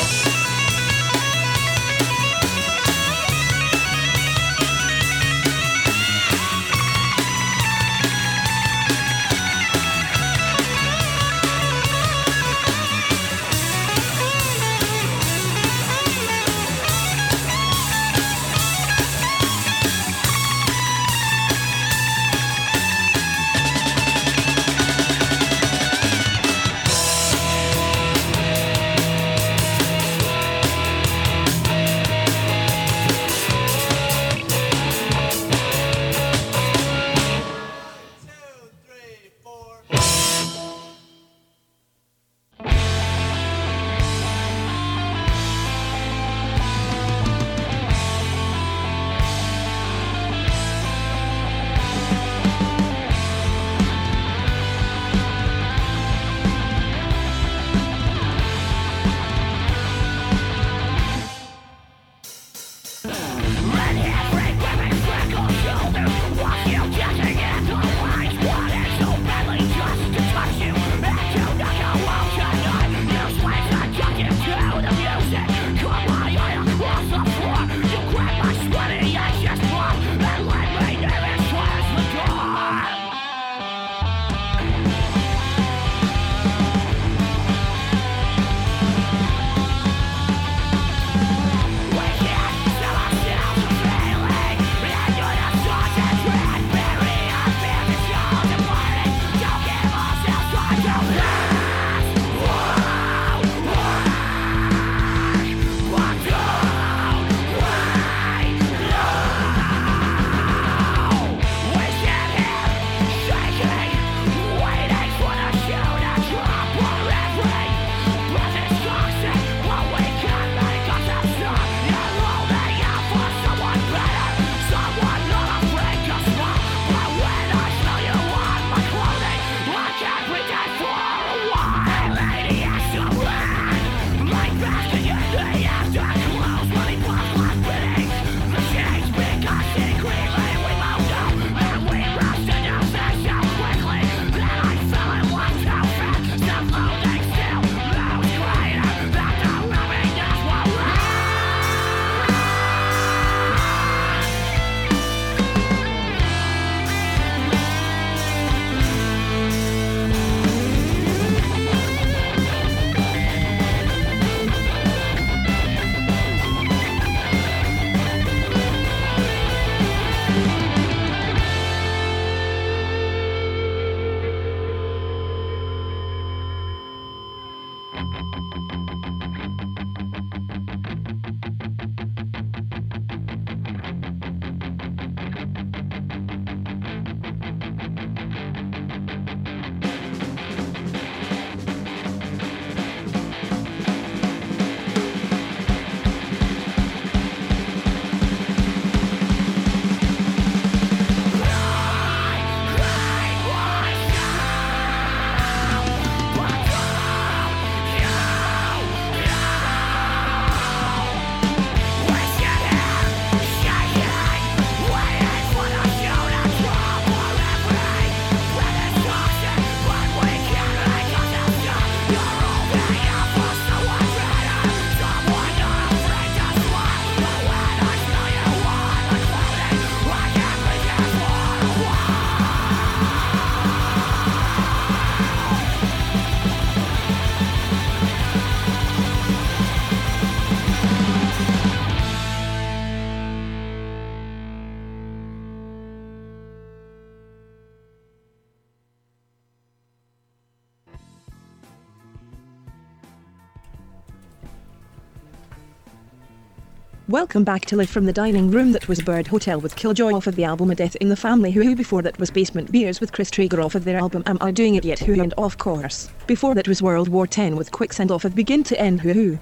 Welcome back to Live from the Dining Room that was Bird Hotel with Killjoy off of the album A Death in the Family Who Who before that was Basement Beers with Chris Traeger off of their album Am I Doing It Yet Who and of course, before that was World War 10 with Quicksand off of Begin to End Who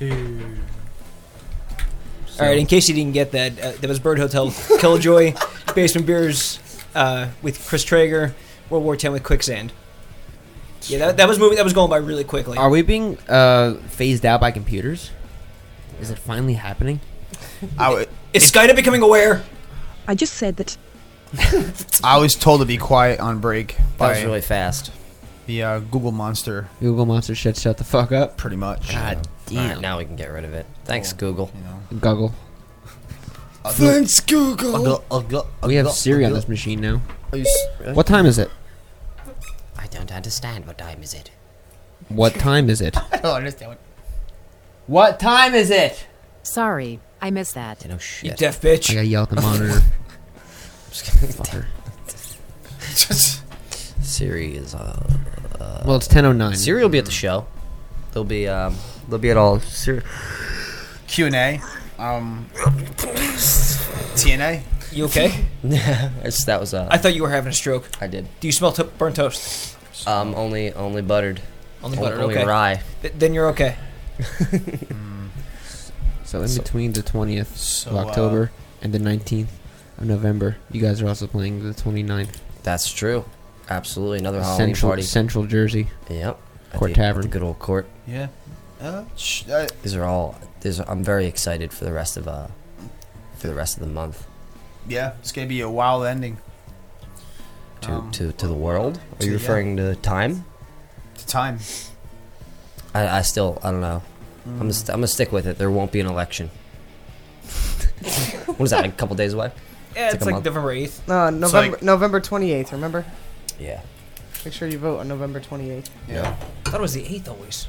Who. All right, in case you didn't get that, uh, that was Bird Hotel, Killjoy, Basement Beers uh, with Chris Traeger, World War Ten with Quicksand. Yeah, that, that was moving. That was going by really quickly. Are we being uh, phased out by computers? Is it finally happening? I, w- Is Skynet becoming aware? I just said that. I was told to be quiet on break. was by really fast. The uh, Google monster. Google monster shit, shut the fuck up. Pretty much. God All damn. right, now we can get rid of it. Thanks, Google. Goggle. Thanks, Google. Ugh, ugh, ugh, We have ugh, Siri on ugh. this machine now. Are you s- really? What time is it? I don't understand. What time is it? What time is it? I don't understand. What time is it? Sorry, I missed that. No shit. You deaf bitch. I gotta yell at the monitor. Fucker. Siri is. Uh, uh, Well, it's 10:09. Siri will be at the show. They'll be. Um, they'll be at all. Siri. Q and A. Um, TNA. You okay? it's, that was. Uh, I thought you were having a stroke. I did. Do you smell to- burnt toast? Um, only only buttered. Only O- butter. Only okay. rye. Th- then you're okay. So in between the 20th So, of uh, October and the 19th of November, you guys are also playing the 29th. That's true. Absolutely. Another Halloween Central party. Central Jersey. Yep. At Court the- at Tavern. The good old court. Yeah. Uh, sh- uh, These are all. These are, I'm very excited for the rest of uh, for the rest of the month. yeah, it's gonna be a wild ending. Um, To to, to the world. Are to- you yeah. referring to time? It's time. I, I still. I don't know. I'm gonna, Mm. st- I'm gonna stick with it. There won't be an election. what is that? Like a couple days away. Yeah, it's, a like month. November eighth. No, It's November November 28th. Remember? Yeah. Make sure you vote on November 28th. Yeah. I thought it was the eighth always.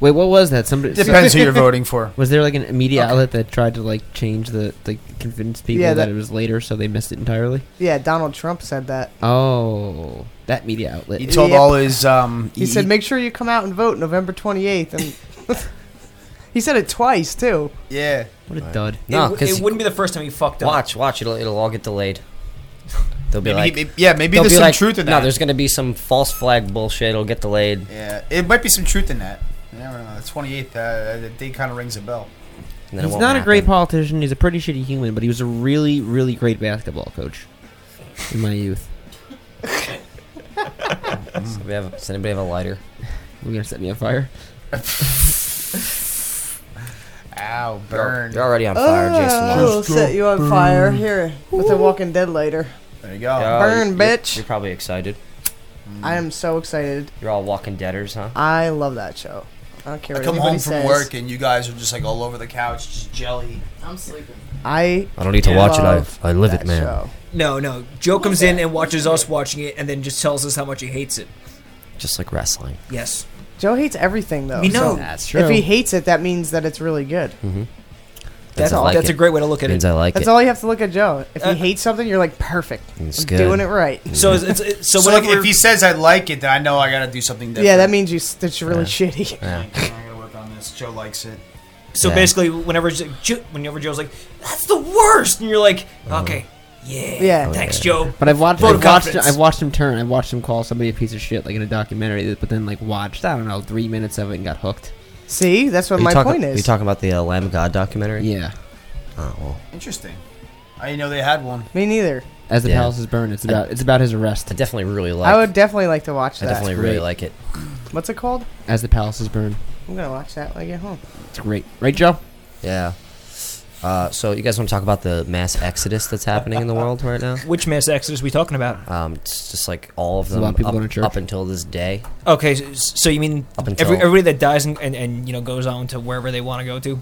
Wait, what was that? Somebody Depends who you're voting for. Was there like an media outlet that tried to like change the like convince people Yeah, that, that- it was later, so they missed it entirely? Yeah, Donald Trump said that. Oh, that media outlet. He told Yeah. all his um. He said, "Make sure you come out and vote November 28th." And he said it twice too. Yeah. What a dud. No, No, it because wouldn't be the first time he fucked up. Watch, watch. It'll it'll all get delayed. They'll be Maybe like, he- may- yeah, maybe they'll there's be some like, truth in No, that." there's gonna be some false flag bullshit. It'll get delayed. Yeah, it might be some truth in that. You never know. The 28th, uh, the date kind of rings a bell. And He's not a great politician. He's a pretty shitty human, but he was a really, really great basketball coach in my youth. So we have, does anybody have a lighter? We're gonna set me on fire. Ow, You're- burn. you're already on fire, Jason. Oh, Lawrence. we'll set you on fire here with the Walking Dead later. There you go. Yeah, Burn, you're- bitch. You're probably excited. Mm. I am so excited. You're all walking deaders, huh? I love that show. I don't care I what come anybody home from says. work and you guys are just like all over the couch, just jelly. I'm sleeping. I I don't need to watch it. I I live it, that man. show. No, no. Joe comes in and watches us watching it, and then just tells us how much he hates it. Just like wrestling. Yes. Joe hates everything though. We know. so That's If true. he hates it, that means that it's really good. Mm-hmm. That's all. That's a great way to look at it. Uh, Means I like That's it. all you have to look at Joe. If he hates something, you're like perfect. It's I'm good. doing it right. Mm. So is- it's- it's- so like, whenever- if he says I like it, then I know I gotta do something different. yeah, that means you. s- That's really shitty. I gotta work on this. Joe likes it. So basically, whenever Jo- Jo- whenever Joe's like, "That's the worst," and you're like, Mm-hmm. "Okay, yeah, Oh, Yeah. thanks, Joe." But I've watched, Vote I've of watched, confidence. I've watched him turn. I've watched him call somebody a piece of shit, like in a documentary. But then, like, watched I don't know three minutes of it and got hooked. See, that's what Are you my talking- point are is. You talking about the uh, Lamb of God documentary? Yeah. Oh well. Interesting. I didn't know they had one. Me neither. As the Yeah. palace is burned, it's about it's about his arrest. I definitely really like. I would definitely like to watch I that. definitely really like it. What's it called? As the palace is burned, I'm gonna watch that when I get home. it's great, right, Joe? Yeah. Uh, so you guys want to talk about the mass exodus that's happening in the world right now? Which mass exodus we talking about? Um, it's just like all of There's a them lot of people up, going to church. up until this day. Okay, so, so you mean Up until- every, everybody that dies and, and, and you know goes on to wherever they want to go to?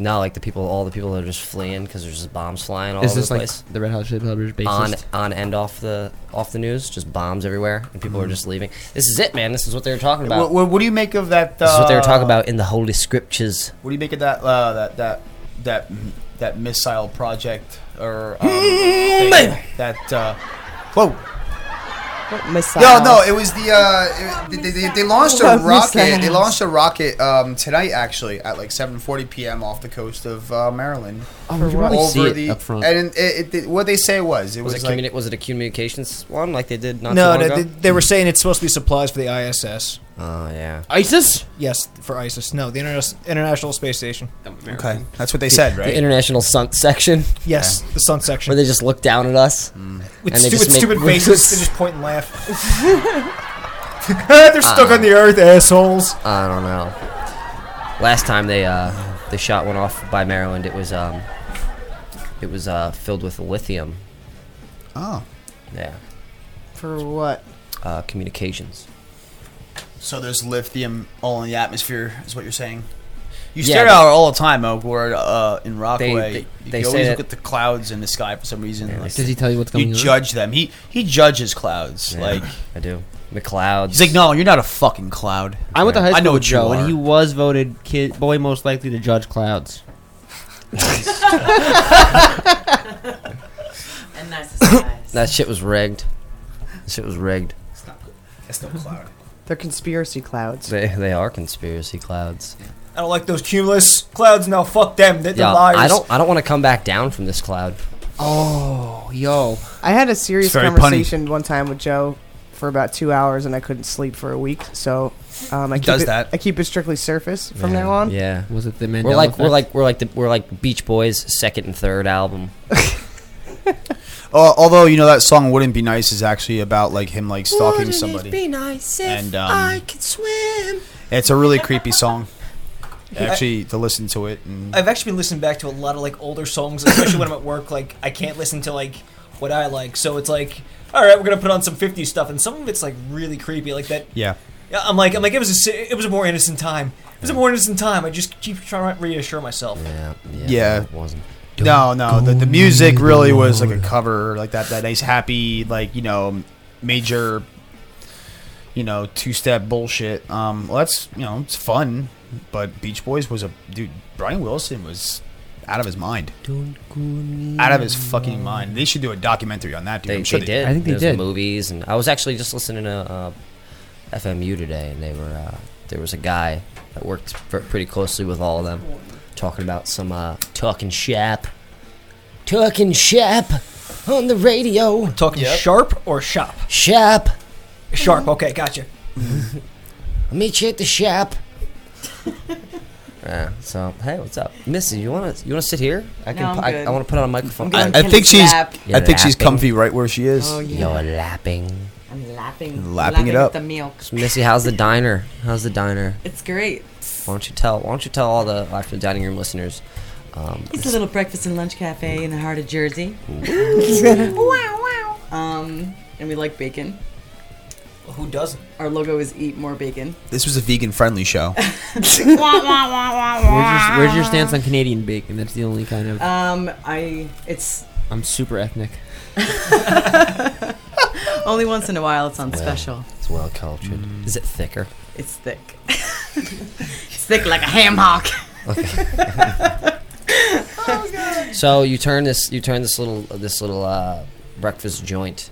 No, like the people, all the people that are just fleeing because there's just bombs flying all is over this the like place. the Red Hot Chili Peppers bassist? On on and off the off the news, just bombs everywhere, and people are just leaving. This is it, man. This is what they were talking about. What, what, what do you make of that? Uh, this is what they were talking about in the holy scriptures. What do you make of that? Uh, that that that that missile project or um, thing that? Uh, whoa! No, no, it was the uh, it- they, they, they launched a Love rocket. They missiles. launched a rocket um, tonight, actually, at like 7:40 p.m. off the coast of uh, Maryland. Oh, you could probably see it the, up front. And it, it, it- what they say was it was, was, it like communi- was it a communications one like they did not no, too long no, ago? they, they were saying it's supposed to be supplies for the ISS. Oh yeah. ISIS? Yes, for ISIS. No, the Inter- International Space Station. okay, that's what they said, The- right? The international sun section. Yes, the sun section. Where they just look down at us. and With, they stu- just with make- stupid faces, they just point and laugh. They're stuck Uh. on the Earth, assholes. I don't know. Last time they uh, they shot one off by Maryland, it was um, it was uh, filled with lithium. Oh. Yeah. For what? Uh, communications. So there's lithium all in the atmosphere, is what you're saying. You Yeah, stare they- out all the time over uh, in Rockaway. they- you they say always look that- at the clouds in the sky for some reason. like, Does he tell you what's going You on? judge them. He he judges clouds. Yeah, like I do. The clouds. He's like, no, you're not a fucking cloud. I went to high school I know with what you Joe, are. and he was voted kid boy most likely to judge clouds. And narcissistic guys. That shit was rigged. That shit was rigged. That's no cloud. They're conspiracy clouds. They they are conspiracy clouds. I don't like those cumulus clouds. No, fuck them. They're Yeah, the liars. I don't I don't want to come back down from this cloud. Oh, yo. I had a serious It's very punny. conversation one time with Joe for about two hours and I couldn't sleep for a week. So um, I, He keep does it, that. I keep it strictly surface from Yeah, now on. Yeah. Was it the Mandela We're like we're effect? like we're like the, we're like Beach Boys' second and third album. Uh, although you know that song "Wouldn't Be Nice" is actually about like him like stalking somebody. nice if And, um, I could swim? It's a really creepy song. Actually, to listen to it and I've actually been listening back to a lot of like older songs, especially when I'm at work. Like I can't listen to like what I like, so it's like, all right, we're gonna put on some '50s stuff, and some of it's like really creepy, like that. yeah. Yeah, I'm like, I'm like, it was a, si- it was a more innocent time. It was a more innocent time. I just keep trying to reassure myself. Yeah, Yeah. It wasn't. No, no. The, the music really was like a cover, like that that nice happy, like you know, major, you know, two step bullshit. Um, well, that's you know, it's fun, but Beach Boys was a dude. Brian Wilson was out of his mind, out of his fucking mind. They should do a documentary on that dude. They, I'm sure they did. I think they There's did. movies, and I was actually just listening to uh, FMU today, and they were uh, there was a guy that worked pr- pretty closely with all of them, talking about some uh, talking shap, talking shap on the radio. Talking sharp or shop? Shap. Sharp. Okay, gotcha. Meet you at the shop. Yeah. So hey, what's up, Missy? You wanna you wanna sit here? I No, I'm I, good. I wanna put on a microphone. I'm good. I- I think she's- I think she's comfy right where she is. Oh, yeah. You're lapping. I'm lapping. Lapping it at up. The milk. So, Missy, how's the diner? How's the diner? It's great. Why don't you tell Why don't you tell all the after the dining room listeners? Um, It's a little breakfast and lunch cafe in the heart of Jersey. wow, wow. Um, and we like bacon. who doesn't? Our logo is eat more bacon. This was a vegan friendly show. Wah, wah, wah, wah, Where's your, where's your wah. stance on Canadian bacon? That's the only kind Uh, of. Um, I it's I'm super ethnic. only once in a while. It's on well, special. It's well cultured. Is it thicker? It's thick. it's thick like a ham hock. Oh, So you turn this you turn this little this little uh, breakfast joint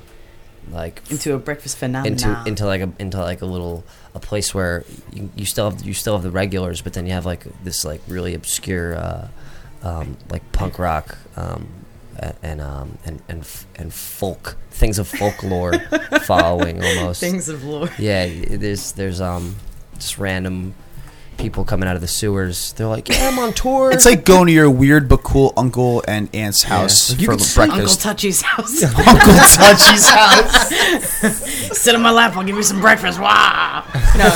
like Into a breakfast phenomenon. into into like a into like a little a place where you, you still have you still have the regulars, but then you have like this like really obscure uh, um, like punk rock um, a- and um, and and f- and folk things of folklore following almost Things of lore. Yeah, y- there's there's um just random people coming out of the sewers. They're like, yeah, I'm on tour. It's like going to your weird but cool uncle and aunt's house You for could breakfast. sleep- Uncle Touchy's house. Uncle Touchy's house. Sit on my lap. I'll give you some breakfast. Wow. No.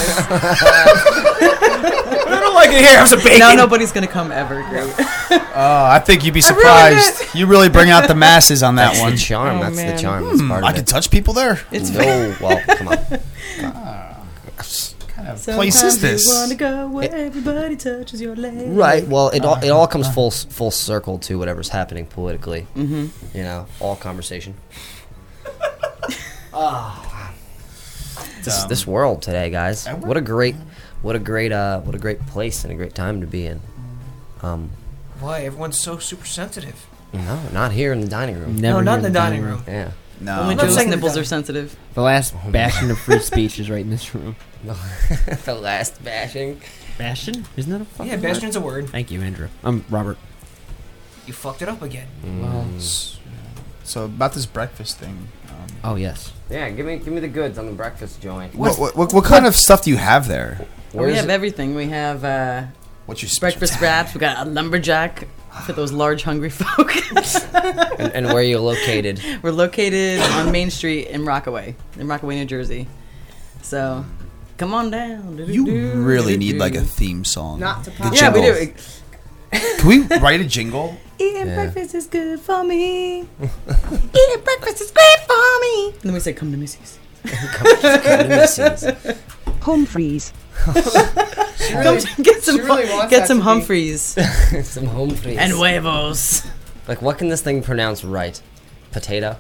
I don't like it here. Have some bacon. No, nobody's gonna come ever. Great. Oh, I think you'd be I ruined surprised. You really bring out the masses on that That's the one. charm, Oh, that's the man. charm, that's Hmm, part of I can it. touch people there. It's- no, well, come on. kind of Sometimes place is You this? wanna go where everybody touches your leg. Right. Well, it all it all comes full s- full circle to whatever's happening politically. Mhm. Mm-hmm. You know, all conversation. Ah. This this world today, guys. What a great, what a great, uh, what a great place and a great time to be in. Um, Why everyone's so super sensitive? no, not here in the dining room. Never No, not here in in the the dining dining room. room. Yeah. Oh No. Only No. Joe's nipples are sensitive. The last bastion of free speech is right in this room. the last bashing. Bastion? Isn't that a fucking Yeah, bastion's a word. Thank you, Andrew. I'm Robert. You fucked it up again. Mm. Well, So about this breakfast thing. Um, oh yes. Yeah, give me give me the goods on the breakfast joint. What what, what, what kind of stuff do you have there? we have everything. We have uh, What's your breakfast wraps. We got a lumberjack for those large, hungry folk. and, and where are you located? We're located on Main Street in Rockaway, in Rockaway, New Jersey. So, come on down. You really need like a theme song. Not to The pop- Yeah, we do. jingle. Can we write a jingle? Eating Yeah. breakfast is good for me. Eating breakfast is great for me. And then we say, come to Missy's. Home freeze. Come really- get some, she really wants get that some to be- Humphreys. Some home fries. And huevos. Like, what can this thing pronounce right? Potato?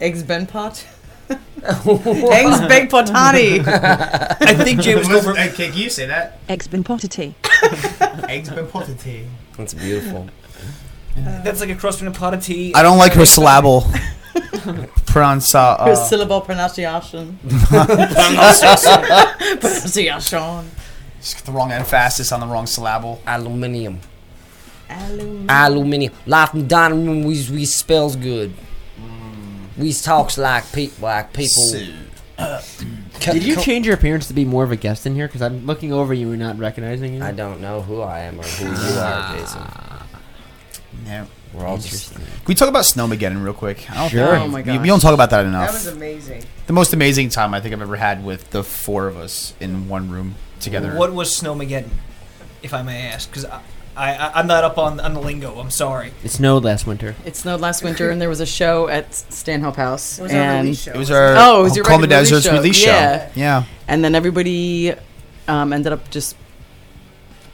Eggs Ben Pot. Eggs Big Potani. I think James was Hey, can you say that? Eggs been potted tea. Eggs been potted tea. That's beautiful. That's like a cross between a pot of tea. I don't like her syllable. Pronounce. Uh, Her uh, syllable pronunciation. Pronunciation. pronunciation. Just get the wrong emphasis on the wrong syllable. Aluminium. Aluminium. Life in dining room, we, we spells good. We talks like, pe- like people. So, Co- Did you co- change your appearance to be more of a guest in here? Because I'm looking over you and not recognizing you. I don't know who I am or who you Ah. are, Jason. Uh, No. We're all just. Can we talk about Snowmageddon real quick? I don't Sure. Think, Oh my we- gosh. We don't talk about that enough. That was amazing. the most amazing time I think I've ever had with the four of us in one room together. What was Snowmageddon, if I may ask? Because I, I, I'm not up on, on the lingo. I'm sorry. It snowed last winter. It snowed last winter, and there was a show at Stanhope House. It was our and release show, It was wasn't it? our oh, it was your Call Me regular Desert's release show. Yeah, Yeah. And then everybody um, ended up just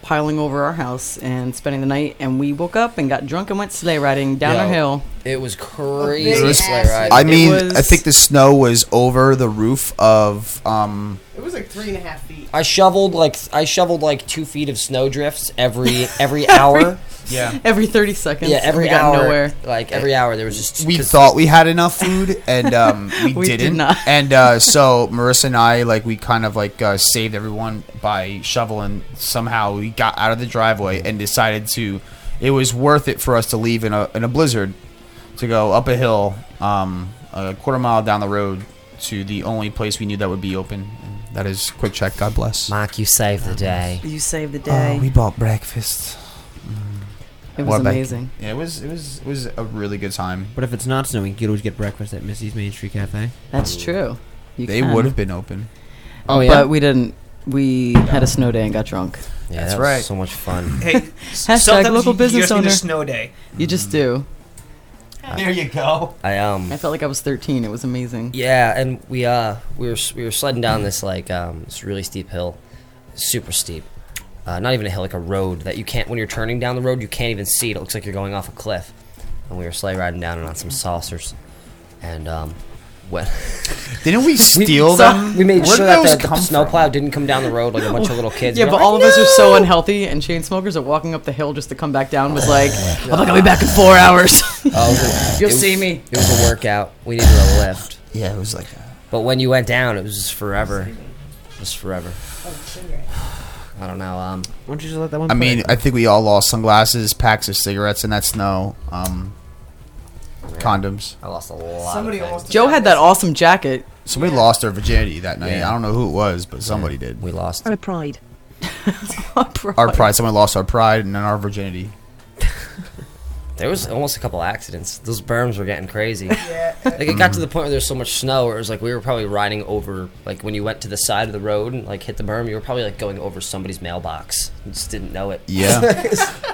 piling over our house and spending the night. And we woke up and got drunk and went sleigh riding down our Yo, hill. It was It crazy. was- sleigh ride. I mean, It was- I think the snow was over the roof of. Um, It was like three and a half feet. I shoveled like I shoveled like two feet of snow drifts every every hour. Yeah. Every thirty seconds. Yeah, and every we got hour. nowhere. Like every hour, there was just we thought we had enough food, and um, we, We did didn't. not. And uh, so Marissa and I, like, we kind of like uh, saved everyone by shoveling. Somehow we got out of the Mm-hmm. driveway and decided to. It was worth it for us to leave in a in a blizzard, to go up a hill, um, a quarter mile down the road to the only place we knew that would be open. And that is Quick Check. God bless. Mike, you saved the day. You saved the Oh, day. we bought breakfast. It was What about- amazing. Yeah, it was it was it was a really good time. But if it's not snowing, you could always get breakfast at Missy's Main Street Cafe. That's true. You They can. would have been open. Oh, yeah? but we didn't. We had a snow day and got drunk. Yeah, That's that was right. So much fun. Hey, Hashtag sometimes local you- you business just need a owner. snow day. You just do. There you go. I um. I felt like I was 13. It was amazing. Yeah, and we uh we were we were sledding down this like um this really steep hill, super steep. Uh, not even a hill, like a road that you can't when you're turning down the road you can't even see it. It looks like you're going off a cliff. And we were sleigh riding down it on some saucers, and um. When Didn't we steal them? We made Where sure did that those the, the come snowplow didn't come down the road like a bunch of little kids. Yeah, We but were all like, of us are so unhealthy, and chain smokers are walking up the hill just to come back down. Was like, I'm not gonna be back in four hours. "Oh, it was a- You'll it was- see me. It was a workout. We needed a lift. Yeah, it was like. But when you went down, it was just forever. Just forever. Oh, I don't know. Um, Why don't you just let that one? I mean, I think we all lost sunglasses, packs of cigarettes in that snow, um, condoms. I lost a lot. Somebody almost. Joe had that awesome jacket. Somebody lost their virginity that night. Yeah. I don't know who it was, but somebody did. We lost Our pride. our pride. Someone lost our pride and then our virginity. There was almost a couple accidents. Those berms were getting crazy. Yeah. Like it Mm. got to the point where there was so much snow, where it was like we were probably riding over. Like when you went to the side of the road and like hit the berm, you were probably like going over somebody's mailbox. You just didn't know it. Yeah.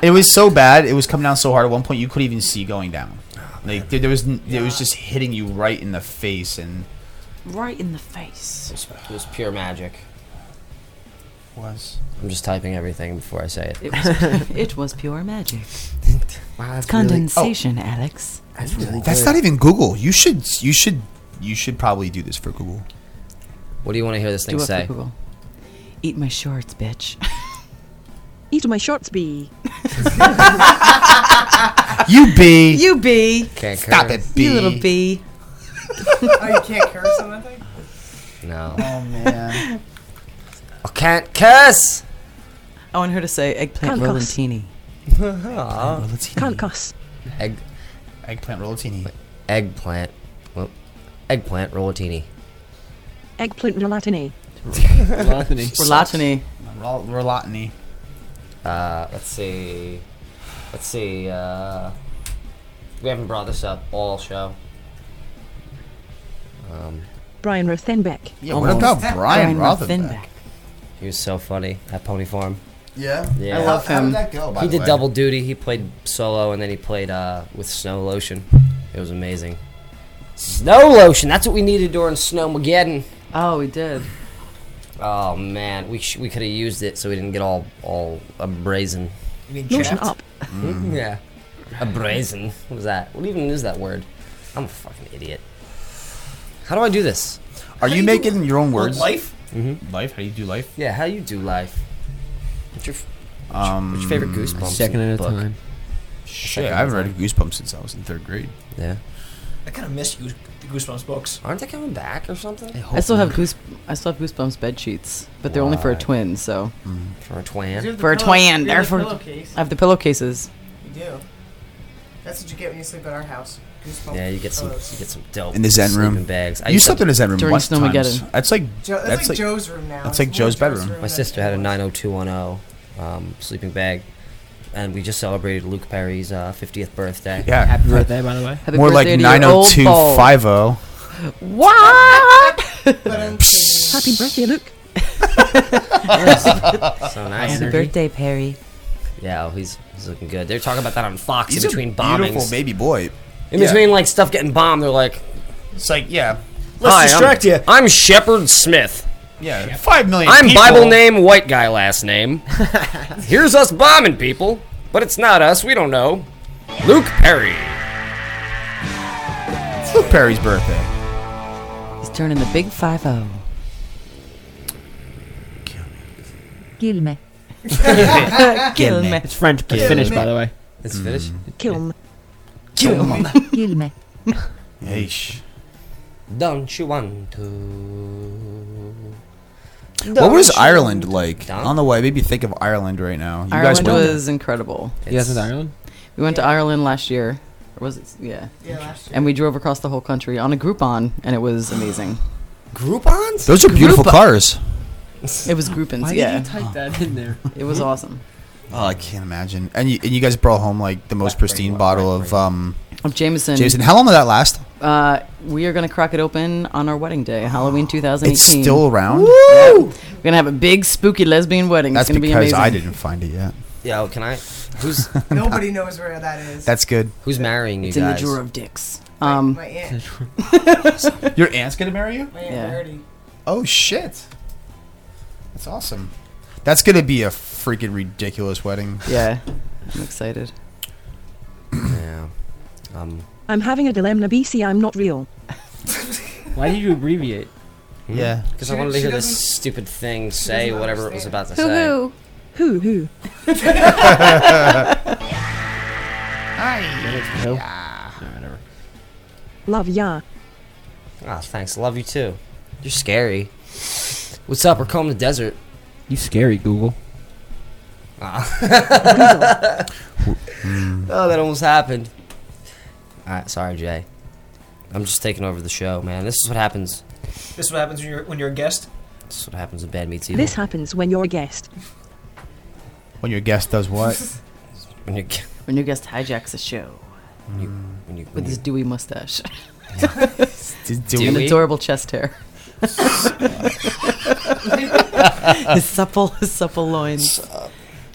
it was so bad. It was coming down so hard. At one point, you couldn't even see going down. Oh, Like there, there was, n- it was just hitting you right in the face. And Right in the face. It was, it was pure magic. Was. I'm just typing everything before I say it. It was, it was pure magic. wow, oh. it's really- condensation, Alex. That's really that's not even Google. You should, you should, you should probably do this for Google. What do you want to hear this thing Do it for say? Google. Eat my shorts, bitch. Eat my shorts be. You be. You be. Can't Stop curse. it, You bee. little bee. oh, you can't curse on that thing? No. Oh, man. I Oh, can't curse. I want her to say eggplant Can't rolling cuss. teeny. Can't cuss. Egg. Eggplant rollatini. Eggplant. Well, eggplant rollatini. Eggplant relatini. Relatini. Relatini. Relatini. Uh, let's see. Let's see. Uh, we haven't brought this up all show. Um, Brian Rothenbeck. Yeah, what about Brian Rothenbeck? he was so funny at Pony Farm. Yeah? Yeah. I love How- how him. did that go, by he the did way? double duty. He played solo and then he played uh, with Snow Lotion. It was amazing. Snow Lotion. That's what we needed during Snowmageddon. Oh, we did. Oh man, we sh- we could have used it so we didn't get all all abrazen. You mean Mm-hmm. Lotion chapped? up. Mm. yeah, abrazen. What was that? What even is that word? I'm a fucking idiot. How do I do this? Are you making your own words? Life. Mm-hmm. Life? How do you do life? Yeah, how you do life? What's your, f- what's your- Um, what's your favorite Goosebumps? second at a book? time. Shit, I Second at a haven't read Goosebumps since I was in third grade. Yeah. I kind of miss Goose- the Goosebumps books. Aren't they coming back or something? I still have goose. I still have goosebumps bed sheets, but they're only for a Why? Mm. twin. So for a twin. You have the For a pillow- twin, you they're have the for. I pillowcase. have the pillowcases. You do. That's what you get when you sleep at our house. Goosebumps. Yeah, you get some you get some dope In the Zen sleeping room. bags. You used to- slept in a Zen room During what times? Snowmageddon. That's like Joe- that's like Joe's room now. That's like It's Joe's more Joe's bedroom. room. My sister had a 90210 um, sleeping bag, and we just celebrated Luke Perry's uh, 50th birthday. Yeah. Happy birthday, by the way. Happy More like birthday to your old balls. 90250. What? Happy birthday, Luke. so nice. Happy birthday, Perry. Yeah, oh, he's, he's looking good. They're talking about that on Fox He's in a between bombings. beautiful baby boy. In Yeah. between like stuff getting bombed, they're like, it's like yeah. Let's Let's distract distract I'm, you. I'm Shepard Smith. Yeah, five million. I'm people. Bible name, white guy last name. Here's us bombing people, but it's not us. We don't know. Luke Perry. It's Luke Perry's birthday. Oh. He's turning the big five zero. Kill me. Kill me. It's French, but Kill Finnish, me. by the way. It's Finnish. Kill me. Kill me. Kill me. Mm. Yeesh. Don't you want to? What was Don't you Ireland like? Don't- On the way, made me think of Ireland right now. You guys Ireland went there. was incredible. You guys went to Ireland? We went to Ireland last year. Or was it? Yeah. Yeah, last And we drove across the whole country on a Groupon, and it was amazing. Groupons? Those are beautiful Groupa- cars. It was Groupons. yeah. type that in there? it was awesome. Oh, I can't imagine. And you, and you guys brought home like the most pristine bottle of um Of Jameson. Jameson. How long did that last? Uh, we are gonna crack it open on our wedding day, Halloween 2018. It's still around. We're gonna have a big spooky lesbian wedding. That's it's gonna be because amazing. I didn't find it yet. Yo, can I? Who's Nobody knows where that is. That's good. who's marrying you It's in the guys? drawer of dicks. Um, My aunt. Your aunt's gonna marry you? My aunt Yeah. Verity. Oh shit. That's awesome. That's gonna be a freaking ridiculous wedding. yeah, I'm excited. yeah. Um. I'm having a dilemma, BC. I'm not real. Why did you abbreviate? Yeah. Because Hmm? I wanted to hear this stupid thing say whatever it was about to say. Who who? Who No? Love ya. Ah, thanks. Love you too. You're scary. What's up? We're combing the desert. You scary, Google. Ah. oh, that almost happened. All right, sorry, Jay. I'm just taking over the show, man. This is what happens. This is what happens when you're when you're a guest. This is what happens when bad meets evil. This happens when you're a guest. When your guest does what? when you Our new guest hijacks the show when you when you, when with you his dewy mustache Did- did and we- adorable chest hair. his supple, his supple loins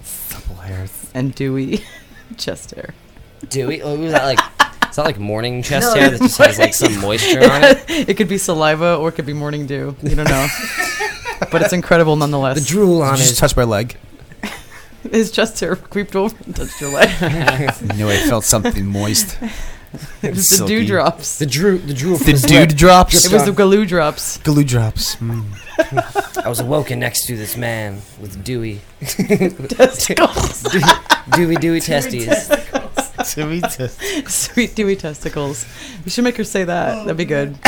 Supple hairs. and dewy chest hair. do we? Oh, was that like? Is that like morning chest hair that just has like some moisture on it? it could be saliva or it could be morning dew. You don't know. but it's incredible nonetheless. The drool Did on you just it. touch my leg? His chest hair creeped over and touched your leg. I knew I felt something moist. it was the Silky. dew drops. The drew, the drew. The dude drops. It was the galoo drops. Glue drops. Mm. I was awoken next to this man with dewy Testicles. dewy, dewy, dewy testes. Dewy testicles. Sweet dewy testicles. We should make her say that. That'd be good. Oh,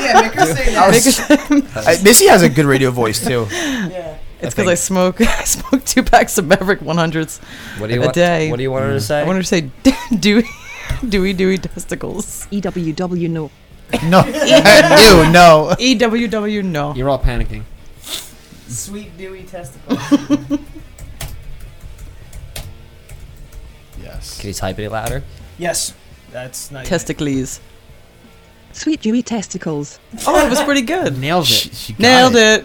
yeah, make her say I that. was- I- Missy has a good radio voice too. It's because I, smoke. I smoke two packs of Maverick 100s What do you a want- day. what do you want her Mm. to say? I want her to say dewy, dewy, dewy testicles. EWW E no. No. Ew, no. EWW E no. You're all panicking. Sweet dewy testicles. Yes. Can you type it louder? Yes, that's not Testicles. Sweet dewy testicles. Oh, it was pretty good. Nailed it. Nailed it.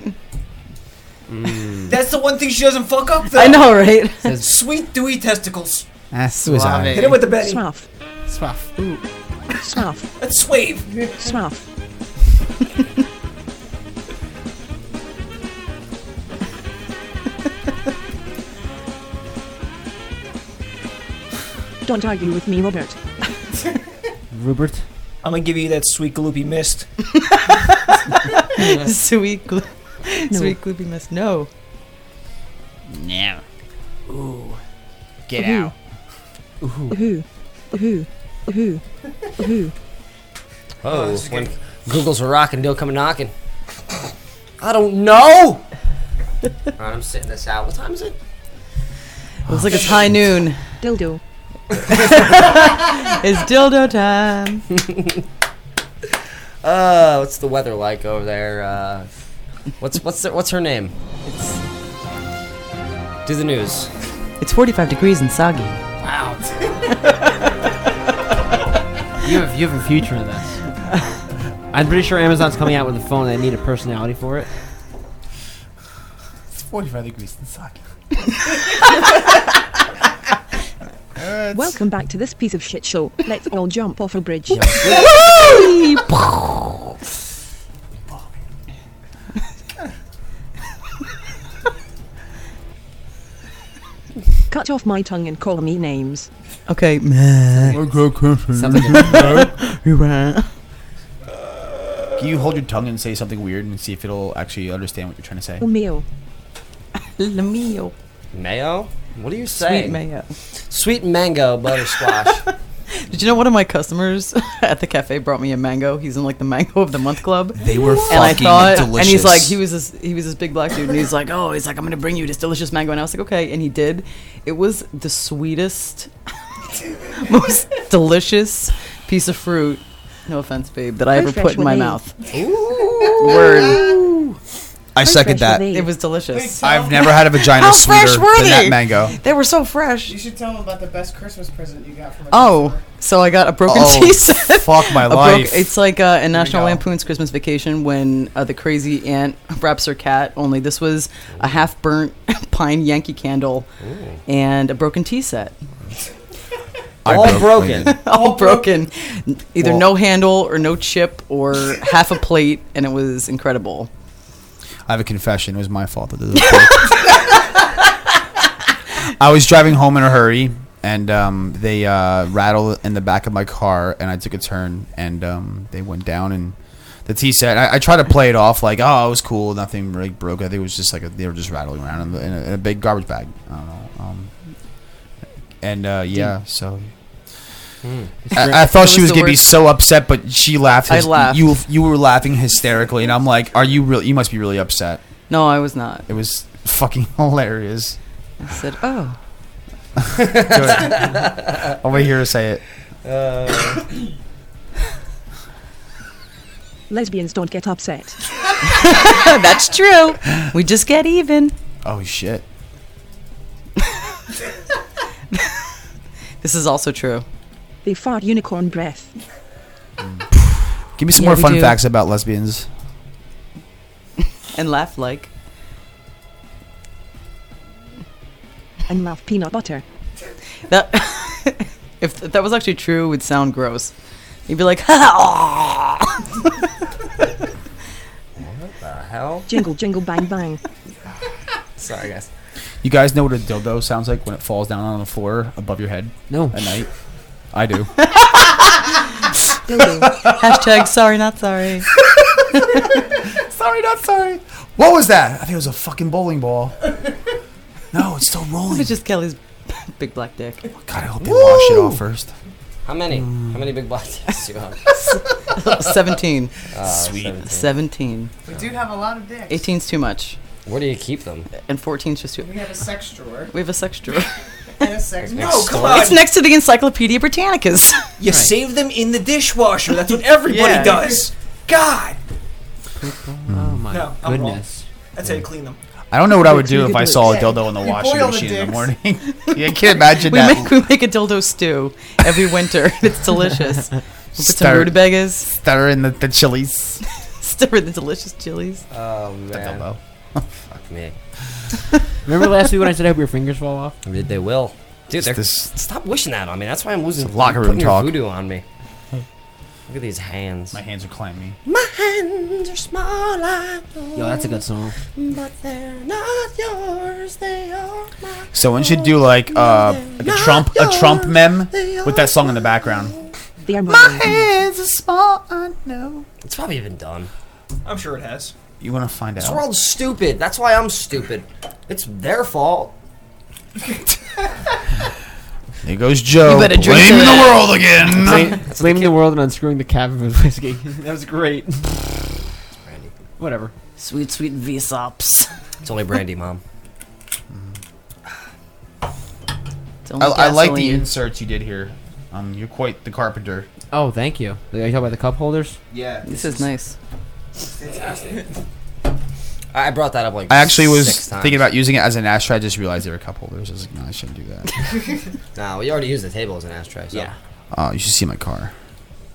Mm. That's the one thing she doesn't fuck up. Though. I know, right? Sweet dewy Eh, testicles. Ah, That's Love suave. it. Hit it with the Betty. Swaff. Swaff. Ooh. Swaff. Let's swave. Swaff. Don't argue with me, Robert. Rupert. I'm gonna give you that sweet gloopy mist. Sweet, glo- No. sweet gloopy mist. No. No. Ooh. Get Ooh. out. Who? Who? Who? Who? Oh, Oh, this is when Google's a rockin', they'll come knocking. I don't know. Alright, I'm sitting this out. What time is it? It was like it's high noon. Dildo. It's dildo time. Uh, what's the weather like over there? Uh, what's what's the, what's her name? Do the news. It's 45 degrees and soggy. Wow. You have you have a future in this. I'm pretty sure Amazon's coming out with a phone that need a personality for it. It's 45 degrees inside. Welcome back to this piece of shit show. Let's all jump off a bridge. Cut off my tongue and call me names. Okay. You're right. Can you hold your tongue and say something weird and see if it'll actually understand what you're trying to say? Meal. Lamio. Mayo? What do you Sweet say? mayo. Sweet mango butter squash. Did you know one of my customers at the cafe brought me a mango? He's in like the mango of the month club. They were fucking And he's delicious. like, he was this, he was this big black dude, and he's like, oh, he's like, I'm gonna bring you this delicious mango, and I was like, okay, and he did. It was the sweetest, most delicious piece of fruit. No offense, babe, that I ever Fruit put in fresh my with mouth. Word. I second that. It was delicious. I've never had a vagina How sweeter fresh were than that they? mango. They were so fresh. You should tell them about the best Christmas present you got from. Oh, so I got a broken Oh, tea set. fuck my A broke- life. it's like uh, in National Lampoon's Christmas Vacation when uh, the crazy aunt wraps her cat. Only this was a half burnt pine Yankee candle Ooh. and a broken tea set. I All broke broken. mine. Oh, All broken. Either Well- no handle or no chip or half a plate, and it was incredible. I have a confession. It was my fault. That this was broke. I was driving home in a hurry, and um, they uh, rattled in the back of my car, and I took a turn, and um, they went down, and the T set. I, I tried to play it off like, oh, it was cool, nothing really broke. I think it was just like a, they were just rattling around in, the, in, a, in a big garbage bag. I don't know. Um, and uh, yeah, so. Hmm. I, I thought That she was was the gonna be worst. so upset, but she laughed. I hys- laughed. You you were laughing hysterically, and I'm like, "Are you really? You must be really upset." No, I was not. It was fucking hilarious. I said, oh. I'll wait here to say it. Uh. Lesbians don't get upset. That's true. We just get even. Oh shit! This is also true. They fart unicorn breath. Give me some Yeah, more we fun do. facts about lesbians. And laugh like. And love peanut butter. That if th- that was actually true, it would sound gross. You'd be like, "Ah." ha the hell? Jingle jingle bang bang. Sorry, guys. You guys know what a dildo sounds like when it falls down on the floor above your head? No. At night. I do. Hashtag sorry, not sorry. sorry, not sorry. What was that? I think it was a fucking bowling ball. No, it's still rolling. It's just Kelly's big black dick. God, I hope they wash it off first. How many? How many big black dicks do you have? 17. Oh, Sweet. 17. 17. We do have a lot of dicks. 18's too much. Where do you keep them? And 14's just too. We have a sex drawer. We have a sex drawer. And a sex No, come on. It's next to the Encyclopedia Britannicas. You save them in the dishwasher. That's what everybody Yeah. does. God. Oh my no, I'm wrong. That's how you clean them. I don't know what I would You do if could I do it. saw a Yeah, dildo in the you washing boil the machine in the dicks. morning. yeah, I can't imagine we that. Make, we make a dildo stew every winter. It's delicious. We'll put some Stir- rutabagas. Stir in the, the chilies. Stir in the delicious chilies. Oh man. Fuck me. Remember last week when I said I hope your fingers fall off? Did they will? Dude, they're, stop wishing that on me. That's why I'm losing It's locker room putting your talk. voodoo on me. Look at these hands. My hands are clammy. My hands are small. Yo, that's a good song. But they're not yours. They are mine. Someone should do like uh, like a Trump a Trump mem with that song in the background. They are mine. hands are small, I know. It's probably even done. I'm sure it has. You want to find This out? world's stupid. That's why I'm stupid. It's their fault. There goes Joe. You better drink blaming the to that. world again. Blame- Blaming the world and unscrewing the cap of his whiskey. that was great. Whatever. Sweet, sweet VSOPs. It's only brandy, mom. I, I like the inserts you did here. Um, you're quite the carpenter. Oh, thank you. Are you talking about the cup holders? Yeah. This is nice. I I brought that up like. I actually was six times. thinking about using it as an ashtray. I just realized they were cup holders. I was like, no, I shouldn't do that. Nah, we already used the table as an ashtray. So. Yeah. Oh, you should see my car.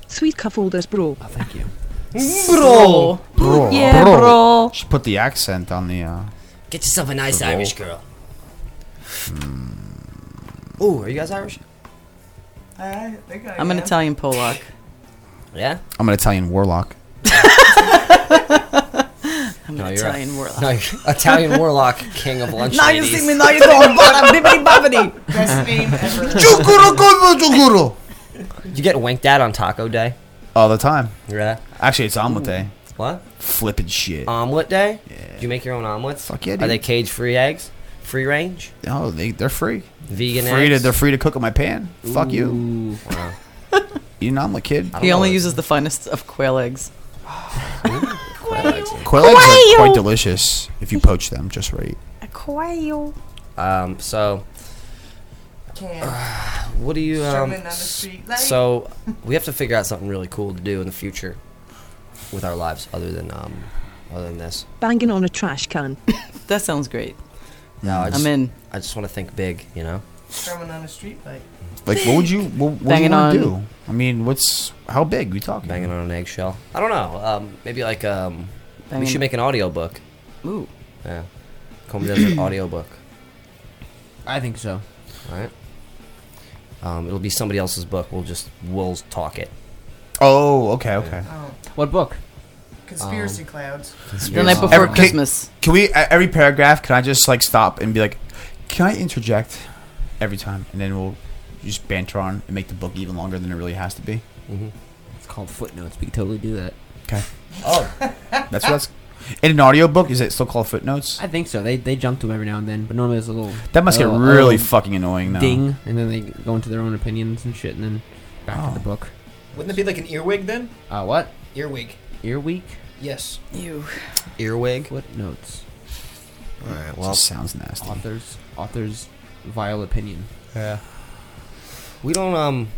Sweet cup holders, bro. Oh, thank you. Bro. Bro. Yeah, bro. Should put the accent on the. Uh, Get yourself a nice Bro. Irish girl. hmm, Ooh, are you guys Irish? I think I I'm an Italian Polak. Yeah? I'm an Italian warlock. I'm No, an you're a- Italian warlock. No, you're Italian warlock, king of lunch. Now you ladies. see me, now you don't, but I'm bibbidi bobbidi. Best name ever. You get winked at on taco day? All the time. Yeah. Actually, it's omelet day. What? Flipping shit. Omelet day? Yeah. Do you make your own omelets? Fuck yeah, Are dude. they cage free eggs? Free range? Oh, they they're free. Vegan free to, eggs? they're free to cook in my pan. Fuck you. Ooh. Wow. You know I'm a kid. He only uses the finest of quail eggs. quail eggs are quite Quail. delicious if you poach them just right. Quail. Um, so, what do you. Um, Strumming on the street light. so, we have to figure out something really cool to do in the future with our lives other than um, other than this. Banging on a trash can. that sounds great. No, I I'm just, in. I just want to think big, you know? Strumming on a street light. Like, what would you what, what do you Banging want to on- do? I mean, what's how big we talking? Banging on an eggshell. I don't know. Um, maybe like um, we Banging- should make an audiobook. Ooh. Yeah. Comb does an audiobook. I think so. Right. Um, it'll be somebody else's book. We'll just we'll talk it. Oh, okay, okay. Oh, What book? Um, conspiracy clouds. The night before can- Christmas. Can, we at every paragraph? Can I just like stop and be like, can I interject every time, and then we'll just banter on and make the book even longer than it really has to be. Mm-hmm. It's called Footnotes. We can totally do that. Okay. Oh. That's what that's. In an audiobook, is it still called footnotes? I think so. They they jump to them every now and then, but normally there's a little. That must a get little- a really little fucking annoying, though. Ding, and then they go into their own opinions and shit, and then back Oh. to the book. Wouldn't it be like an earwig then? Uh, what? Earwig. Earweek? Yes. You. Earwig. What notes? All right. Well, Well, sounds nasty. Authors. Authors. Vile opinion. Yeah. we don't um.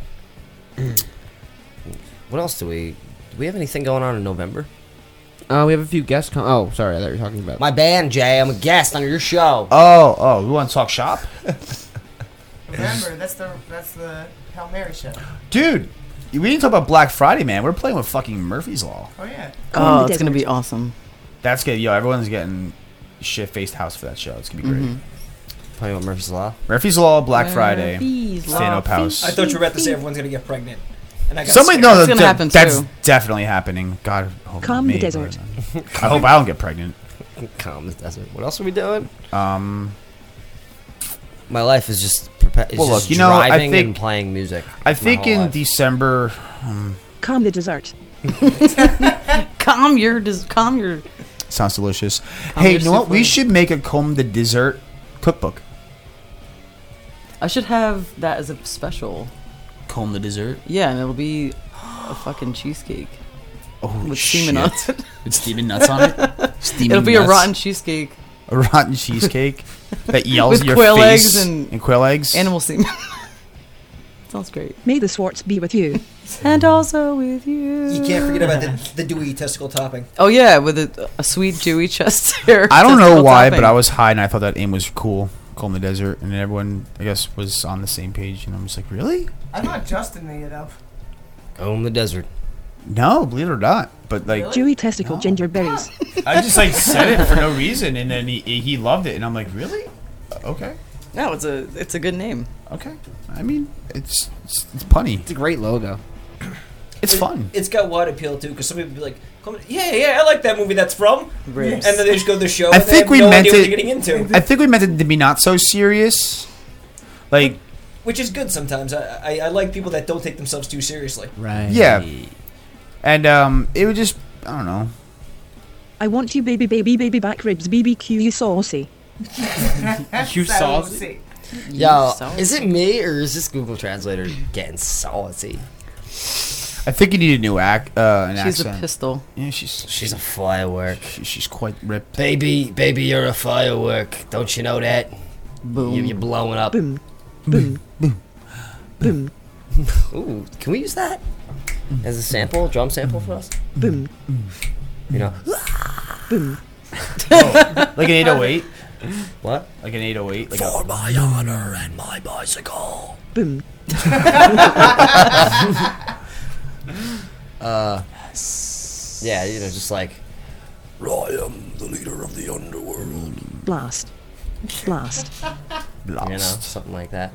what else do we? Do we have anything going on in November? Uh, we have a few guests. Com- oh, sorry, I thought you were talking about. My band, Jay. I'm a guest on your show. Oh, oh, we want to talk shop, Remember, that's the that's the Hail Mary show. dude. We didn't talk about Black Friday, man. We're playing with fucking Murphy's Law. Oh yeah. Oh, it's gonna be awesome. That's good, yo. Everyone's getting shit faced house for that show. It's gonna be great. Mhm. Playing with Murphy's Law. Murphy's Law, Black Uh, Friday, Murphy's Law, stand up house. I thought you were about to say everyone's gonna get pregnant. And I got Somebody scared. no, that, that- that's definitely happening. God, hope Calm not the me, desert. but, uh, I hope I don't get pregnant. Calm the desert. What else are we doing? Um, My life is just pr- perpe- it's well, just look, you know, I driving think- and playing music. I my think whole in life. December. Um, Calm the dessert. calm your dis- calm your sounds delicious. I'm hey, you just know what? We afraid. should make a comb the dessert cookbook. I should have that as a special. Comb the dessert. Yeah, and it'll be a fucking cheesecake. Oh, with steaming nuts. shit. With steaming nuts on it? Steaming it'll be a nuts. rotten cheesecake. A rotten cheesecake that yells with in your quail face eggs and, quail eggs. Animal semen. Sounds great. May the Swartz be with you. And also with you. You can't forget about the, the dewy testicle topping. Oh yeah, with a, a sweet dewy chest hair. I don't know testicle why, topping. but I was high and I thought that aim was cool. Comb the desert, and everyone, I guess, was on the same page. And I'm just like, really? I thought Justin made it up. Own the desert. No, believe it or not. But like, Dewy testicle ginger berries. I just like said it for no reason, and then he he loved it, and I'm like, really? Okay. No, it's a it's a good name. Okay. I mean, it's it's, it's punny. It's a great logo. It's fun. It's got wide appeal too, because some people be like, "Come- "Yeah, yeah, I like that movie. That's from." Ribs. And then they just go to the show. I and they think have we no meant idea it. What they're getting into, I think we meant it to be not so serious. Like, which is good sometimes. I, I I like people that don't take themselves too seriously. Right. yeah. And um, it would just I don't know. I want you baby baby baby back ribs BBQ saucy. You saw You Yo, saw is it me or is this Google Translator getting salty? I think you need a new act. Uh, an She's a accent. pistol. Yeah, she's she's a firework. she's quite ripped. Baby, baby, you're a firework. Don't you know that? Boom. You, you're blowing up. Boom. Boom. Boom. Ooh, can we use that as a sample, drum sample for us? Boom. You know, Boom. like an 808. What? Like an 808. Like for a, my honor and my bicycle. Boom. Uh, yeah, you know, just like I am the leader of the underworld. Blast. Blast. You know, something like that,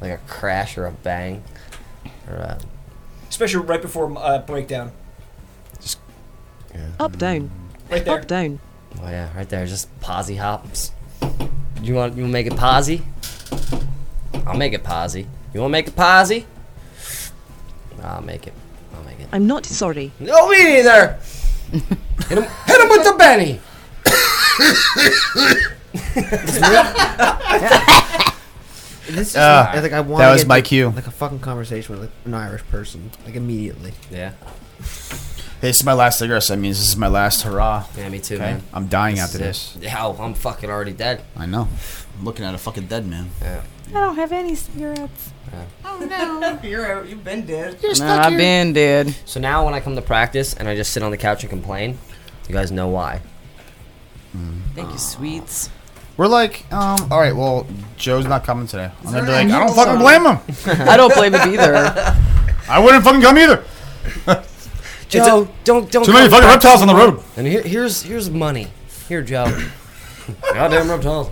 like a crash or a bang, or a Especially right before uh, breakdown. Up down. Right there. Up down. oh yeah, right there, just posy hops. You want you want make it posy? I'll make it posy. You want to make it posy? I'll make it. I'll make it. I'm not sorry. No, me neither. hit him! Hit him with the Benny. This is Ah, like- I think I that want. was my cue. Like a fucking conversation with like, an Irish person, like immediately. Yeah. This is my last cigarette. So that means this is my last hurrah. Yeah, me too, Okay? man. I'm dying This after is this. it. Yeah, oh, I'm fucking already dead. I know. I'm looking at a fucking dead man. Yeah. I don't have any cigarettes. Yeah. Oh no. You're out. You've been dead. Nah, I've been dead. So now when I come to practice and I just sit on the couch and complain, you guys know why. Mm. Thank you, sweets. We're like, um, all right. Well, Joe's not coming today. I'm gonna be there like, any I don't noodles fucking on blame it? him. I don't blame him either. I wouldn't fucking come either. Joe, don't don't. Too many fucking come back reptiles on the tomorrow. road. And here, here's here's money. Here, Joe. Goddamn reptiles.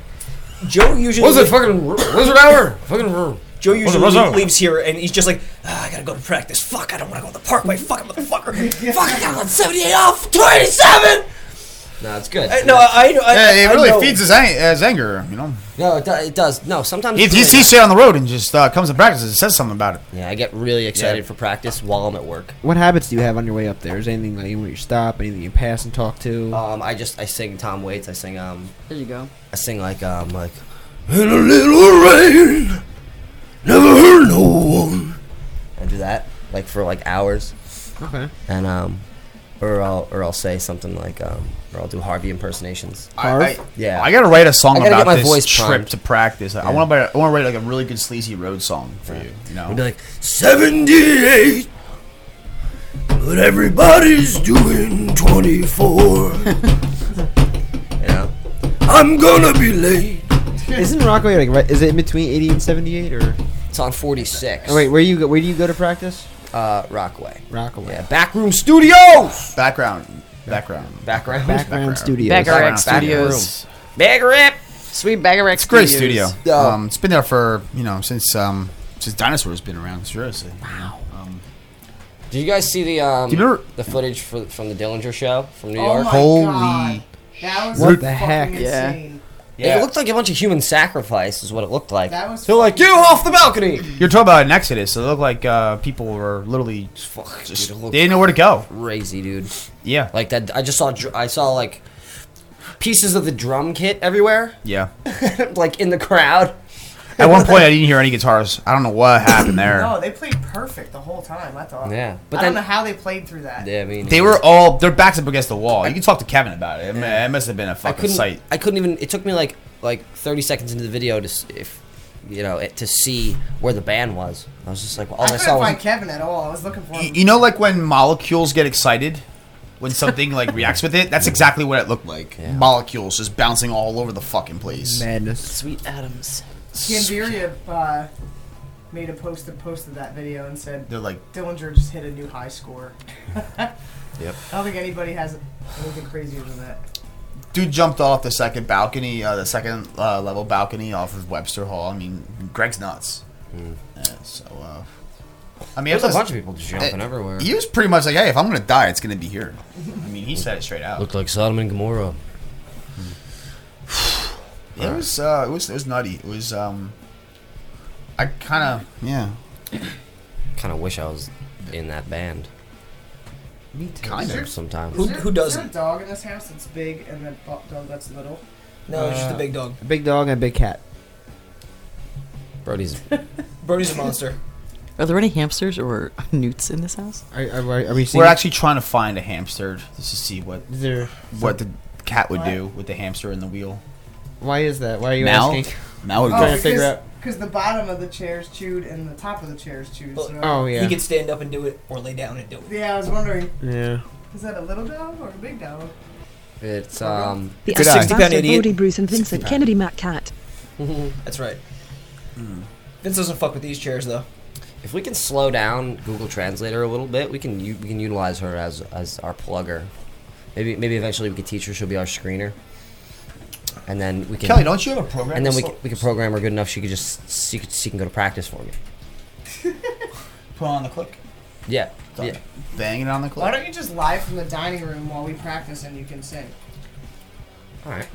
Joe usually. What was it, fucking r- lizard hour? Fucking r- Joe was it, usually lizard hour? leaves here and he's just like, ah, I gotta go to practice. Fuck, I don't wanna go to the parkway. Fuck, motherfucker. Fuck, I got 78 off 27! No, it's good. I- Uh, no, I- I- yeah, it I really know. feeds his, ang- his anger. You know, No, it, do, it does. No, sometimes. if it's he really sees shit on the road and just uh, comes to practice and says something about it. not. Yeah, I get really excited for practice while I'm at work. What habits do you have on your way up there? Is there anything like anywhere you stop, anything you pass and talk Mm. to? Uh, Um, I just I sing Tom Waits. I sing um. There you go. I sing like um like. In a little rain, never heard no one. I do that like for like hours. Okay. And um, or I'll or I'll say something like um, or I'll do Harvey impersonations. I, I, yeah. I gotta write a song I gotta about get my this voice trip primed. to practice. I Yeah. want to. I want to write like a really good sleazy road song for you. You know, I'd be like, 78. But everybody's doing 24. yeah. I'm gonna be late. Isn't Rockaway like right? Is it in between eighty and seventy-eight or? It's on forty six. Oh, wait, where you go? Where do you go to practice? Uh, Rockaway. Rockaway. Yeah, Backroom Studios. Background. Background. Background. Background Studios. Background Studios. Big rip. Sweet Bagarek It's a great studio. Studios. Um, it's been there for you know since um since dinosaurs been around. Seriously. Wow. Um, Did you guys see the um Do you remember- the footage for, from the Dillinger show from New Oh York? my Holy God. That was What the fucking heck? Yeah. insane. It looked like a bunch of human sacrifice, is what it looked like. That was They're like, get off the balcony! You're talking about an exodus. So it looked like uh, people were literally Fuck, just dude, it looked they didn't know where to go. Crazy, dude. Yeah. Like that, I just saw, dr- I saw like pieces of the drum kit everywhere, Yeah. like in the crowd. At one point, I didn't hear any guitars. I don't know what happened there. No, they played perfect the whole time. I thought. Yeah, But but I don't know then- how they played through that. Yeah, I mean, They were all their backs up against the wall. You can talk to Kevin about it. It, ma- it must have been a I fucking couldn't. sight. I couldn't even. It took me like like thirty seconds into the video to s- if you know it, to see where the band was. I was just like, all I I, couldn't saw was find Kevin at all. I was looking for him. You know, like when molecules get excited, when something like reacts with it. That's exactly what it looked like. Molecules just bouncing all over the fucking place. Madness. Sweet Adams. Gambiria uh, made a post that posted that video and said, They're like- Dillinger just hit a new high score." Yep. I don't think anybody has anything crazier than that. Dude jumped off the second balcony, uh, the second uh, level balcony off of Webster Hall. I mean, Greg's nuts. Yeah, so, uh, I mean, There's it a bunch of people just jumping eh, everywhere. He was pretty much like, "Hey, if I'm gonna die, it's gonna be here." I mean, he said it straight out. looked like Sodom and Gomorrah. It was uh, it was it was nutty. It was um, I kind of yeah, Kind of wish I was in that band. Me too. Is there- Sometimes. is there- Is there a dog in this house that's big and the bo- dog that's little? Uh, No, it's just a Uh, big dog. A big dog and a big cat. Brody's. Brody's a monster. Are there any hamsters or newts in this house? Are, We're actually trying to find a hamster just to see what Is there- what the cat would do with the hamster and the wheel. Why is that? Why are you Mal? asking? Mal would I'm go- trying to figure out. Oh, Because the bottom of the chair's chewed and the top of the chair's chewed. so- He could stand up and do it, or lay down and do it. Yeah, I was wondering, Yeah. is that a little dog or a big dog? It's um. The Good actors eye. Bastard, 60-pound idiot. Brody Bruce and Vincent 60-pound. Kennedy McCat. That's right. Vince doesn't fuck with these chairs though. If we can slow down Google Translator a little bit, we can u- we can utilize her as as our plugger. Maybe maybe eventually we could teach her. She'll be our screener. And then we can. Kelly, don't you have a program And then to we slow- can, we can program her good enough. She could just she, could, she can go to practice for me. Put on the click. Yeah. yeah. Bang it on the click. Why don't you just live from the dining room while we practice and you can sing? All right.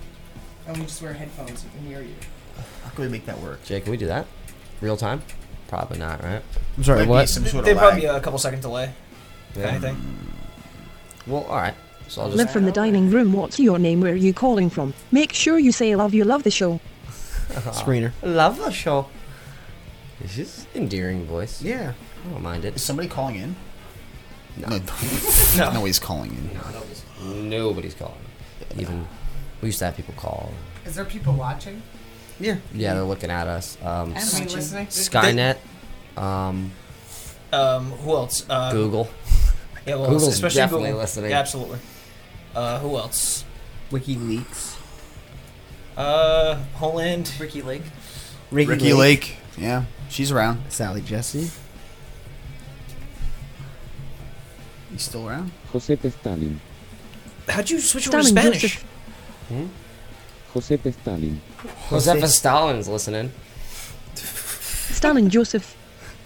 And we just wear headphones so we can hear you. How can we make that work? Jay, can we do that? Real time? Probably not, right? I'm sorry, Might be what? Th- There'd probably be a couple second delay. Yeah. Kind of thing. Well, all right. So I'll Live just. from the dining room. What's your name? Where are you calling from? Make sure you say love you love the show. Screener. Love the show. Is this endearing voice? Yeah. I don't mind it. Is somebody calling in? No. No. Nobody's calling in. nobody's, nobody's calling. Even we used to have people call. Is there people watching? Yeah. Yeah, they're looking at us. Um, I don't mean listening. Skynet. Um, Um, who else? Uh, Google. Yeah, well, Google's especially definitely Google. listening. Yeah, absolutely. Uh, who else? WikiLeaks. Uh, Homeland. Ricky Lake. Ricky, Ricky Lake. Lake. Yeah, she's around. Sally Jesse. He's still around. José Pestalin. How'd you switch over to Stunning, Spanish? Joseph. ¿Eh? José Pestalin. Josefa Stalin's listening. Stunning Joseph.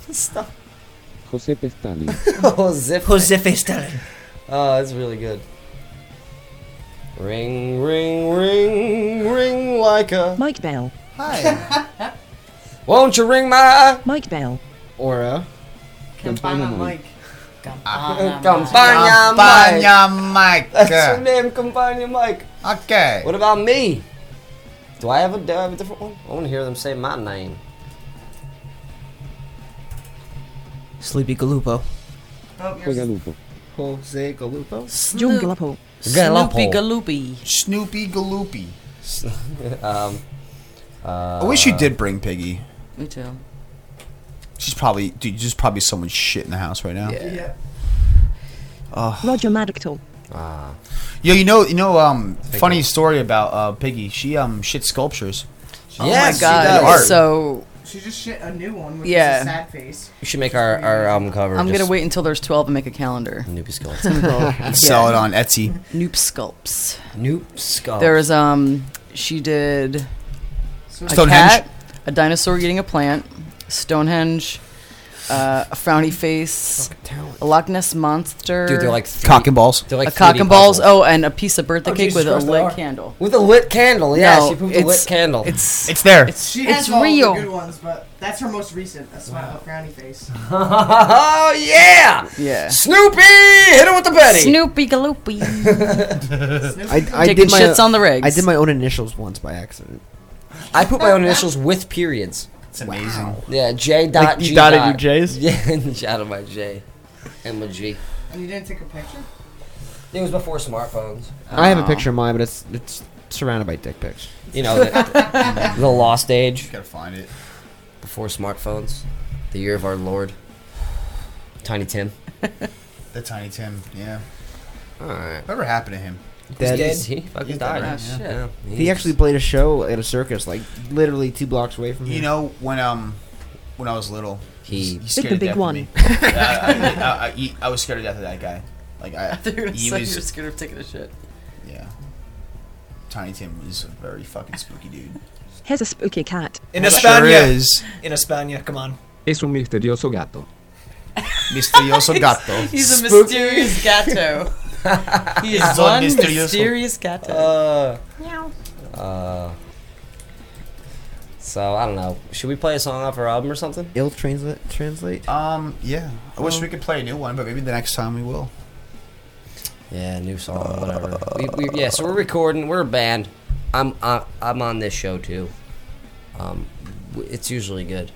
Stop. José Pestalin. Josefa. Josefa Stalin. Oh, that's really good. Ring, ring, ring, ring like a. Mike Bell. Won't you ring my. Mike Bell. Or uh. Campana Mike. Ah, Campagna Mike. Campagna Mike. That's her name, Campagna Mike. Okay. What about me? Do I have a, do I have a different one? I want to hear them say my name. Sleepy Galupo. Galupo. Jose Galupo. Joan Gallupo. Snoopy Galoopy. Snoopy Galoopy. um, uh, I wish you did bring Piggy. Me too. She's probably dude. There's probably so much shit in the house right now. Yeah. Roger Maddox. Ah. Yo, you know, you know. Um, Piggy. funny story about uh, Piggy. She um shit sculptures. Oh Yeah, my she God, does. Art. So She just shit a new one with Yeah. just a sad face. We should make our, our album um, cover. I'm just gonna wait until there's 12 and make a calendar. Noop sculpts. Sell it on Etsy. Noop sculpts. Noop sculpts. There is um, she did a Stonehenge. cat, a dinosaur eating a plant, Stonehenge, uh, a frowny face, a Loch Ness monster, Dude, they're like three- Cock and balls. They're like a cock 3D and balls. puzzles. Oh, and a piece of birthday Oh, cake Jesus with a Christ, they lit are. candle. With a lit candle, yeah, No, she pooped a lit it's- candle. It's It's there. She has it's all real. the good ones, but that's her most recent. A smile, a frowny face. oh yeah! Yeah. Snoopy, hit him with the Betty. Snoopy Galoopy. I, I Taking did my, shits on the regs. I did my own initials once by accident. I put my own initials with periods. It's amazing. Yeah, J dot Like, you G dotted dot. your J's? Yeah, and dotted my J and my G. And you didn't take a picture? It was before smartphones. Uh, I have a picture of mine, but it's it's surrounded by dick pics. Ah. You know, the, the lost age. Gotta find it. Before smartphones, the year of our Lord. Tiny Tim. The Tiny Tim, yeah. All right. Whatever happened to him? Dead. He's- He fucking He's dead, died. Oh, right? Yeah. Yeah. He actually played a show at a circus, like literally two blocks away from You here. know when um when I was little, he, he scared the to big death of one. me. Yeah, I, I, I, I, I was scared to death of that guy. Like I, I thought you were gonna he say you was were scared of taking a shit. yeah. Tiny Tim was a very fucking spooky dude. Here's a spooky cat. In It sure España. is. In España, come on. Es un misterioso gato. Misterioso gato. He's a Spooky. mysterious gato. he is He's all one mysterioso. mysterious gato. Uh, Meow. Uh, so I don't know. Should we play a song off her album or something? Ill translate. Translate. Um, yeah. I wish we could play a new one, but maybe the next time we will. Yeah, new song, whatever. We, we, yeah, so we're recording. We're a band. I'm I, I'm on this show too. Um, w- it's usually good.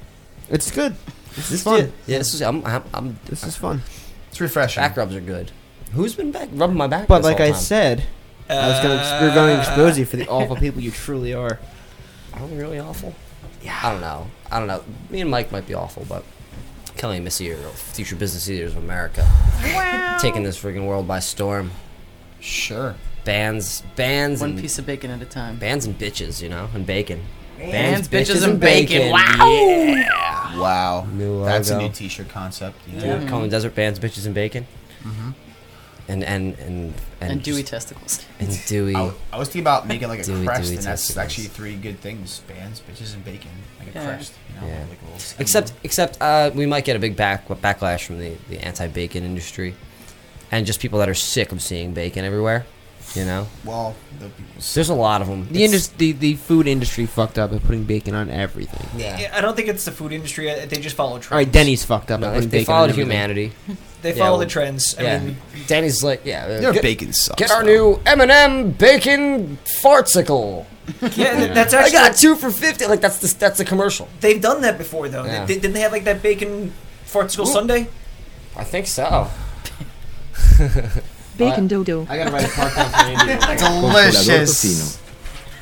It's good. This is Yeah, fun. this is I'm, I'm, I'm This is fun. It's refreshing. Back rubs are good. Who's been back rubbing my back? But this like whole I time? said, I was gonna ex- we're going to expose you for the awful people you truly are. Are we really awful? Yeah. I don't know. I don't know. Me and Mike might be awful, but Kelly and Missy are future business leaders of America. Taking this freaking world by storm. Sure. Bands, bands, One and piece of bacon at a time. bands and bitches, you know, and bacon. Bands, bitches, and bacon. Wow. Yeah. Wow. New That's a logo. new T-shirt concept. You Dude, know? Colin Desert bands, bitches and bacon, Mhm. and and and And, dewy just- testicles. and Dewey. I, I was thinking about making like a Dewey- crest, Dewey and that's testicles. actually three good things: bands, bitches, and bacon. Like a Yeah. crest. You know? Yeah. Like a little symbol. Except, except uh, we might get a big back backlash from the, the anti bacon industry, and just people that are sick of seeing bacon everywhere. You know, Well, the people. there's a lot of them. The industry, the, the food industry, fucked up at putting bacon on everything. Yeah. Yeah, I don't think it's the food industry. I- They just follow trends. All right, Denny's fucked up. No, at they- putting they bacon followed on everything. humanity. They Yeah, follow well, the trends. I yeah. mean, Danny's like, yeah, uh, Their get, bacon sucks. get our though. new M&M bacon fartsicle. yeah, th- that's I actually. got two for fifty. Like that's the that's a commercial. They've done that before, though. Yeah. They, didn't they have like that bacon fartsicle Ooh. Sunday? I think so. Oh, Bacon dodo. I gotta write a part down for Andy. Consolador Delicious. tocino.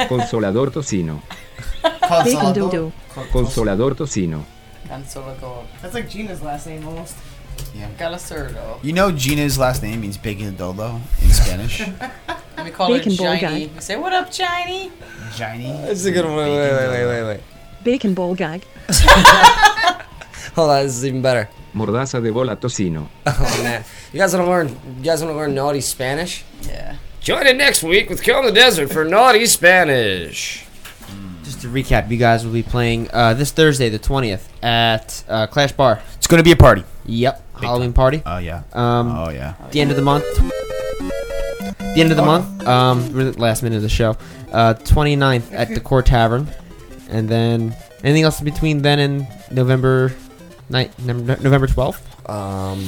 Consolador tocino. Bacon dodo. Consolador tocino. Consolago. That's like Gina's last name almost. Yeah. Galacerdo. You know Gina's last name means bacon dodo in Spanish. And we call Bacon her ball Shiny. We say, what up, Shiny? Giny. That's a good one. Wait, wait, wait, wait, wait, wait. Bacon ball gag. Hold on, this is even better. Mordaza de bola tocino. Oh man, you guys want to learn? You guys want to learn naughty Spanish? Yeah. Join in next week with Kill in the Desert for naughty Spanish. Just to recap, you guys will be playing uh, this Thursday, the twentieth, at uh, Clash Bar. It's gonna be a party. Yep, Halloween party. Oh yeah. Um, Oh yeah. the end of the month. The end of the month. Um, we're at the last minute of the show. Uh, 29th at the Core Tavern, and then anything else between then and November night, November 12th. Um,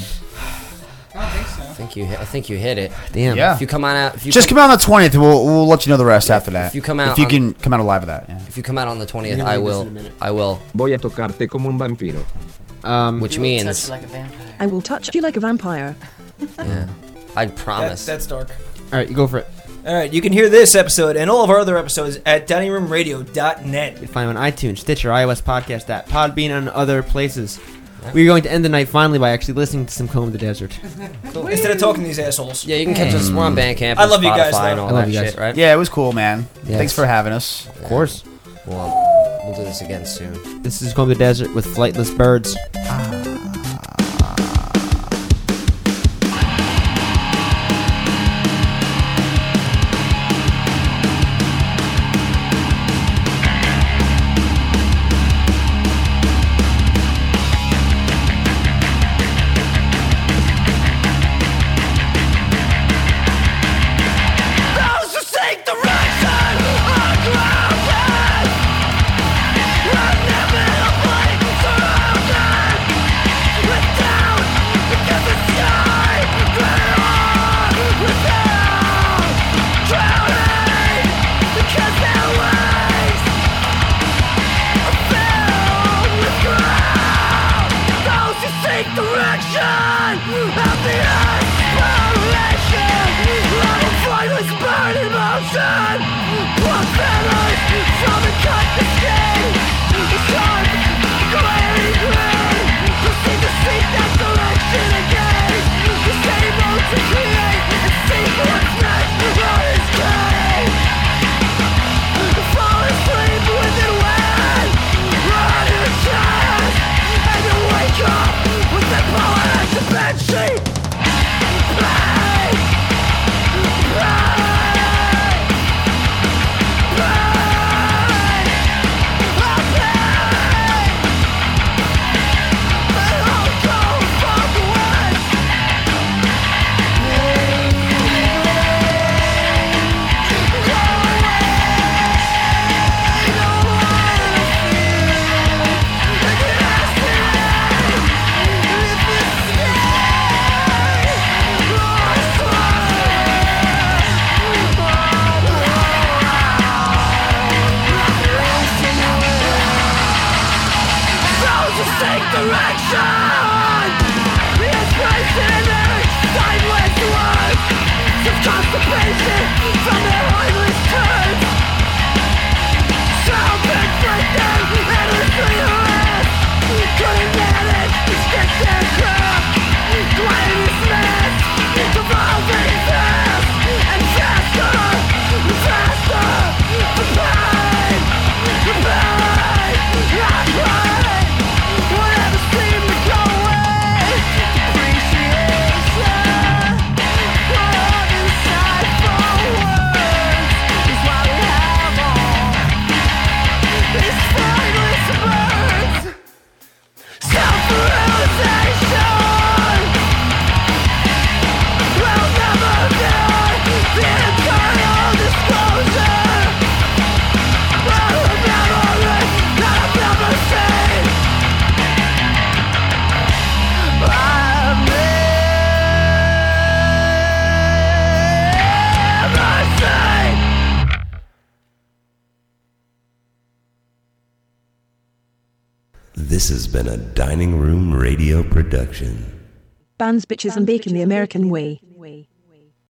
I think you. hit- I think you hit it. Damn. Yeah. If you come on out, if you Just come out on the twentieth. We'll we'll let you know the rest after that. if you come out if you on- can come out alive of that. Yeah. if you come out on the twentieth, You're I gonna will. leave this in a minute. I will. Voy a tocarte como un vampiro. Um, Which You will touch means, you like a vampire. I will touch you like a vampire. yeah, I That, promise. that's dark. all right, you go for it. All right, you can hear this episode and all of our other episodes at diningroomradio.net. You can find them on iTunes, Stitcher, iOS Podcast, that Podbean, and other places. We're going to end the night finally by actually listening to some Comb in the Desert. Instead of talking to these assholes. yeah, you can catch us. We're on Bandcamp. I love you guys, Spotify, and though. all I love that you guys. shit, right? Yeah, it was cool, man. Yes. Thanks for having us. Of course. We'll, we'll do this again soon. This is Comb in the Desert with Flightless Birds. Thank This has been a Dining Room Radio production. Bands, bitches, and bacon the American way.